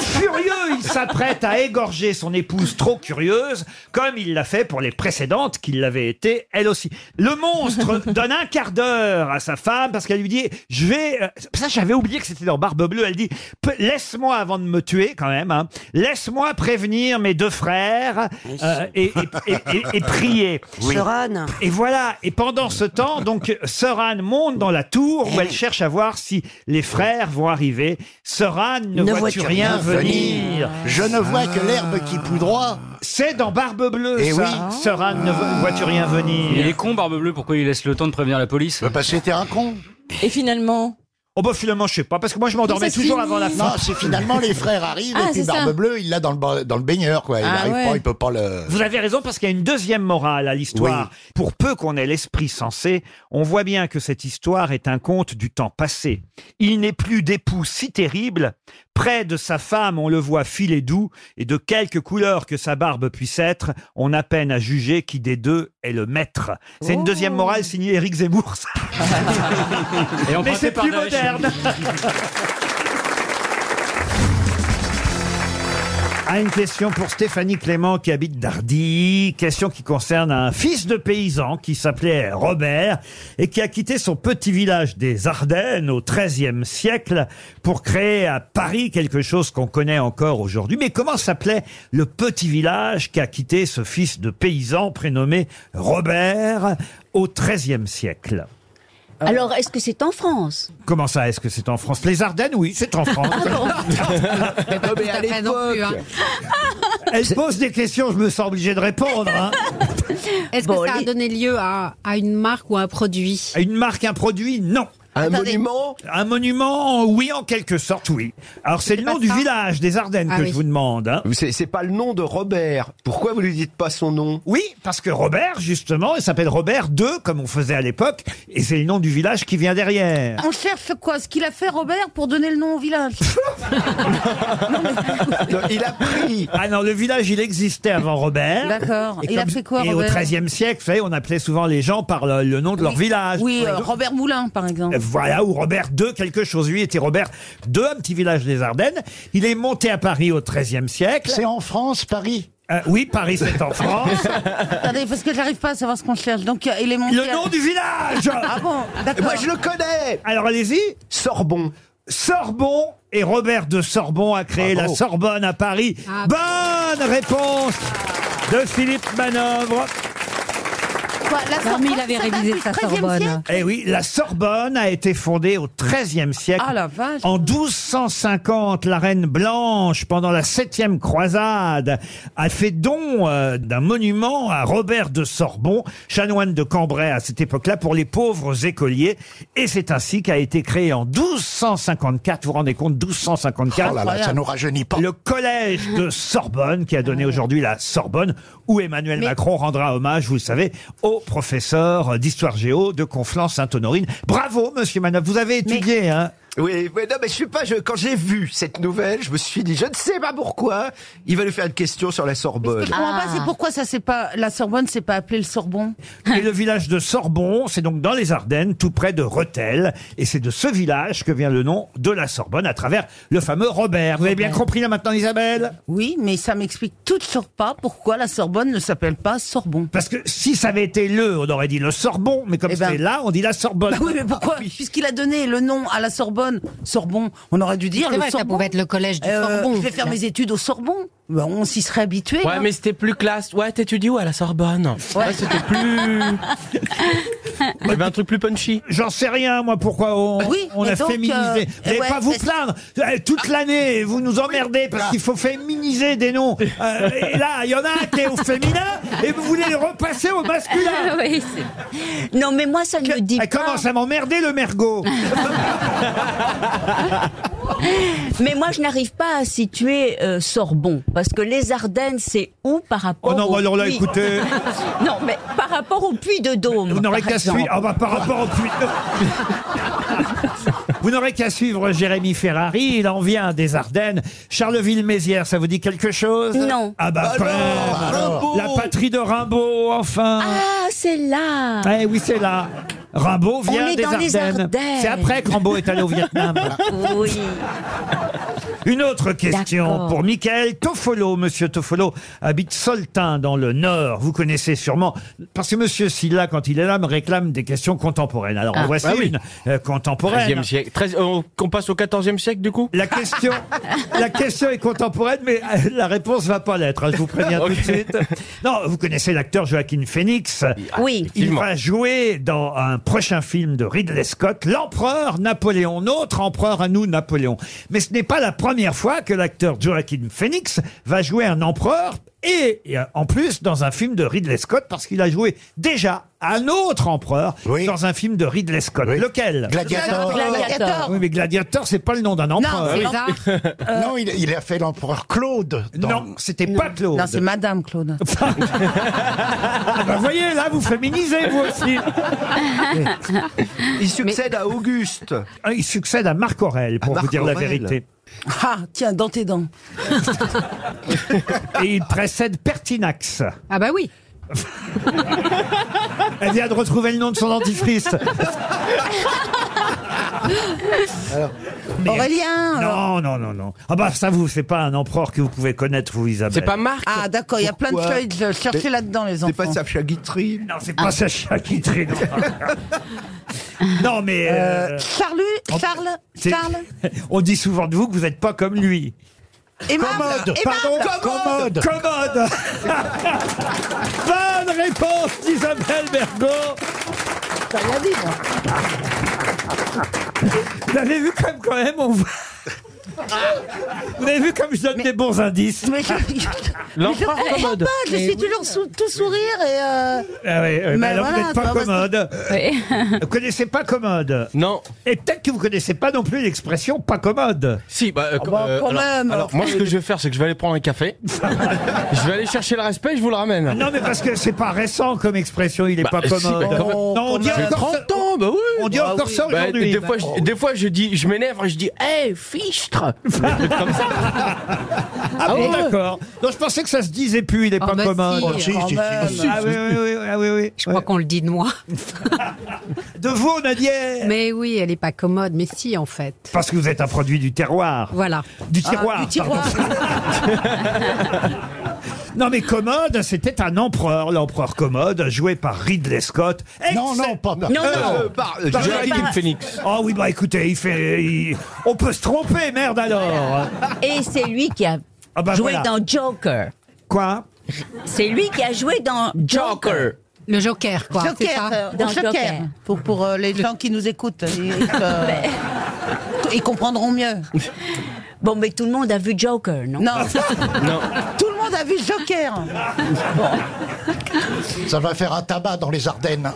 S1: Furieux, il s'apprête à égorger son épouse trop curieuse, comme il l'a fait pour les précédentes qui l'avaient été, elle aussi. Le monstre donne un quart d'heure à sa femme parce qu'elle lui dit « Je vais... euh, » Ça, j'avais oublié que c'était dans Barbe Bleue. Elle dit Pe- « Laisse-moi avant de me tuer, quand même. hein. Laisse-moi prévenir mes deux frères euh, et, et- et- et- et prier.
S5: Sœur Anne.
S1: Et voilà. Et pendant ce temps, donc, Sœur Anne monte dans la tour où elle cherche à voir si les frères vont arriver. Sœur Anne ne, vois-tu rien venir Ah.
S17: Je ne vois que l'herbe qui poudroie.
S1: C'est dans Barbe Bleue,
S17: Eh
S1: ça.
S17: oui.
S1: Sœur Anne, ne vo- vois-tu rien
S9: Il
S1: venir
S9: est con, Barbe Bleue, pourquoi il laisse le temps de prévenir la police
S19: Bah,
S17: Parce que t'es un con.
S6: Et finalement,
S1: Oh bah finalement, je sais pas, parce que moi je m'endormais
S6: Mais ça se
S1: toujours
S6: finit.
S1: avant la
S17: Non,
S1: fin.
S17: c'est finalement les frères arrivent
S6: Ah,
S17: et puis
S6: c'est ça.
S17: Barbe Bleue, il l'a dans le, ba- dans le baigneur, quoi. Il
S6: Ah
S17: arrive
S6: ouais.
S17: pas, il peut pas
S10: Euh,
S17: le.
S1: Vous avez raison, parce qu'il y a une deuxième morale à l'histoire. Pour peu qu'on ait l'esprit sensé, on voit bien que cette histoire est un conte du temps passé. Il n'est plus d'époux si terrible Près de sa femme, on le voit filer doux, et de quelque couleur que sa barbe puisse être, on a peine à juger qui des deux est le maître. C'est une deuxième morale signée Éric Zemmour. ça. Mais c'est plus moderne. À une question pour Stéphanie Clément qui habite Dardy, question qui concerne un fils de paysan qui s'appelait Robert et qui a quitté son petit village des Ardennes au XIIIe siècle pour créer à Paris quelque chose qu'on connaît encore aujourd'hui. Mais comment s'appelait le petit village qu'a quitté ce fils de paysan prénommé Robert au XIIIe siècle
S8: Alors, est-ce que c'est en France Ah
S1: Comment ça Est-ce que c'est en France Les Ardennes, oui, c'est en France.
S8: mais à l'époque.
S1: Elle pose des questions, je me sens obligé de répondre. hein.
S7: Est-ce que ça a donné lieu à, à une marque ou à un produit
S1: Une marque, un produit, non. Un
S7: Attendez. monument
S1: Un monument, oui, en quelque sorte, oui. Alors c'est le nom du village des Ardennes
S7: Ah
S1: que
S7: oui.
S1: je vous demande. hein.
S19: C'est c'est pas le nom de Robert. Pourquoi vous lui dites pas son nom
S1: Oui, parce que Robert, justement, il s'appelle Robert II, comme on faisait à l'époque, et c'est le nom du village qui vient derrière.
S11: On cherche quoi Ce qu'il a fait Robert pour donner le nom au village.
S1: il a pris. Ah non, le village, il existait avant Robert.
S11: Hein? D'accord.
S1: Et
S11: Il a
S1: comme-
S11: fait quoi,
S1: Et au
S11: Robert
S1: XIIIe siècle, vous savez, on appelait souvent les gens par le, le nom de leur village.
S11: oui, euh,
S1: Donc,
S11: Robert Moulin, par exemple.
S1: Euh, Voilà, ou Robert II, quelque chose. Lui était Robert II, un petit village des Ardennes. Il est monté à Paris au XIIIe siècle. C'est en France, Paris Oui, Paris, c'est en France.
S11: Attendez, parce que j'arrive pas à savoir ce qu'on cherche. Donc, euh, il est monté.
S1: Le nom du village
S11: Ah bon D'accord.
S1: Moi, je le connais Alors, allez-y. Sorbon. Sorbon et Robert de Sorbon a créé
S17: Bravo.
S1: la Sorbonne à Paris.
S11: Ah.
S1: Bonne réponse de Philippe Manœuvre.
S11: Bah,
S7: la Non, Bah, mais il Sorbonne, avait ça date révisé du sa 13e Sorbonne. siècle
S1: Eh oui, la Sorbonne a été fondée au XIIIe siècle.
S11: Ah, la vache.
S1: En 1250, la reine Blanche, pendant la septième croisade, a fait don euh, d'un monument à Robert de Sorbon, chanoine de Cambrai à cette époque-là, pour les pauvres écoliers. Et c'est ainsi qu'a été créé en 1254, vous vous rendez compte, 1254.
S17: Oh là là, ça nous
S1: rajeunit pas. Le collège de Sorbonne, qui a donné aujourd'hui la Sorbonne, où Emmanuel Macron rendra hommage, vous le savez, au professeur d'histoire géo de Conflans-Sainte-Honorine. Bravo, monsieur Manoff, vous avez étudié, hein
S19: Oui, mais non, mais je sais pas, je- quand j'ai vu cette nouvelle, je me suis dit, je ne sais pas pourquoi, il va lui faire une question sur la Sorbonne.
S11: Je comprends pas, c'est pourquoi ça c'est pas la Sorbonne, c'est pas appelé le Sorbon.
S1: Et le village de Sorbon, c'est donc dans les Ardennes, tout près de Rethel. Et c'est de ce village que vient le nom de la Sorbonne à travers le fameux Robert. Vous avez bien compris là maintenant, Isabelle
S11: Oui, mais ça m'explique toujours pas pourquoi la Sorbonne ne s'appelle pas Sorbon.
S1: Parce que si ça avait été le, on aurait dit le Sorbon, mais comme c'est là, on dit la Sorbonne.
S11: Eh ben.
S1: Ah
S11: Bah oui, mais pourquoi Puisqu'il a donné le nom à la Sorbonne, Sorbon, on aurait dû dire
S7: C'est
S11: le
S7: vrai, ça
S11: Sorbon. Euh,
S7: pouvait être le collège du Sorbon,
S11: Je vais faire
S7: là.
S11: mes études au Sorbon. Bah, on s'y serait habitué.
S9: Ouais,
S11: hein.
S9: mais c'était plus classe. Ouais, t'étudies où à la Sorbonne Ouais, c'était plus. Il y avait un truc plus punchy.
S1: J'en sais rien, moi, pourquoi on,
S11: Oui,
S1: on
S11: mais
S1: a
S11: donc, euh,
S1: féminisé. Vous n'allez
S11: ouais,
S1: pas vous
S11: est-ce-
S1: plaindre. Euh, Toute l'année, vous nous emmerdez parce qu'il faut féminiser des noms. Euh, et là, il y en a un qui est au féminin et vous voulez le repasser au masculin.
S8: Oui, non, mais moi, ça ne me dit
S1: Elle
S8: pas.
S1: commence à m'emmerder, le mergot.
S8: Mais moi, je n'arrive pas à situer euh, Sorbon. Parce que les Ardennes, c'est où par rapport.
S1: Oh non,
S8: au
S1: bah alors là,
S8: puits
S1: écoutez.
S8: non, mais par rapport au puits de Dôme.
S1: Vous n'aurez
S8: par
S1: qu'à
S8: exemple.
S1: suivre. Ah bah, par rapport au puits. Vous n'aurez qu'à suivre Jérémy Ferrari, il en vient des Ardennes. Charleville-Mézières, ça vous dit quelque chose
S8: Non.
S1: Ah bah quand même. La patrie de Rimbaud, enfin
S8: Ah, c'est là.
S1: Eh oui, c'est là. Rimbaud
S8: On
S1: vient
S8: est
S1: des
S8: dans les
S1: Ardennes.
S8: Ardennes.
S1: C'est après que Rimbaud est allé au Vietnam.
S8: Oui.
S1: Une autre question
S8: D'accord.
S1: pour Michael Toffolo. Monsieur Toffolo habite Soltin dans le Nord. Vous connaissez sûrement parce que Monsieur Silla, quand il est là, me réclame des questions contemporaines. Alors
S9: Ah.
S1: en voici
S9: Bah oui.
S1: une euh, contemporaine.
S9: 13e siècle.
S16: euh,
S9: 13 on, qu'on passe au 14e siècle du coup
S1: La question, la question est contemporaine, mais euh, la réponse va pas l'être. hein, je vous préviens tout de suite. Non, vous connaissez l'acteur Joaquin Phoenix.
S8: Oui.
S1: Il
S8: effectivement.
S1: va jouer dans un prochain film de Ridley Scott, l'empereur Napoléon, notre empereur à nous, Napoléon. Mais ce n'est pas la première fois que l'acteur Joaquin Phoenix va jouer un empereur et et, euh, en plus dans un film de Ridley Scott parce qu'il a joué déjà un autre empereur dans un film de Ridley Scott. Lequel
S17: Gladiator. Gladiator.
S1: Oui, mais Gladiator, c'est pas le nom d'un empereur. Ah Euh,
S17: Non, il, il a fait l'empereur Claude.
S1: Non, c'était pas Claude.
S17: Non,
S11: C'est Madame Claude.
S1: Ah bah, Vous voyez, là, vous féminisez, vous aussi.
S19: Il succède à Auguste.
S1: Ah, Il succède à Marc Aurèle, pour
S19: Marc
S1: vous dire la
S19: Aurèle.
S1: vérité.
S11: Ah, tiens, dans tes dents.
S1: Et il précède Pertinax.
S7: Ah bah oui.
S1: Elle vient de retrouver le nom de son dentifrice. Mais-
S11: Aurélien euh.
S1: Non, non, non, non. Ah bah ça, vous, c'est pas un empereur que vous pouvez connaître, vous, Isabelle.
S11: Ah, d'accord, il y a plein de
S1: Pourquoi
S11: choses à chercher
S1: Mais-
S11: là-dedans, les enfants.
S1: pas
S11: Sacha
S1: Guitry. Ah, Non, c'est
S11: Ah.
S1: pas Sacha Guitry. Non, Non, mais... euh,
S11: Charles,
S1: en-
S11: Charles,
S1: c'est-
S11: Charles,
S1: On dit souvent de vous que vous n'êtes pas comme lui.
S11: aimable, aimable.
S1: commode, commode. Bonne réponse d'Isabelle Bergot.
S11: T'as rien dit, moi.
S1: Vous avez vu comme quand même on voit- Vous avez vu comme je donne des bons indices.
S11: Mais je,
S1: L'empereur
S11: je comprends
S1: commode.
S11: pas, je
S1: Mais
S11: suis
S1: oui.
S11: toujours sou- tout sourire et... euh,
S1: Ah oui, oui, mais
S11: Mais
S1: alors
S11: voilà,
S1: vous n'êtes pas
S11: toi, parce que-
S1: commode.
S11: Oui.
S1: Vous connaissez pas commode. Non. Et peut-être que vous connaissez pas non plus l'expression pas commode.
S16: Si, bah,
S6: Ah
S1: Ah
S16: euh,
S11: bah,
S16: euh,
S11: quand
S16: alors,
S11: même.
S16: alors, moi, ce que je vais faire, c'est que je vais aller prendre un café. je vais aller chercher le respect et je vous le ramène.
S1: Non, mais parce que c'est pas récent comme expression, il est
S16: Bah,
S1: pas
S16: si,
S1: commode.
S16: bah, quand même.
S1: non, on dit
S16: J'ai
S1: encore
S16: 30
S1: ça-
S16: ans, bah oui.
S1: On dit
S16: Bah
S1: encore
S16: oui.
S1: ça
S16: Bah,
S1: aujourd'hui.
S16: des, fois, je, des fois, je dis, je m'énerve et je dis, hé, fichtre Des trucs comme ça.
S1: Ah, bon,
S16: ouais.
S1: d'accord. Donc je pensais que ça se disait plus, il est
S7: Ah,
S1: pas
S7: bah,
S1: commode.
S7: si, Oh, si, quand si, si, même. si, si.
S1: Ah oui, oui, oui, ah oui, oui.
S7: Je crois qu'on le dit de moi.
S1: De vous, on a dit. eh.
S7: Mais oui, elle est pas commode, mais si en fait.
S1: Parce que vous êtes un produit du terroir.
S7: Voilà.
S1: Ah, Du tiroir.
S7: du tiroir.
S1: Non mais commode, c'était un empereur, l'empereur commode, joué par Ridley Scott.
S24: Non, non, pas- Non, non.
S1: par
S24: Par-
S1: Joaquin
S24: par-
S1: Phoenix. Oh oui, bah écoutez, il fait, il- on peut se tromper, merde alors.
S8: Et c'est lui qui a
S1: Ah bah
S8: joué
S1: voilà.
S8: dans Joker.
S1: Quoi
S8: C'est lui qui a joué dans Joker.
S7: Le Joker, quoi. c'est
S11: Joker,
S7: ça
S11: euh,
S8: Dans
S11: Joker,
S8: Joker.
S11: pour, pour euh, les gens qui nous écoutent. Ils, ils, euh, ils comprendront mieux.
S8: Bon, mais tout le monde a vu Joker, non
S11: Non.
S16: Non.
S11: Tout le monde a vu Joker.
S20: Ah,
S24: Ça va faire un tabac dans les Ardennes.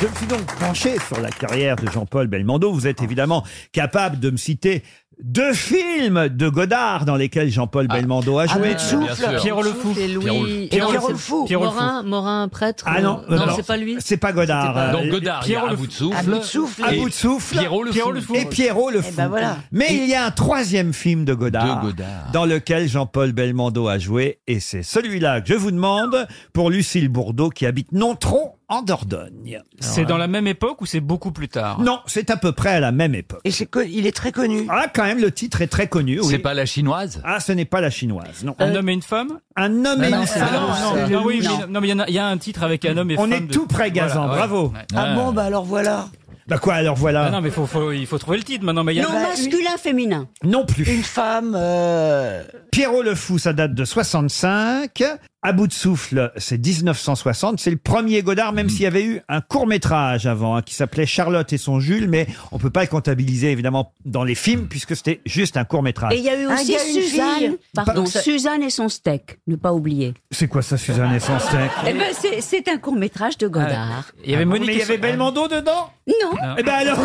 S1: Je me suis donc penché sur la carrière de Jean-Paul Belmondo. Vous êtes évidemment capable de me citer deux films de Godard dans lesquels Jean-Paul Belmondo a joué.
S14: Avec souffle,
S1: Pierre le Fou.
S14: C'est Louis.
S1: Pierre
S14: Et
S1: Pierre
S14: non,
S1: le
S14: c'est
S1: Fou. Pierre le Fou.
S14: Morin, Morin, prêtre. euh,
S1: Ah non,
S14: non,
S1: alors,
S14: c'est pas lui.
S1: C'est pas Godard.
S14: C'était pas-
S1: Euh,
S14: Donc Godard,
S1: Pierre
S14: il y a
S1: le-
S14: À bout de souffle.
S1: À bout de souffle.
S14: Et
S1: À bout de souffle.
S14: Pierrot le Pierrot fou. le fou.
S1: Et Pierrot le fou.
S11: voilà.
S1: Mais il y a un troisième film de Godard,
S14: De Godard.
S1: dans lequel Jean-Paul Belmondo a joué, et c'est celui-là que je vous demande pour Lucille Bourdeau qui habite Nontron en Dordogne.
S14: C'est dans la même époque ou c'est beaucoup plus tard
S1: Non, c'est à peu près à la même époque.
S5: Et c'est co- il est très connu.
S1: Ah, quand même, le titre est très connu.
S14: C'est
S1: pas la chinoise Ah, ce n'est pas la chinoise, non.
S14: Un homme et une femme
S1: Un homme et
S14: Ah non,
S1: une
S14: c'est-
S1: femme.
S14: ah non,
S1: Non,
S14: c'est-
S1: c'est-
S14: ah oui, mais-
S1: non.
S14: non, mais il y en a- il y, a un titre avec un homme et
S1: On
S14: femme
S1: est
S14: de-
S1: tout près, Gazan,
S14: Voilà, ouais,
S1: bravo.
S14: ouais.
S5: Ah
S14: Ouais.
S5: bon, bah alors voilà.
S1: Bah quoi, alors voilà.
S14: Ah non, mais faut, faut- il faut trouver le titre maintenant. Mais il y a
S8: Non, masculin, féminin.
S1: Non plus.
S5: Une femme. euh,
S1: Pierrot le Fou, ça date de 65. À bout de souffle, c'est 1960. C'est le premier Godard, même s'il y avait eu un court métrage avant, hein, qui s'appelait Charlotte et son Jules, mais on peut pas le comptabiliser évidemment dans les films puisque c'était juste un court métrage.
S8: Et il y a eu
S11: Ah, il
S8: aussi
S11: y a une
S8: Suzanne.
S11: fille.
S8: Pardon,
S1: Pardon, ça-
S8: Suzanne et son steak, ne pas oublier.
S1: C'est quoi ça, Suzanne et son steak
S8: Eh ben, c'est- c'est un court-métrage de Godard.
S14: Il y avait
S1: Ah bon,
S14: Monique
S1: mais il y
S14: et
S1: avait
S14: son-
S1: Belmondo dedans
S8: Non.
S1: Eh ben alors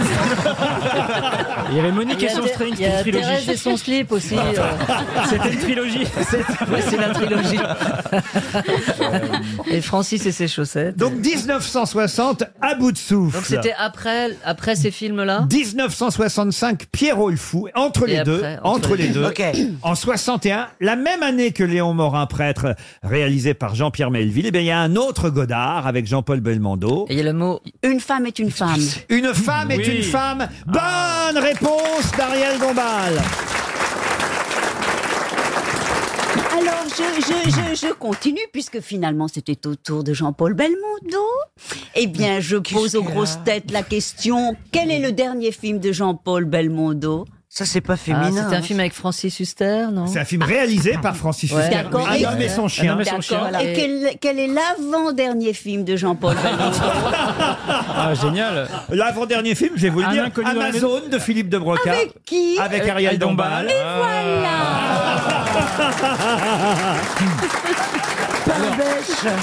S14: Il y avait Monique et son Thé- string, il y a c'était une trilogie. Thérèse et son slip aussi. Ah, euh. C'était une trilogie. C'est la trilogie.
S20: Et Francis et ses chaussettes.
S1: Donc 1960, à bout de souffle.
S20: Donc c'était après, après ces films-là
S1: 1965, Pierrot le Fou, entre
S20: Et
S1: les
S20: après,
S1: deux, entre, les deux,
S20: Ok.
S1: en 61, la même année que Léon Morin, prêtre, réalisé par Jean-Pierre Melville, eh bien, il y a un autre Godard avec Jean-Paul Belmondo.
S20: il y a le mot
S8: Une femme est une femme.
S1: Une femme est
S14: Oui.
S1: une femme. Bonne
S20: Ah.
S1: réponse d'Ariel Dombal.
S8: Alors, je, je, je, je continue, puisque finalement, c'était au tour de Jean-Paul Belmondo. Eh bien, je pose aux grosses têtes la question quel est le dernier film de Jean-Paul Belmondo
S5: Ça, c'est pas
S20: Ah,
S5: féminin.
S20: c'était un
S5: hein.
S20: film avec Francis Huster, non
S1: C'est un film réalisé par Francis
S20: Ouais.
S1: Huster.
S20: D'accord.
S1: Un homme et son chien.
S20: Un homme et son
S8: D'accord.
S20: chien.
S8: Et quel, quel est l'avant-dernier film de Jean-Paul Belmondo
S14: Ah, génial.
S1: L'avant-dernier film, je vais vous le
S14: Un
S1: dire,
S14: inconnu dans la
S1: Amazon de Philippe de Broca.
S8: Avec qui
S1: Avec Euh, Ariel Dombal.
S8: Et voilà
S1: Ah.
S11: Par bêche.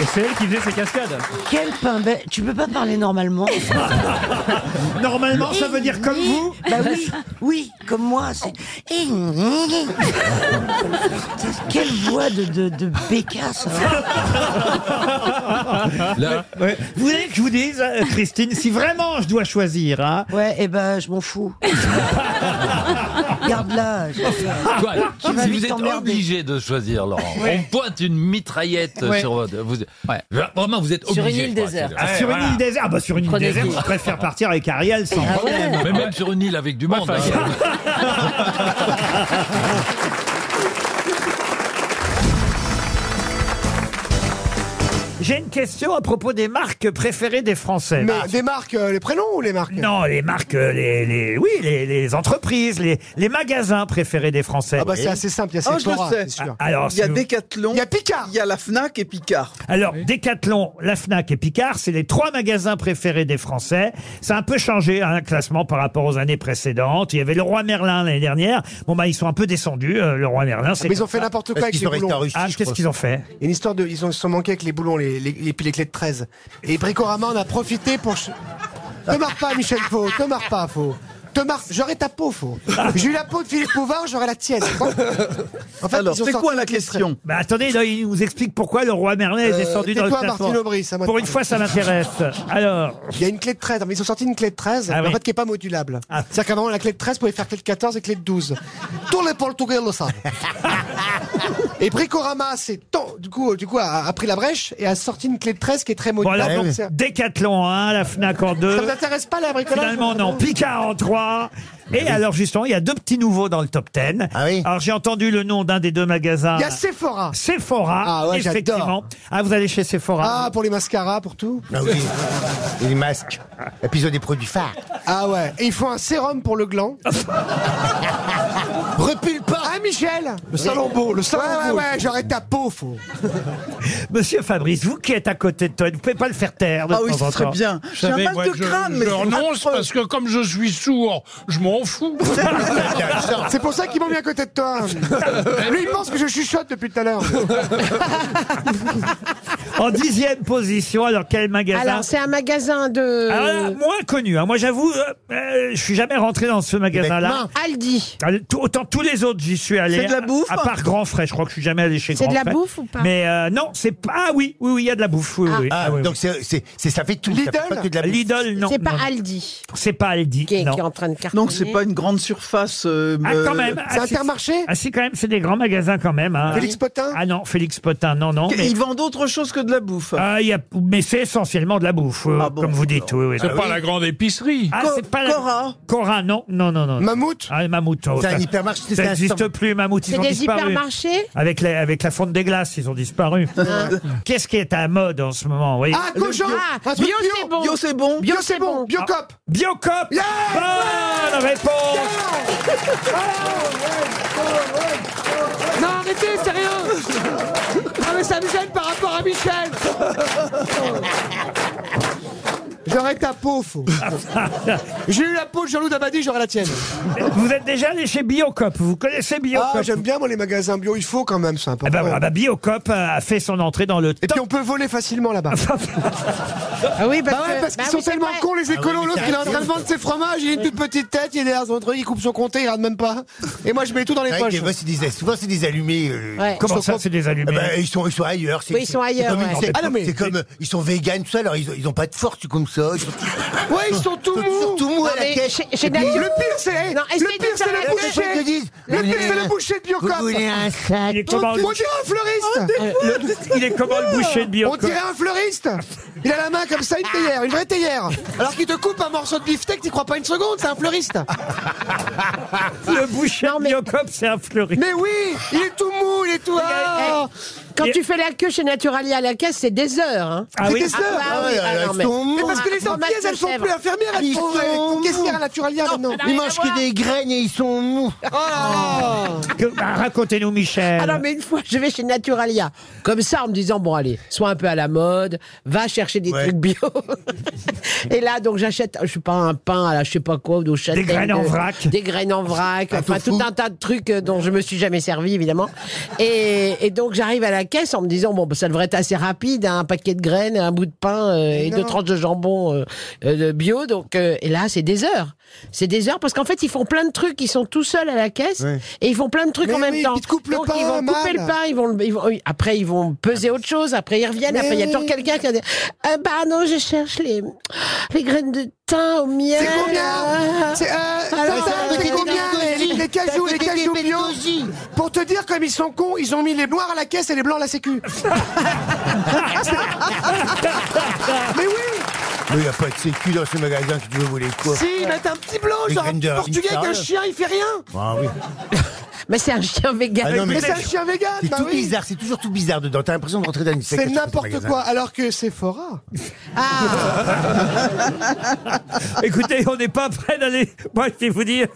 S14: Et c'est elle qui faisait ses cascades.
S5: Quel pain
S11: ben,
S5: bête Tu peux pas parler normalement
S1: Normalement,
S14: ça veut dire comme vous
S5: Bah oui, oui, comme moi. c'est-
S11: Eh,
S5: Quelle voix de, de, de bécasse
S1: Ouais. Vous voulez que je vous dise, euh, Christine, si vraiment je dois choisir, hein
S5: Ouais, eh ben, je m'en fous. Garde-la. je-
S3: Quoi,
S1: Ah,
S5: Tu vas
S3: si
S5: vite
S3: vous êtes
S5: t'emmerder.
S3: obligé de choisir, Laurent,
S5: Ouais.
S3: on pointe une mitraillette
S5: Ouais.
S3: sur votre. Vous, Vraiment, vous êtes
S1: Sur une
S3: obligé.
S1: île
S3: je crois,
S1: déserte.
S3: c'est-
S1: Ah,
S3: Ouais,
S1: sur une
S3: voilà.
S1: île déserte. Ah, bah, sur une île
S3: Prenez
S1: déserte,
S3: qui.
S1: je préfère partir avec Ariel sans problème.
S3: Mais même sur une île avec du monde. hein.
S1: J'ai une question à propos des marques préférées des Français.
S4: Mais
S1: Marques.
S4: des marques, euh, les prénoms ou les marques
S1: Non, les marques, euh, les, les- oui, les, les entreprises, les, les magasins préférés des Français.
S4: Ah bah c'est
S1: Oui.
S4: assez simple, il y a
S1: Ah,
S4: Sephora,
S1: je le sais.
S4: c'est sûr.
S1: Ah, alors,
S4: il y a
S1: si vous-
S4: Decathlon, il y a Picard, il y a la Fnac et Picard.
S1: Alors, Decathlon, la Fnac et Picard, c'est les trois magasins préférés des Français. Ça a un peu changé, hein, le classement par rapport aux années précédentes. Il y avait le Roi Merlin l'année dernière. Bon, bah, ils sont un peu descendus, euh, le Roi Merlin. c'est
S4: Ah, Mais ils
S1: comme
S4: ont fait
S1: ça.
S4: n'importe quoi avec les boulons.
S1: Ah, qu'est-ce qu'ils ont fait
S4: Il y a Une histoire de, ils ont ils se sont manqués avec les boulons, les, les, et puis les clés de 13. Et Bricorama en a profité pour. ch- Te marre pas, Michel Faux, te marre pas, Faux. Te marre, j'aurais ta peau, Faux. J'ai eu la peau de Philippe Bouvard, j'aurais la tienne. En fait, ils ont sorti toutes les traits.
S1: Bah, attendez, là, il nous explique pourquoi le Roi Merlin est
S4: Euh,
S1: descendu dans le
S4: tais-toi,
S1: classement.
S4: Martine Aubry, ça m'intéresse.
S1: Pour une fois, ça m'intéresse. Alors.
S4: Il y a une clé de 13, mais ils ont sorti une clé de 13,
S1: Ah
S4: mais en
S1: oui. Ah.
S4: fait qui n'est pas modulable. C'est-à-dire qu'à un moment, la clé de 13 pouvait faire clé de 14 et clé de 12. Tous les Portugais le savent. et Bricorama, c'est tant- du coup, du coup a, a pris la brèche et a sorti une clé de 13 qui est très
S1: Bon,
S4: modulable.
S1: alors,
S4: donc
S1: donc,
S4: c'est-
S1: Decathlon en 1, la Fnac en 2.
S4: Ah, Ça vous intéresse pas la bricolage Ah
S1: Finalement, non. Picard en 3. Et alors, justement, il y a deux petits nouveaux dans le top 10. Alors, j'ai entendu le nom d'un des deux magasins.
S4: Il y a Sephora.
S1: Sephora.
S4: Ah ouais,
S1: effectivement.
S4: j'adore.
S1: Ah, vous allez chez Sephora.
S4: Ah, pour les mascaras, pour tout.
S1: Ah oui.
S4: Et les masques. Et puis ils ont des produits phares. Ah ouais. Et il faut un sérum pour le gland. Repule pas. Ah, Michel
S1: Le salon beau, le salon
S4: ouais,
S1: beau.
S4: Ouais, ouais, j'aurais ta peau, faux.
S1: Monsieur Fabrice, vous qui êtes à côté de toi, vous pouvez pas le faire taire de
S4: Ah oui,
S1: temps
S4: ce
S1: en
S4: serait
S1: temps.
S4: bien.
S1: Vous
S4: J'ai un
S1: savez,
S4: mal
S1: moi,
S4: de
S1: je-
S4: crâne, mais
S1: je
S4: c'est
S1: renonce.
S21: parce que comme je suis sourd, je m'en fous.
S4: C'est pour ça qu'il m'a mis à côté de toi. Lui, il pense que je chuchote depuis tout à l'heure.
S1: En dixième position, alors quel magasin
S27: Alors, c'est un magasin de.
S1: Ah, voilà, moins connu. hein. Moi, j'avoue, euh, euh, je suis jamais rentré dans ce magasin-là.
S27: Aldi.
S1: Ah, tout- Autant tous les autres, j'y suis allé.
S27: Eh ben, C'est de la bouffe
S1: À part Grand Frais, je crois que je suis jamais allé chez
S27: C'est
S1: Grand
S27: de la
S1: Frais.
S27: bouffe ou pas
S1: Mais euh, non, c'est pas. Ah oui, oui, oui, il y a de la bouffe. Oui,
S27: Ah.
S1: oui.
S27: Ah,
S1: donc c'est ça fait tout. Lidl,
S27: fait pas que de la bouffe.
S1: Lidl, non.
S27: C'est pas
S1: non, non.
S27: Aldi.
S1: C'est pas Aldi.
S27: Qui est,
S1: non.
S27: qui est en train de cartonner.
S1: Donc, c'est pas
S4: une grande surface. euh,
S1: Ah, quand
S6: euh,
S1: même.
S4: C'est
S1: Ah, si,
S4: Intermarché
S1: Ah si, quand même, c'est des grands magasins quand même. hein.
S4: Félix Potin
S1: Ah non, Félix Potin, non, non. mais-
S21: Ils vendent autre chose que de la bouffe.
S1: Ah, il y a- mais c'est essentiellement de la bouffe, euh, comme vous dites. Oui, oui,
S21: C'est
S1: bah
S4: Ah
S21: pas
S1: oui.
S21: la grande épicerie.
S1: Ah, c'est pas la... Cora non, non, non, non. Mammouth Ah, Mammouth. oh,
S21: C'est un
S1: ça-
S21: hypermarché, c'est
S1: Ça
S21: un
S1: n'existe
S21: stand-
S1: plus, Mammouth. ils
S27: C'est
S1: ont
S27: des
S1: disparu.
S27: hypermarchés
S1: avec la, avec la fonte des glaces, ils ont disparu. Qu'est-ce qui est à la mode en ce moment oui.
S4: Ah, cochon
S27: Ah, bio, c'est bon.
S4: Bio, c'est bon Bio, c'est bon Biocop
S1: Ah. Biocop Bonne réponse
S21: Non, arrêtez, c'est rien Non, mais ça me gêne par rapport à Michel
S4: J'aurais ta peau, faux. J'ai eu la peau de Jean-Loup Dabadi, j'aurais la tienne.
S1: Vous êtes déjà allé chez Biocop Vous connaissez Biocop
S4: Ah, j'aime bien, moi, les magasins bio, il faut quand même, c'est important.
S1: Ah bah, voilà, bah, Biocop a fait son entrée dans le
S4: Et
S1: top
S4: puis on peut voler facilement là-bas.
S27: Ah oui, parce
S4: bah ouais,
S27: que-
S4: parce qu'ils
S27: bah
S4: sont
S27: oui, c'est
S4: tellement
S27: vrai.
S4: cons les écolos.
S27: Ah oui, mais
S4: L'autre, il est en
S27: t'as
S4: train de
S27: raison.
S4: vendre ses fromages, il a une toute petite tête, il est derrière son truc, il coupe son compté, il regarde même pas. Et moi, je mets tout dans les
S32: Ouais,
S4: poches.
S32: des fois, c'est des- souvent, c'est des allumés. euh,
S27: Ouais.
S9: Oh,
S27: Comment
S32: ils sont
S27: ça,
S32: con-
S27: c'est des allumés
S32: Ah bah, ils, sont, ils sont ailleurs. c'est-
S27: Oui, ils sont
S32: c'est-
S27: ailleurs,
S32: C'est comme,
S27: ouais.
S32: c'est-
S27: Ah non, mais-
S32: c'est comme, euh, ils sont véganes, tout ça, alors ils ont, ils ont pas de force comme ça. Ils sont,
S4: Ouais, ils sont tout mous.
S32: tout mous
S27: Non,
S32: à la
S27: mais
S32: caisse.
S27: chez- chez
S32: Et puis-
S27: Nature-
S4: Le pire, c'est
S27: Non,
S4: le
S27: essayez
S4: pire,
S27: de
S4: c'est
S27: faire
S4: la
S27: la
S4: bouchée.
S32: Ils te disent,
S4: Le
S32: vous
S4: pire, c'est
S32: voulez
S4: la
S32: un-
S4: bouchée de Oh, Biocop.
S32: Vous voulez un sac
S1: Il est comment,
S4: On dirait un fleuriste.
S1: Il est comment le boucher de
S4: Ah, On
S1: Biocop
S4: dirait un fleuriste. Il a la main comme ça, une théière, une vraie théière. Alors qu'il te coupe un morceau de beefsteak, t'y crois pas une seconde, c'est un fleuriste.
S1: Le boucher de Biocop, c'est un fleuri.
S4: Mais oui, il est tout mou, il est tout. Ah.
S27: Eh, Quand
S1: Et-
S27: tu fais la queue chez Naturalia à la caisse, c'est des heures. Hein.
S1: Ah oui.
S4: C'est des heures.
S27: Ah, bah oui,
S32: Ah,
S27: ah non,
S32: elles
S27: mais-
S32: sont
S4: Mais parce que les
S27: Ah,
S4: Antillaises, elles sont
S27: fromage de
S4: plus infirmières, elles
S32: Ils
S4: sont euh,
S32: sont
S4: caissières
S32: mous.
S4: à Naturalia maintenant.
S32: Ils mangent que des graines et ils sont mous.
S4: Oh
S1: Ah.
S4: Ah.
S1: Que- bah, Racontez-nous, Michel.
S27: Ah non, mais une fois, je vais chez Naturalia. Comme ça, en me disant, bon, allez, sois un peu à la mode, va chercher des trucs bio. et là, donc, j'achète, je sais pas, un pain à la je sais pas quoi, aux châtaignes.
S1: graines en
S27: de-
S1: vrac.
S27: Des graines en vrac. enfin, tout un tas de trucs euh, dont je me suis jamais servi, évidemment. Et, et donc j'arrive à la caisse en me disant bon bah, ça devrait être assez rapide, hein, un paquet de graines, un bout de pain euh, et
S11: Non.
S27: deux tranches de jambon euh, euh, de bio. Donc euh, et là c'est des heures, c'est des heures parce qu'en fait ils font plein de trucs, ils sont tout seuls à la caisse
S11: Ouais.
S27: et ils font plein de trucs
S11: Mais
S27: en même
S11: oui,
S27: temps.
S11: ils te coupent le
S27: donc
S11: pain,
S27: ils vont couper
S11: mal.
S27: le pain, ils vont, le- ils vont- oui, après ils vont peser autre chose, après ils reviennent,
S11: Mais
S27: après il y a
S11: oui.
S27: toujours quelqu'un qui a dit Euh, bah non je cherche les les graines de thym au miel.
S11: C'est combien C'est, euh,
S27: Alors,
S11: Tata,
S27: Ah, ça,
S11: c'est
S27: c'est
S11: combien les, les- les cajous, les cajous bio Pour te dire comme ils sont cons, ils ont mis les noirs à la caisse et les blancs à la sécu.
S4: Ah,
S1: Oh.
S11: Mais oui
S32: Mais il n'y a pas de sécu dans ce magasin qui tu veux voler quoi
S11: Si, ils mettent un petit blanc,
S32: Les
S11: genre
S32: graines de
S11: portugais
S32: riz,
S11: qu'un
S32: sérieux
S11: chien, il fait rien
S32: Ah oui.
S27: Mais c'est un chien vegan.
S32: Ah non,
S11: Mais c'est un chien vegan,
S32: C'est
S11: bah
S32: tout
S11: oui.
S32: bizarre, c'est toujours tout bizarre dedans. T'as l'impression de rentrer dans une secte
S11: C'est
S32: dans ce
S11: n'importe
S32: magasin.
S11: quoi, alors que Sephora.
S1: Ah. Écoutez, on n'est pas prêt d'aller. Moi, je vais vous dire.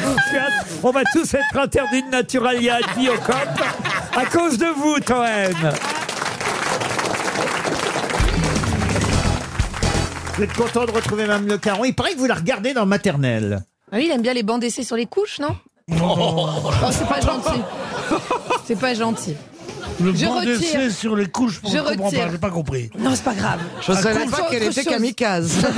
S1: On va tous être interdits de Naturalia à Biocop à cause de vous, Toen.
S24: Vous êtes content de retrouver Mme Le Caron. Il paraît que vous la regardez dans maternelle.
S6: Ah oui, il aime bien les bandes d'essai sur les couches, non Oh, C'est pas gentil. C'est pas gentil.
S24: Le
S6: Je
S24: banc
S6: retire.
S24: d'essai sur les couches, pour
S6: Je
S24: je comprends
S6: retire.
S24: pas, j'ai pas compris.
S6: Non, c'est pas grave.
S24: Je savais pas
S6: qu'elle était
S24: kamikaze.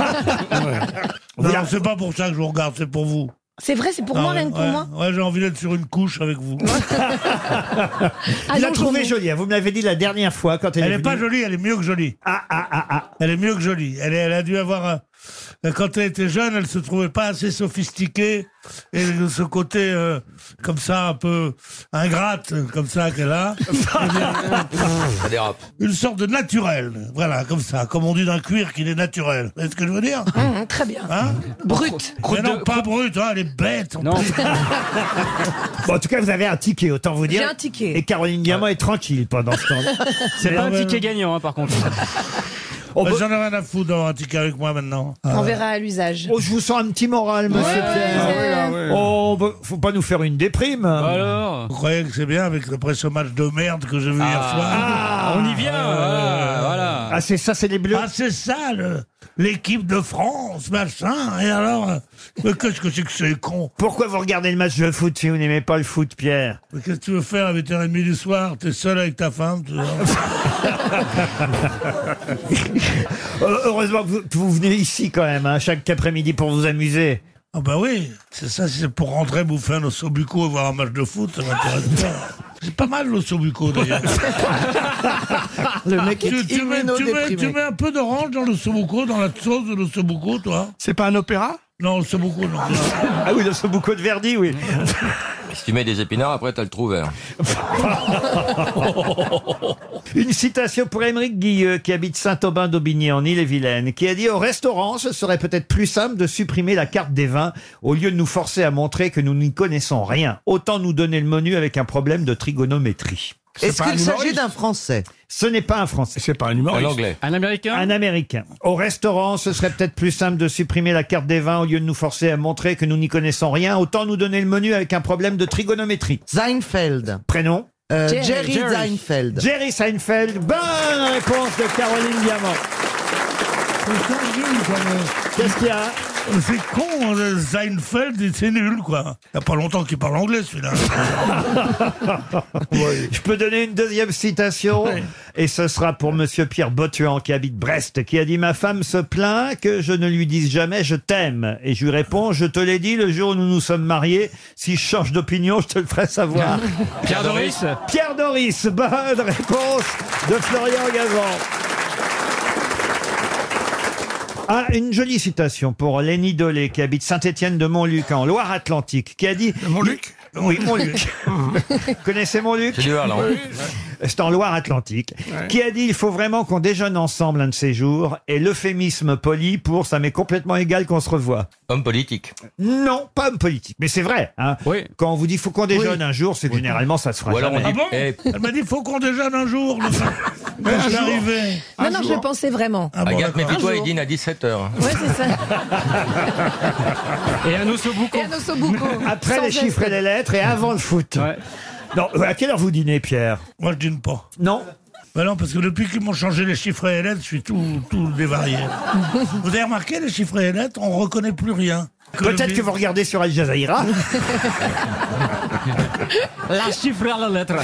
S24: Non, c'est pas pour ça que je vous regarde, c'est pour vous.
S6: C'est vrai, c'est pour
S24: Ah
S6: moi,
S24: ouais,
S6: rien que pour
S24: ouais.
S6: moi.
S24: Ouais, j'ai envie d'être sur une couche avec vous.
S6: Ah
S1: Il l'a
S24: non,
S1: trouvée
S24: je-
S1: jolie. hein. Vous me l'avez dit la dernière fois quand elle,
S24: Elle
S1: est
S24: est pas
S1: venue.
S24: jolie, elle est mieux que jolie.
S1: Ah, ah, ah, ah.
S24: Elle est mieux que jolie. Elle, est- elle a dû avoir. un- euh, Quand elle était jeune, elle se trouvait pas assez sophistiquée et de ce côté euh, comme ça un peu ingrate euh, comme ça qu'elle a. Eh bien,
S3: Ça dérape.
S24: Une sorte de naturel, voilà, comme ça, comme on dit d'un cuir qu'il est naturel. Vous voyez ce que je veux dire
S6: Hum, très bien.
S24: Hein
S6: Brut.
S24: Mais non, pas brute, hein, elle est bête. en plus.
S1: Bon, en tout cas, vous avez un ticket, autant vous dire.
S6: J'ai un ticket.
S1: Et Caroline Diamant est tranquille pendant ce temps.
S24: C'est pas un ticket hein,
S1: gagnant, par contre.
S24: Bah, J'en ai rien à foutre d'avoir un ticket avec moi maintenant.
S1: Ah.
S6: On verra à l'usage.
S1: Oh, je vous sens un petit moral, monsieur Pierre. Oh, bah, faut pas nous faire une déprime.
S24: Alors Vous croyez que c'est bien avec après ce match de merde que j'ai vu hier soir
S1: Ah.
S24: Ah,
S1: on y vient.
S24: voilà.
S1: Ah, c'est ça, c'est les bleus.
S24: Ah, c'est ça, le- l'équipe de France, machin. Et alors, euh, mais qu'est-ce que c'est que c'est con
S1: Pourquoi vous regardez le match de foot si vous n'aimez pas le foot, Pierre
S24: Mais qu'est-ce que tu veux faire à 8h30 du soir T'es seul avec ta femme tu vois
S1: Euh, Heureusement que vous, que vous venez ici quand même, hein, chaque après-midi pour vous amuser.
S24: Ah bah oui, c'est ça, c'est pour rentrer bouffer un ossobuco et voir un match de foot, ça m'intéresse pas. C'est pas mal l'ossobuco d'ailleurs.
S1: Le mec
S24: tu, tu mets, tu mets- tu mets un peu d'orange dans l'ossobuco, dans la sauce de l'ossobuco, toi
S1: C'est pas un opéra
S24: Non, l'ossobuco, non.
S1: Ah oui, le beaucoup de Verdi, oui. hein.
S2: Si tu mets des épinards, après, t'as le trou vert.
S1: Une citation pour Émeric Guilleux, qui habite Saint-Aubin d'Aubigné en Ille-et-Vilaine, qui a dit Au restaurant, ce serait peut-être plus simple de supprimer la carte des vins au lieu de nous forcer à montrer que nous n'y connaissons rien. Autant nous donner le menu avec un problème de trigonométrie.
S33: Est-ce qu'il s'agit d'un Français
S1: Ce n'est pas un Français. C'est pas un humoriste.
S33: Un Anglais.
S1: Un Américain Un Américain. Au restaurant, ce serait peut-être plus simple de supprimer la carte des vins au lieu de nous forcer à montrer que nous n'y connaissons rien. Autant nous donner le menu avec un problème de trigonométrie.
S33: Seinfeld.
S1: Prénom
S33: Euh, Jerry. Jerry Seinfeld.
S1: Jerry Seinfeld. Bonne réponse de Caroline Diamant. Qu'est-ce qu'il y a
S24: C'est con, hein, Seinfeld, c'est nul, quoi. Il n'y a pas longtemps qu'il parle anglais, celui-là.
S1: Je peux donner une deuxième citation et ce sera pour monsieur Pierre Botuan qui habite Brest qui a dit ma femme se plaint que je ne lui dise jamais je t'aime et je lui réponds je te l'ai dit le jour où nous nous sommes mariés si je change d'opinion je te le ferai savoir.
S14: Ah. Pierre Doris
S1: Pierre Doris, bonne réponse de Florian Gazan. Ah, une jolie citation pour Lénie Dolé, qui habite Saint-Étienne-de-Montluc, en Loire-Atlantique, qui a dit... Montluc Oui, Montluc. Vous Connaissez Montluc
S2: C'est du Harlan. Oui.
S1: C'est en Loire-Atlantique.
S2: Ouais.
S1: Qui a dit, il faut vraiment qu'on déjeune ensemble un de ces jours, et l'euphémisme poli pour « ça m'est complètement égal qu'on se revoit ».
S2: Homme politique.
S1: Non, pas homme politique, mais c'est vrai. hein. Quand on vous dit faut qu'on déjeune un jour, c'est que généralement ça se fera
S2: Ou alors on
S1: jamais.
S2: dit, eh,
S24: Ah Elle m'a dit, faut qu'on déjeune un jour.
S6: Ah,
S24: Le... Quand je suis arrivé.
S6: Non, non, je le pensais vraiment.
S21: Ah
S2: Agathe,
S6: Un
S2: méfie-toi, il
S6: jour.
S2: dîne à 17h.
S6: Ouais, c'est ça.
S1: Et un ossobuco.
S6: Et un ossobuco.
S1: Après
S6: Sans
S1: les
S6: geste.
S1: chiffres et les lettres et avant le foot. Non, euh, à quelle heure vous dînez, Pierre
S24: Moi, je dîne pas.
S1: Non
S24: Bah non, parce que depuis qu'ils m'ont changé les chiffres et les lettres, je suis tout, tout dévarié. Vous avez remarqué, les chiffres et les lettres, on reconnaît plus rien.
S1: Peut-être que vous regardez sur Al Jazeera.
S34: La chiffre à la lettre.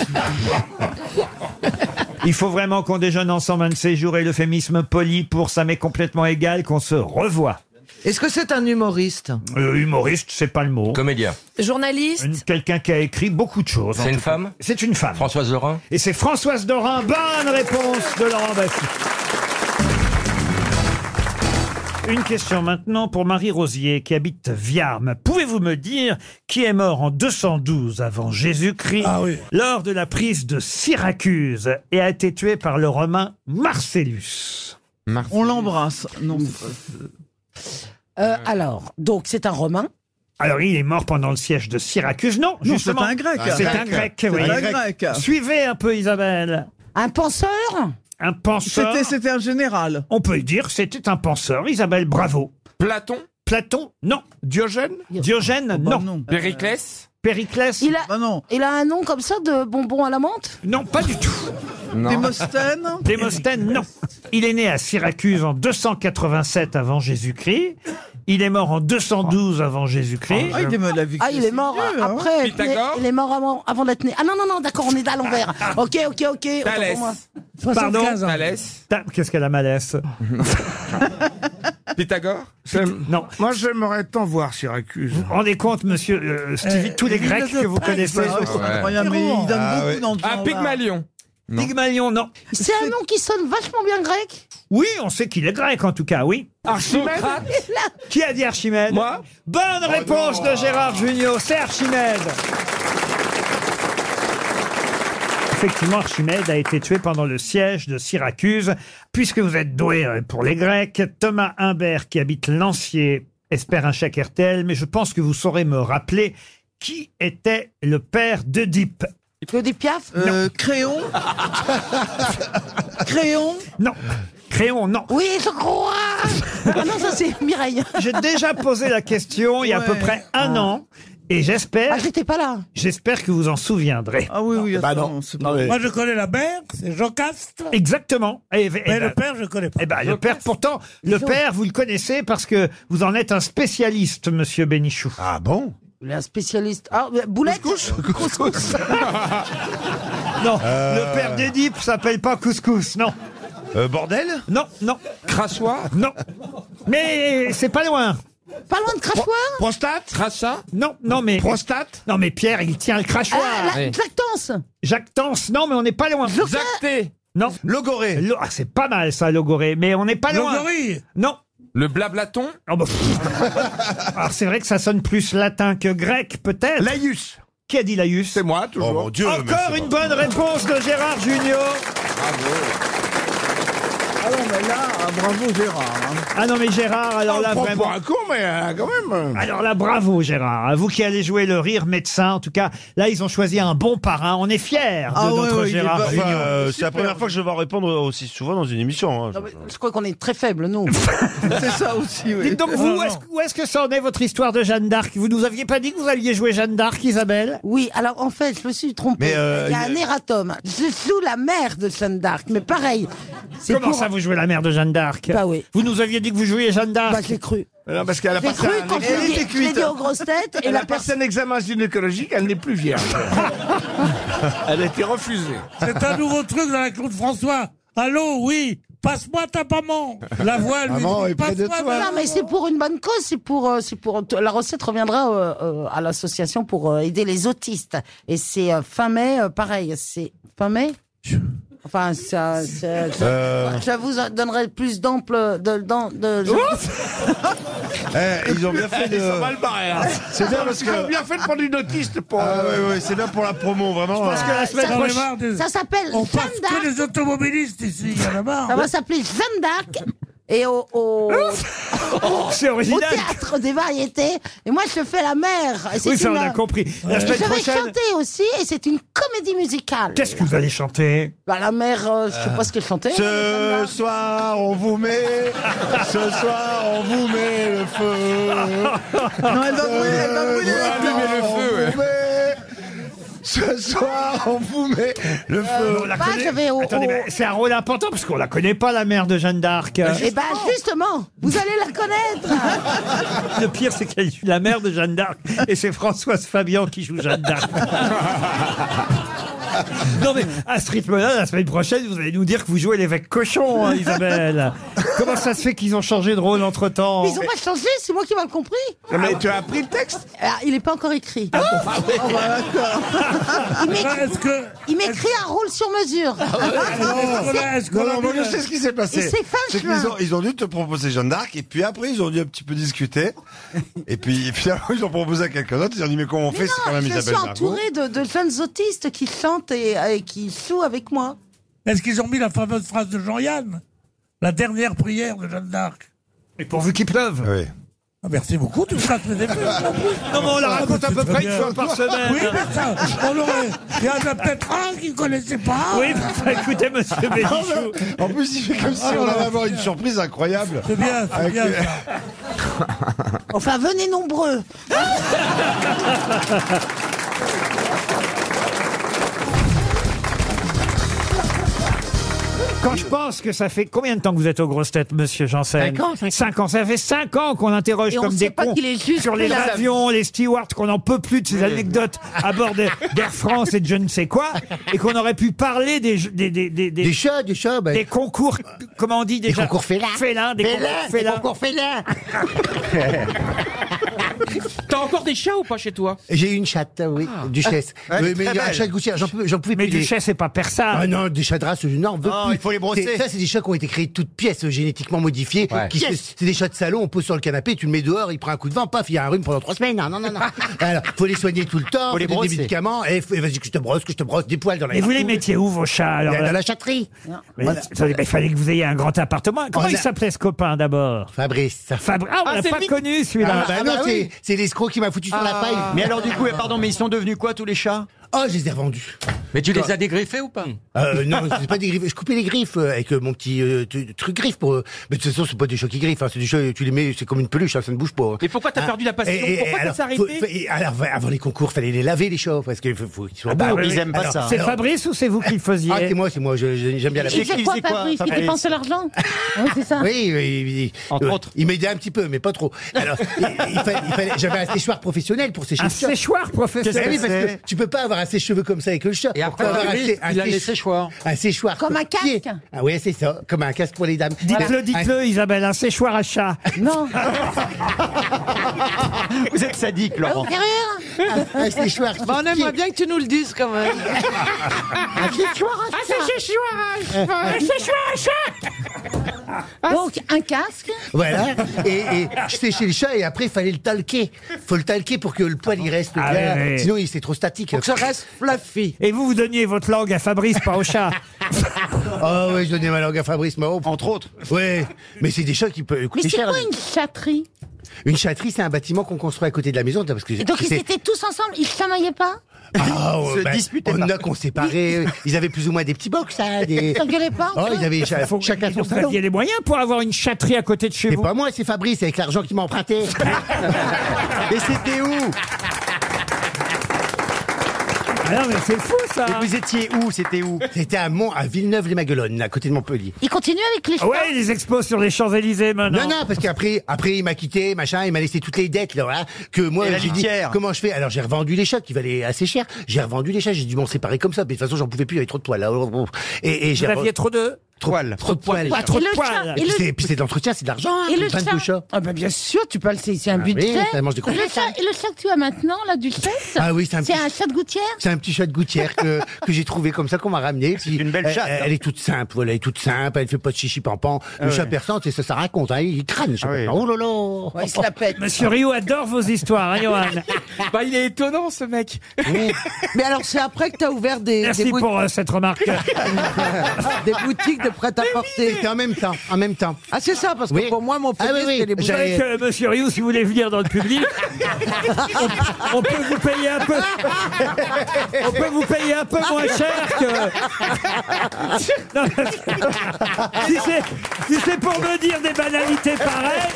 S1: Il faut vraiment qu'on déjeune ensemble un de ces jours et l'euphémisme poli pour ça m'est complètement égal qu'on se revoie.
S15: Est-ce que c'est un humoriste
S1: Euh, humoriste, c'est pas le mot.
S35: Comédien.
S36: Journaliste
S1: Une- Quelqu'un qui a écrit beaucoup de choses. en
S35: C'est une
S1: tout cas.
S35: femme
S1: C'est une femme.
S35: Françoise Dorin
S1: Et c'est Françoise Dorin. Bonne réponse de Laurent Baffie. Une question maintenant pour Marie Rosier qui habite Viarme. Pouvez-vous me dire qui est mort en 212 avant Jésus-Christ lors de la prise de Syracuse et a été tué par le Romain Marcellus
S37: On l'embrasse. Non, alors, donc c'est un Romain.
S1: Alors, il est mort pendant le siège de Syracuse. Non,
S37: Non,
S1: justement.
S37: c'est un Grec.
S1: C'est
S37: Un
S1: un
S37: Grec.
S1: grec,
S37: C'est
S1: oui.
S37: un Grec.
S1: Suivez un peu, Isabelle.
S37: Un penseur
S1: Un penseur.
S37: C'était- c'était
S1: un général. On peut le dire, c'était un penseur. Isabelle, bravo. Platon Platon, non. Diogène Diogène, non.
S6: Périclès
S1: Périclès
S11: Il a, il a un nom comme ça de bonbon à la menthe
S1: Non, pas du tout.
S11: Démosthène
S1: Démosthène, non. Il est né à Syracuse en 287 avant Jésus-Christ. Il est mort en 212 avant Jésus-Christ.
S11: Ah, il est mort de la vie Ah, il est mort après. il est- Il est mort avant, avant d'être né. Ah non, non, non, d'accord, on est à l'envers. Ok, ok, ok. autant pour
S6: Thalès.
S11: moi.
S1: Ah. Pardon
S11: 75 ans.
S1: Ta- Qu'est-ce qu'elle a malaise
S6: Pythagore
S1: Non. Oh,
S6: Moi, j'aimerais tant voir Syracuse.
S1: Vous vous rendez compte, monsieur euh, Stevie, tous les Grecs que vous connaissez.
S11: Ah,
S6: Un Pygmalion.
S1: Non. Pygmalion, non.
S11: C'est un nom qui sonne vachement bien grec.
S1: Oui, on sait qu'il est grec en tout cas, oui.
S11: Archimède
S1: Qui a dit Archimède Moi Bonne réponse de Gérard Junior, c'est Archimède Effectivement, Archimède a été tué pendant le siège de Syracuse. Puisque vous êtes doué euh, pour les Grecs, Thomas Humbert, qui habite Lancier, espère un chèque RTL, mais je pense que vous saurez me rappeler qui était le père d'Oedipe.
S11: Claudie Piaf
S1: Euh, Créon Créon Non. Créon, non.
S11: Oui, je crois Ah non, ça c'est Mireille.
S1: J'ai déjà posé la question il y a à peu
S11: Ouais.
S1: près un an. Et j'espère.
S11: Ah, j'étais pas là.
S1: J'espère que vous en souviendrez.
S11: Ah oui, oui,
S1: Bah non.
S24: Moi, je connais la mère, c'est Jocastre.
S1: Exactement. Et,
S24: Mais le père, je connais pas.
S1: Eh ben, le père, pourtant, le père, vous le connaissez parce que vous en êtes un spécialiste, monsieur Bénichou. Ah bon
S11: Il est un spécialiste. Ah, euh, boulette Couscous.
S1: Non,
S11: Euh.
S1: le père d'Édipe s'appelle pas Couscous, non. Euh, bordel Non, non. Crassoir Non. Mais c'est pas loin.
S11: Pas loin de crachoir
S1: Prostate Crachat Non, non mais... Prostate Non mais Pierre, il tient le crachoir.
S11: Ah, la lactance
S1: Jactance, non, mais on n'est pas loin. Jacté Non. Logoré. Ah, c'est pas mal ça, Logoré, mais on n'est pas loin.
S6: Logoré.
S1: Non.
S6: Le blablaton
S1: Oh, bah, pff. Alors c'est vrai que ça sonne plus latin que grec, peut-être. Laïus. Qui a dit Laïus C'est moi, toujours. Encore une bonne réponse de Gérard Junior.
S6: Ah non, mais là, bravo Gérard. hein.
S1: Ah non, mais Gérard, alors là, vraiment.
S6: Oh, un con, mais euh, quand même.
S1: Alors là, bravo Gérard, à vous qui allez jouer le rire médecin. En tout cas, là, ils ont choisi un bon parrain. On est fiers de notre Gérard
S19: Enfin,
S1: Junior.
S19: euh, c'est la première fois que je vais en répondre aussi souvent dans une émission. hein.
S11: Je crois qu'on est très faible, nous.
S1: C'est ça aussi, Dites donc, vous, où est-ce où est-ce que ça en est votre histoire de Jeanne d'Arc Vous nous aviez pas dit que vous alliez jouer Jeanne d'Arc, Isabelle
S11: Oui, alors en fait, je me suis trompée.
S1: Mais, euh,
S11: il y a un
S1: il-
S11: erratum. Je sous la mère de Jeanne d'Arc, mais pareil. C'est
S1: Comment
S11: pour-
S1: ça, vous jouez la mère de Jeanne d'Arc
S11: Bah oui.
S1: Vous nous aviez dit que vous jouiez Jeanne d'Arc
S11: Bah, j'ai cru.
S6: Non, parce qu'elle a
S11: J'ai
S6: passé
S11: cru
S6: un
S11: quand je l'ai
S6: Elle
S11: dit-
S6: était
S11: je
S6: cuite.
S11: l'ai dit aux grosses têtes et
S6: Elle
S11: la
S6: a passé un examen gynécologique, elle n'est plus vierge. elle a été refusée.
S24: C'est un nouveau truc dans la Claude François. Allô, oui, passe-moi ta maman. La voix, lui, dit, passe-moi ta
S11: Non, mais c'est pour une bonne cause. C'est pour, euh, c'est pour. La recette reviendra euh, euh, à l'association pour euh, aider les autistes. Et c'est euh, fin mai, euh, pareil. C'est fin mai. Enfin, ça, ça- ça-
S19: Euh.
S11: je vous donnerai plus d'ample de, d'am- de, de-
S19: Eh, ils ont bien fait de.
S11: Ils sont mal barrés, hein.
S19: C'est bien parce
S11: Ils ont
S19: que.
S11: bien fait de prendre une
S19: autiste pour. Ah,
S6: euh,
S19: ouais, ouais, c'est bien pour la promo, vraiment. hein.
S11: Je pense que la semaine prochaine- Ah, Ça s'appelle
S24: On
S11: Jeanne
S24: passe que les automobilistes ici, il y en a
S1: Ah.
S24: marre.
S11: Ça va s'appeler Jeanne d'Arc. Et au, au,
S1: Oh, c'est original.
S11: au théâtre des variétés. Et moi, je fais la mère. Et c'est
S1: Oui, ça,
S11: une- euh,
S1: on a compris. La
S11: Je
S1: semaine
S11: vais
S1: prochaine-
S11: chanter aussi, et c'est une comédie musicale.
S1: Qu'est-ce que vous allez chanter
S11: Bah, la mère, euh, je sais pas ce qu'elle chantait.
S19: Ce soir, on vous met. Ce soir, on vous met le feu.
S11: Non, elle va brûler, elle va brûler.
S4: Oh,
S19: Allumer le feu, ouais.
S10: Ce soir, on vous met le feu.
S1: Euh, On la
S11: Bah,
S1: connaît- Attendez, mais c'est un rôle important parce qu'on la connaît pas, la mère de Jeanne d'Arc. Euh,
S11: Eh ben justement, vous allez la connaître.
S1: Le pire, c'est qu'elle joue la mère de Jeanne d'Arc et c'est Françoise Fabian qui joue Jeanne d'Arc. Non mais à ce rythme-là, la semaine prochaine, vous allez nous dire que vous jouez l'évêque cochon, hein, Isabelle. Comment ça se fait qu'ils ont changé de rôle entre-temps
S10: Oh,
S11: Mais ils ont pas changé, c'est moi qui mal compris.
S1: Non, mais tu as appris
S11: le texte Il n'est pas encore écrit.
S1: Ah ouais.
S11: Oh, bah, d'accord. Il m'écrit-
S24: Est-ce que- Ah
S11: Il m'écrit un rôle sur mesure. Ah,
S24: est-ce qu'on
S10: Non,
S24: a
S10: non, moi,
S24: vu
S10: je
S24: la-
S10: sais ce qui s'est passé.
S11: Et c'est fin
S10: C'est qu'ils
S11: juin.
S10: ont, ils ont dû te proposer Jeanne d'Arc, et puis après, ils ont dû un petit peu discuter. Et puis, finalement, ils ont proposé à quelqu'un d'autre. Ils ont dit, mais comment on fait? C'est quand même
S11: Je
S10: Isabelle
S11: suis
S10: Margot.
S11: entourée de, de jeunes autistes qui chantent et, et qui jouent avec moi.
S24: Est-ce qu'ils ont mis la fameuse phrase de Jean-Yann La dernière prière de Jeanne d'Arc. Ah,
S1: Et pourvu qu'il pleuve.
S10: Oui.
S24: merci beaucoup, tu seras très ému.
S1: Non, mais on la raconte à peu près une
S24: bien.
S1: fois par semaine.
S24: Oui, mais ça, on aurait. Il y en a peut-être un qui ne connaissait pas. Ah,
S1: Oui, bah, écoutez, monsieur Bénichou.
S10: En plus, il fait comme si on allait avoir une surprise incroyable.
S24: C'est bien, c'est
S10: Avec-
S24: bien.
S11: Enfin, venez nombreux.
S1: Quand je pense que ça fait combien de temps que vous êtes aux grosses têtes, monsieur Janssen
S11: Cinq ans, cinq ans.
S1: Cinq ans. Ça fait cinq ans qu'on interroge
S11: Et on
S1: comme
S11: sait
S1: des
S11: pas
S1: cons
S11: qu'il est juste
S1: sur les
S11: là.
S1: avions, les stewards, qu'on n'en peut plus de ces anecdotes à bord de- d'Air France et de je ne sais quoi, et qu'on aurait pu parler des jeux- des des des des,
S9: shows, des shows, ben.
S1: des concours, comment on dit déjà
S9: concours félins.
S1: félins, des
S9: Félins,
S1: concours
S9: des
S1: félins.
S9: concours félins.
S6: T'as encore des chats ou pas chez toi
S9: J'ai eu une chatte, oui, duchesse.
S6: Ouais,
S9: oui, mais
S6: très
S9: un
S6: belle.
S9: chat de gouttière, j'en pouvais, j'en pouvais
S1: Mais
S9: plus.
S1: duchesse, c'est pas persa.
S9: Ah non, des chats de race, je n'en veux
S6: Non,
S9: plus.
S6: il faut les brosser.
S9: C'est- Ça, c'est des chats qui ont été créés de toutes pièces, euh, génétiquement modifiés.
S6: Ouais.
S9: qui se-
S6: Yes.
S9: C'est des chats de salon, on pose sur le canapé, tu le mets dehors, il prend un coup de vent, paf, il y a un rhume pendant trois semaines. Non, non, non, non. Alors, faut les soigner tout le temps,
S6: Faut les
S9: donner
S6: brosser.
S9: des médicaments, et, faut- et vas-y que je te brosse, que je te brosse, des poils dans la
S1: Et vous les mettiez où vos chats alors
S9: Dans la chatterie.
S1: Mais
S9: Voilà.
S1: attendez, mais il fallait que vous ayez un grand appartement. Comment
S9: On
S1: il
S9: a-
S1: s'appelait ce copain d'abord
S9: Fabrice.
S1: Fabrice. Ah, on
S9: Ah,
S1: l'a
S9: c'est
S1: pas
S9: lui.
S1: connu celui-là.
S9: Ah, bah non, c'est- c'est l'escroc qui m'a foutu sur la paille.
S19: Ah. Mais alors du coup, et pardon, mais ils sont devenus quoi tous les chats
S9: Oh, je les ai revendus.
S19: Mais tu les as dégreffés ou pas
S9: Euh, non, c'est pas des griffes. Je coupais les griffes euh, avec euh, mon petit euh, tu- truc griffe pour. euh, Mais de toute façon, c'est pas des chats qui griffes. hein, c'est des chats. Tu les mets, c'est comme une peluche. hein, ça ne bouge pas.
S6: Et pourquoi t'as
S9: Hein.
S6: perdu la passion
S9: Et- et-
S6: Pourquoi t'as
S9: alors,
S6: arrêté
S9: faut- faut- et alors, va- avant les concours, fallait les laver les chats parce qu'il faut, faut qu'ils soient
S19: Ah
S6: bah
S9: beaux.
S6: oui, ils aiment pas
S9: Alors-
S6: ça.
S1: C'est
S9: alors-
S1: Fabrice ou c'est vous qui le faisiez
S9: Ah, c'est moi, c'est moi. je- je- J'aime bien la.
S11: Il faisait quoi, Eh Fabrice Il dépensait l'argent Oui, c'est ça.
S9: Oui, oui, oui. Entre autres. Il m'aidait un petit peu, mais pas trop. Alors, il, il fallait- il fallait- j'avais un séchoir professionnel pour sécher
S1: Un
S9: le chat.
S1: séchoir professionnel
S9: Eh oui, parce
S1: Qu'est-ce que
S9: que tu peux pas avoir un sèche-cheveux comme ça avec le chat. Et
S19: après, lui, il a les séchoirs.
S9: Un séchoir.
S11: Comme un
S9: copié.
S11: casque.
S9: Ah oui, c'est ça. Comme un casque pour les dames.
S1: Dites-le,
S9: Voilà.
S1: dites-le, Isabelle, un séchoir à chat.
S11: Non.
S19: Vous êtes sadique, Laurent.
S17: Ah,
S9: Un séchoir.
S15: Bah, on aimerait bien que tu nous le dises quand même.
S9: Un séchoir
S15: Ah, c'est chouard
S9: Un
S11: Donc, un casque.
S9: Voilà. Et, et je séchais le chat et après, il fallait le talquer. faut le talquer pour que le poil il reste
S1: Ah
S9: bien.
S1: oui, oui.
S9: Sinon, il c'est trop statique.
S15: que ça reste fluffy.
S1: Et vous, vous donniez votre langue à Fabrice, pas au chat.
S9: Ah oui, je donnais ma langue à Fabrice Mao. Entre autres. Oui, mais c'est des chats qui peuvent
S11: Mais
S9: coûter
S11: c'est
S9: cher.
S11: quoi une chatterie
S9: Une chatterie, c'est un bâtiment qu'on construit à côté de la maison. Parce que
S11: Et donc, ils
S9: c'est-
S11: étaient tous ensemble, ils chamaillaient pas
S9: Ah,
S19: se
S9: ben,
S19: disputaient
S9: On
S19: pas.
S9: a qu'on séparait. Ils avaient plus ou moins des petits box, hein, des.
S11: Ils s'engueulaient pas
S9: Oh,
S11: entre eux
S9: ils avaient cha-
S1: Faut-
S9: chacun son
S1: vous
S9: salon.
S1: aviez les moyens pour avoir une chatterie à côté de chez
S9: C'est
S1: vous.
S9: pas moi, c'est Fabrice avec l'argent qu'il m'a emprunté.
S19: Et c'était où
S1: Ah non, mais c'est fou ça.
S19: Et vous étiez où C'était où
S9: C'était à Mont, à Villeneuve-les-Maguelones, à côté de Montpellier.
S11: Ils continuaient avec les
S1: Ah
S11: chats
S1: Ouais, les expos sur les Champs-Élysées maintenant.
S9: Non, non, parce qu'après, après, il m'a quitté, machin, il m'a laissé toutes les dettes, là, voilà, que moi,
S19: Et la
S9: j'ai dit,
S19: litière.
S9: comment je fais? Alors, j'ai revendu les chats, qui valaient assez cher. J'ai revendu les chats, j'ai dit, bon, c'est pareil comme ça, mais de toute façon, j'en pouvais plus, il y avait trop de poils, là. Et, et j'ai
S1: Vous
S9: revendu-
S1: aviez trop de.
S9: trop, trop de poils.
S1: Ah, trop
S11: Et
S1: de
S11: le
S1: poils.
S11: chat, et
S9: Puis
S11: le-
S9: c'est- puis c'est de l'entretien, c'est de l'argent, hein,
S11: Et le
S9: 22
S11: chat
S9: chats.
S11: Ah bah bien sûr, tu parles, c'est c'est un
S9: Ah oui,
S11: budget.
S9: ça mange des croquettes, hein.
S11: le, chat, et le chat que tu as maintenant, la duchesse
S9: Ah oui, c'est un
S11: C'est
S9: petit-
S11: un chat de gouttière
S9: C'est un petit chat de gouttière que, que j'ai trouvé comme ça qu'on m'a ramené. C'est
S19: une belle chatte,
S9: Elle,
S19: hein. Ah
S9: elle est toute simple, voilà, elle est toute simple, elle fait pas de chichi pampan. Le chat persan, c'est ça, ça raconte, hein, il crâne, le chat persan. Oh là là.
S15: Ouais, il se la pète.
S1: Monsieur Rio adore vos histoires, hein, Johan.
S6: Bah, il est étonnant ce mec.
S15: Mais alors, c'est après que t'as ouvert des, des
S1: Merci
S15: bout-
S1: pour euh, cette remarque.
S15: des boutiques de prêt-à-porter.
S9: Et en même temps, en même temps.
S15: Ah, c'est ça, parce que
S9: Oui.
S15: pour moi, mon premier,
S9: Ah oui, oui.
S15: c'était les
S1: Vous savez
S15: boutiques.
S1: que Euh, Monsieur Rio, si vous voulez venir dans le public, on, on peut vous payer un peu. On peut vous payer un peu moins cher que. Non, parce- si c'est si c'est pour me dire des banalités pareilles.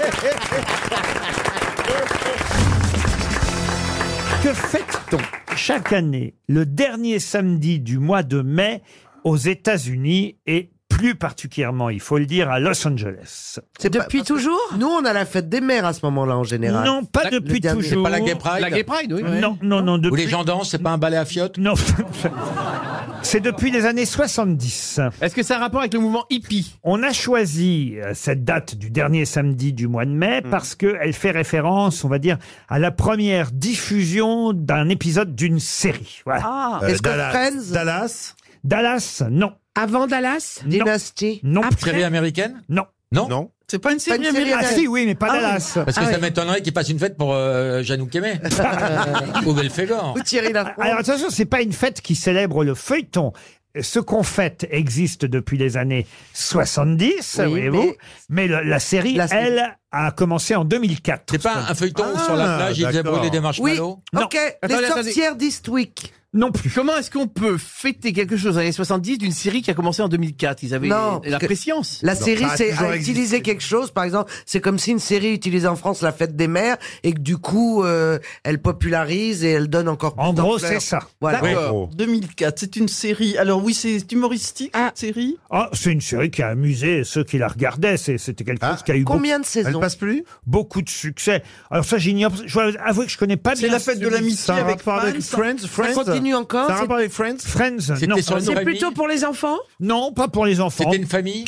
S1: Que fait-on chaque année le dernier samedi du mois de mai aux États-Unis et plus particulièrement, il faut le dire, à Los Angeles.
S15: C'est depuis toujours Nous, on a la fête des mères à ce moment-là, en
S6: Ah,
S15: général.
S1: Non, pas
S15: La-
S1: depuis
S15: le dernier.
S1: toujours.
S15: La Gay Pride, oui.
S1: Non, non, non.
S6: Où les gens dansent, c'est pas un ballet à fiottes
S1: Non. C'est depuis les années 70.
S38: Est-ce que ça a un rapport avec le mouvement hippie
S1: On a choisi euh, cette date du dernier samedi du mois de mai parce qu'elle fait référence, on va dire, à la première diffusion d'un épisode d'une série. Voilà.
S6: Euh,
S27: Ah. Est-ce que Friends
S1: Dallas Dallas, non.
S27: Avant Dallas
S1: Dynasty Non.
S6: Série américaine
S1: Non.
S6: Non Non.
S1: C'est pas une
S27: série Pas une série américaine.
S1: Ah si, oui, mais pas
S27: Ah oui.
S1: Dallas.
S6: Parce que
S1: Ah
S6: ça
S1: oui.
S6: m'étonnerait qu'il fasse une fête pour euh, Janou Kémé. Euh, Ou Belfegor.
S1: Alors attention, c'est pas une fête qui célèbre le feuilleton. Ce qu'on fête existe depuis les années 70,
S6: Oui,
S1: voyez-vous, mais, le- la série,
S6: La série.
S1: elle, a commencé en 2004. C'est
S6: pas un feuilleton où sur la plage, ils faisaient brûler des marshmallows
S1: Ah, Non.
S15: Ok, les
S38: Attendez,
S15: sorcières d'Eastwick.
S1: Non plus.
S38: Comment est-ce qu'on peut fêter quelque chose dans les années 70 d'une série qui a commencé en 2004 Ils avaient
S15: Non,
S38: la
S15: parce que
S38: préscience.
S15: La série, c'est à utiliser quelque chose. Par exemple, c'est comme si une série utilisait en France la fête des mères et que du coup, euh, elle popularise et elle donne encore plus
S1: En gros,
S15: d'ampleur.
S1: c'est ça.
S15: Voilà.
S1: D'accord.
S19: 2004, c'est une série. Alors oui, c'est humoristique, cette série.
S1: Ah, c'est une série qui a amusé ceux qui la regardaient. C'est- C'était quelque chose qui a eu
S15: Combien
S1: beaucoup-
S15: de saisons Elle passe
S1: Ah. plus Beaucoup de succès. Alors ça, j'ignore. Je dois avouer que je connais pas
S19: C'est
S1: bien.
S19: la fête de
S1: celui-
S19: l'amitié
S1: Ça a un
S19: avec
S1: rapport
S19: Friends. Ça continue encore,
S1: Ça a un
S19: c'est-
S1: rapport avec Friends Friends,
S6: C'était
S1: non.
S6: sur une C'est famille plutôt
S1: pour les enfants Non, pas pour les enfants. C'était
S6: une famille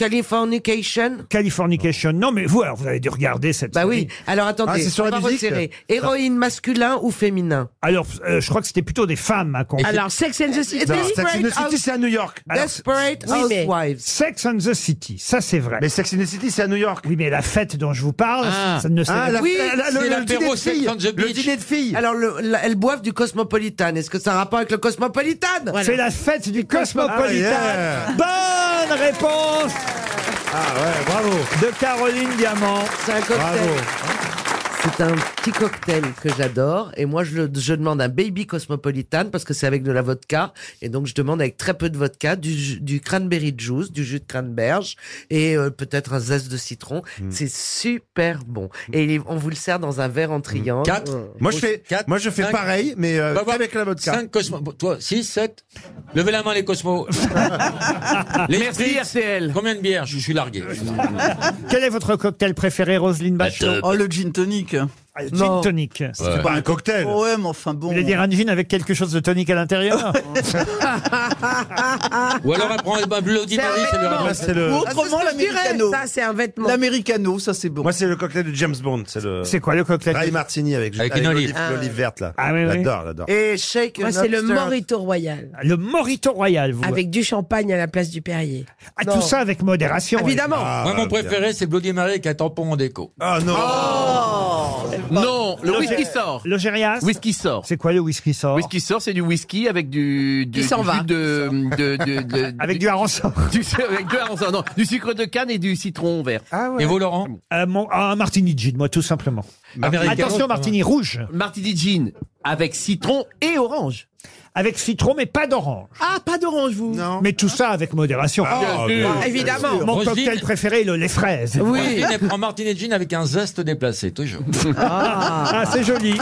S1: Californication Californication. Non, mais vous, alors, vous avez dû regarder cette
S15: Bah
S1: série. Ah,
S15: oui. Alors attendez, on va resserrer. Héroïne masculin ou féminin
S1: Alors, euh, je crois que c'était plutôt des femmes. hein, qu'on-
S15: Alors, Sex and the City. Non, Sex and the City, c'est à
S1: New York.
S15: Desperate Housewives.
S1: Sex and the City, ça c'est vrai. Mais Sex and the City, c'est à New York. Oui, mais la fête dont je vous parle, ça ne
S15: Ah,
S1: célèbre-
S15: la- Oui, la- la- le- c'est le l'apéro dîner de filles. Sex and the Le Beach. dîner
S1: de filles.
S15: Alors, le- la- elles boivent du Cosmopolitan. Est-ce que ça a rapport avec le Cosmopolitan
S1: C'est la fête du Cosmopolitan. Bonne réponse
S15: Ah ouais, bravo.
S1: De Caroline Diamant.
S15: C'est un cocktail. C'est un petit cocktail que j'adore et moi je, le- je demande un baby cosmopolitan parce que c'est avec de la vodka et donc je demande avec très peu de vodka du, ju- du cranberry juice, du jus de cranberge et euh, peut-être un zeste de citron.
S39: Hmm.
S15: C'est super bon et il est- on vous le sert dans un verre en triangle.
S6: Quatre.
S15: Euh,
S39: Hmm. Moi, je fais- moi, je fais pareil, mais, euh,
S6: avec la vodka. 5 Cosmo. Toi, 6, 7. Levez la main, les Cosmos. les Merci, RTL. Combien de bières je, je suis largué.
S1: Quel est votre cocktail préféré, Roselyne
S6: Bah, Ah, euh,
S1: Bachelot
S19: Oh, le gin tonic.
S39: Ah,
S1: Le Gin Ah, tonic.
S19: C'est pas un cocktail. Ouais, mais enfin bon.
S1: Vous voulez dire un gin avec quelque chose de tonique à
S39: Ah.
S1: l'intérieur
S6: Ou alors, elle prend un Bloody
S19: C'est un
S6: Mary, ça lui
S19: vêtement.
S6: rappelle-
S19: c'est le- Ou autrement,
S6: Ah, c'est ce que je dirais,
S19: l'américano.
S6: ça,
S19: c'est un vêtement. L'américano, ça c'est bon.
S39: Moi, c'est le cocktail de James Bond. C'est le.
S1: C'est quoi le cocktail
S39: Dry martini avec,
S6: Euh. Avec une olive. Ah.
S39: l'olive verte là.
S1: Ah, oui, oui.
S39: J'adore, j'adore.
S15: Et shake.
S27: Moi,
S15: an
S27: c'est le
S15: lobster.
S27: Morito Royal.
S1: Le Morito Royal, vous.
S27: Avec du champagne à la place du Perrier.
S1: Ah, tout ça avec modération.
S27: Évidemment.
S6: Moi, mon préféré, c'est Bloody Mary avec un tampon en déco.
S39: Ah non
S38: Non, le
S1: Le
S38: whisky
S1: gé-
S38: sort.
S1: Oh. Le gérias
S38: Whisky sort.
S1: C'est quoi le whisky sort
S38: Whisky sort, c'est du whisky avec du, du,
S27: Il s'en
S38: du
S27: va.
S38: jus de, de, de- de-
S1: Avec du hareng sort.
S38: du, avec du hareng sort, non, du sucre de canne et du citron vert.
S6: Et vous, Laurent
S1: Euh, mon- ah, un martini gin, moi, tout simplement.
S38: Américano,
S1: Attention,
S38: c'est pas
S1: martini
S38: mal.
S1: rouge.
S38: Martini gin avec citron et orange.
S1: Avec citron, mais pas d'orange.
S38: Ah, pas d'orange vous. Non.
S1: Mais tout ça avec modération.
S6: Ah, bien sûr. Évidemment.
S1: Mon
S6: Roselyne-
S1: cocktail préféré, le lait fraise.
S6: Martine, elle prend Martine et Jean avec un zeste déplacé, toujours.
S1: Ah, c'est joli.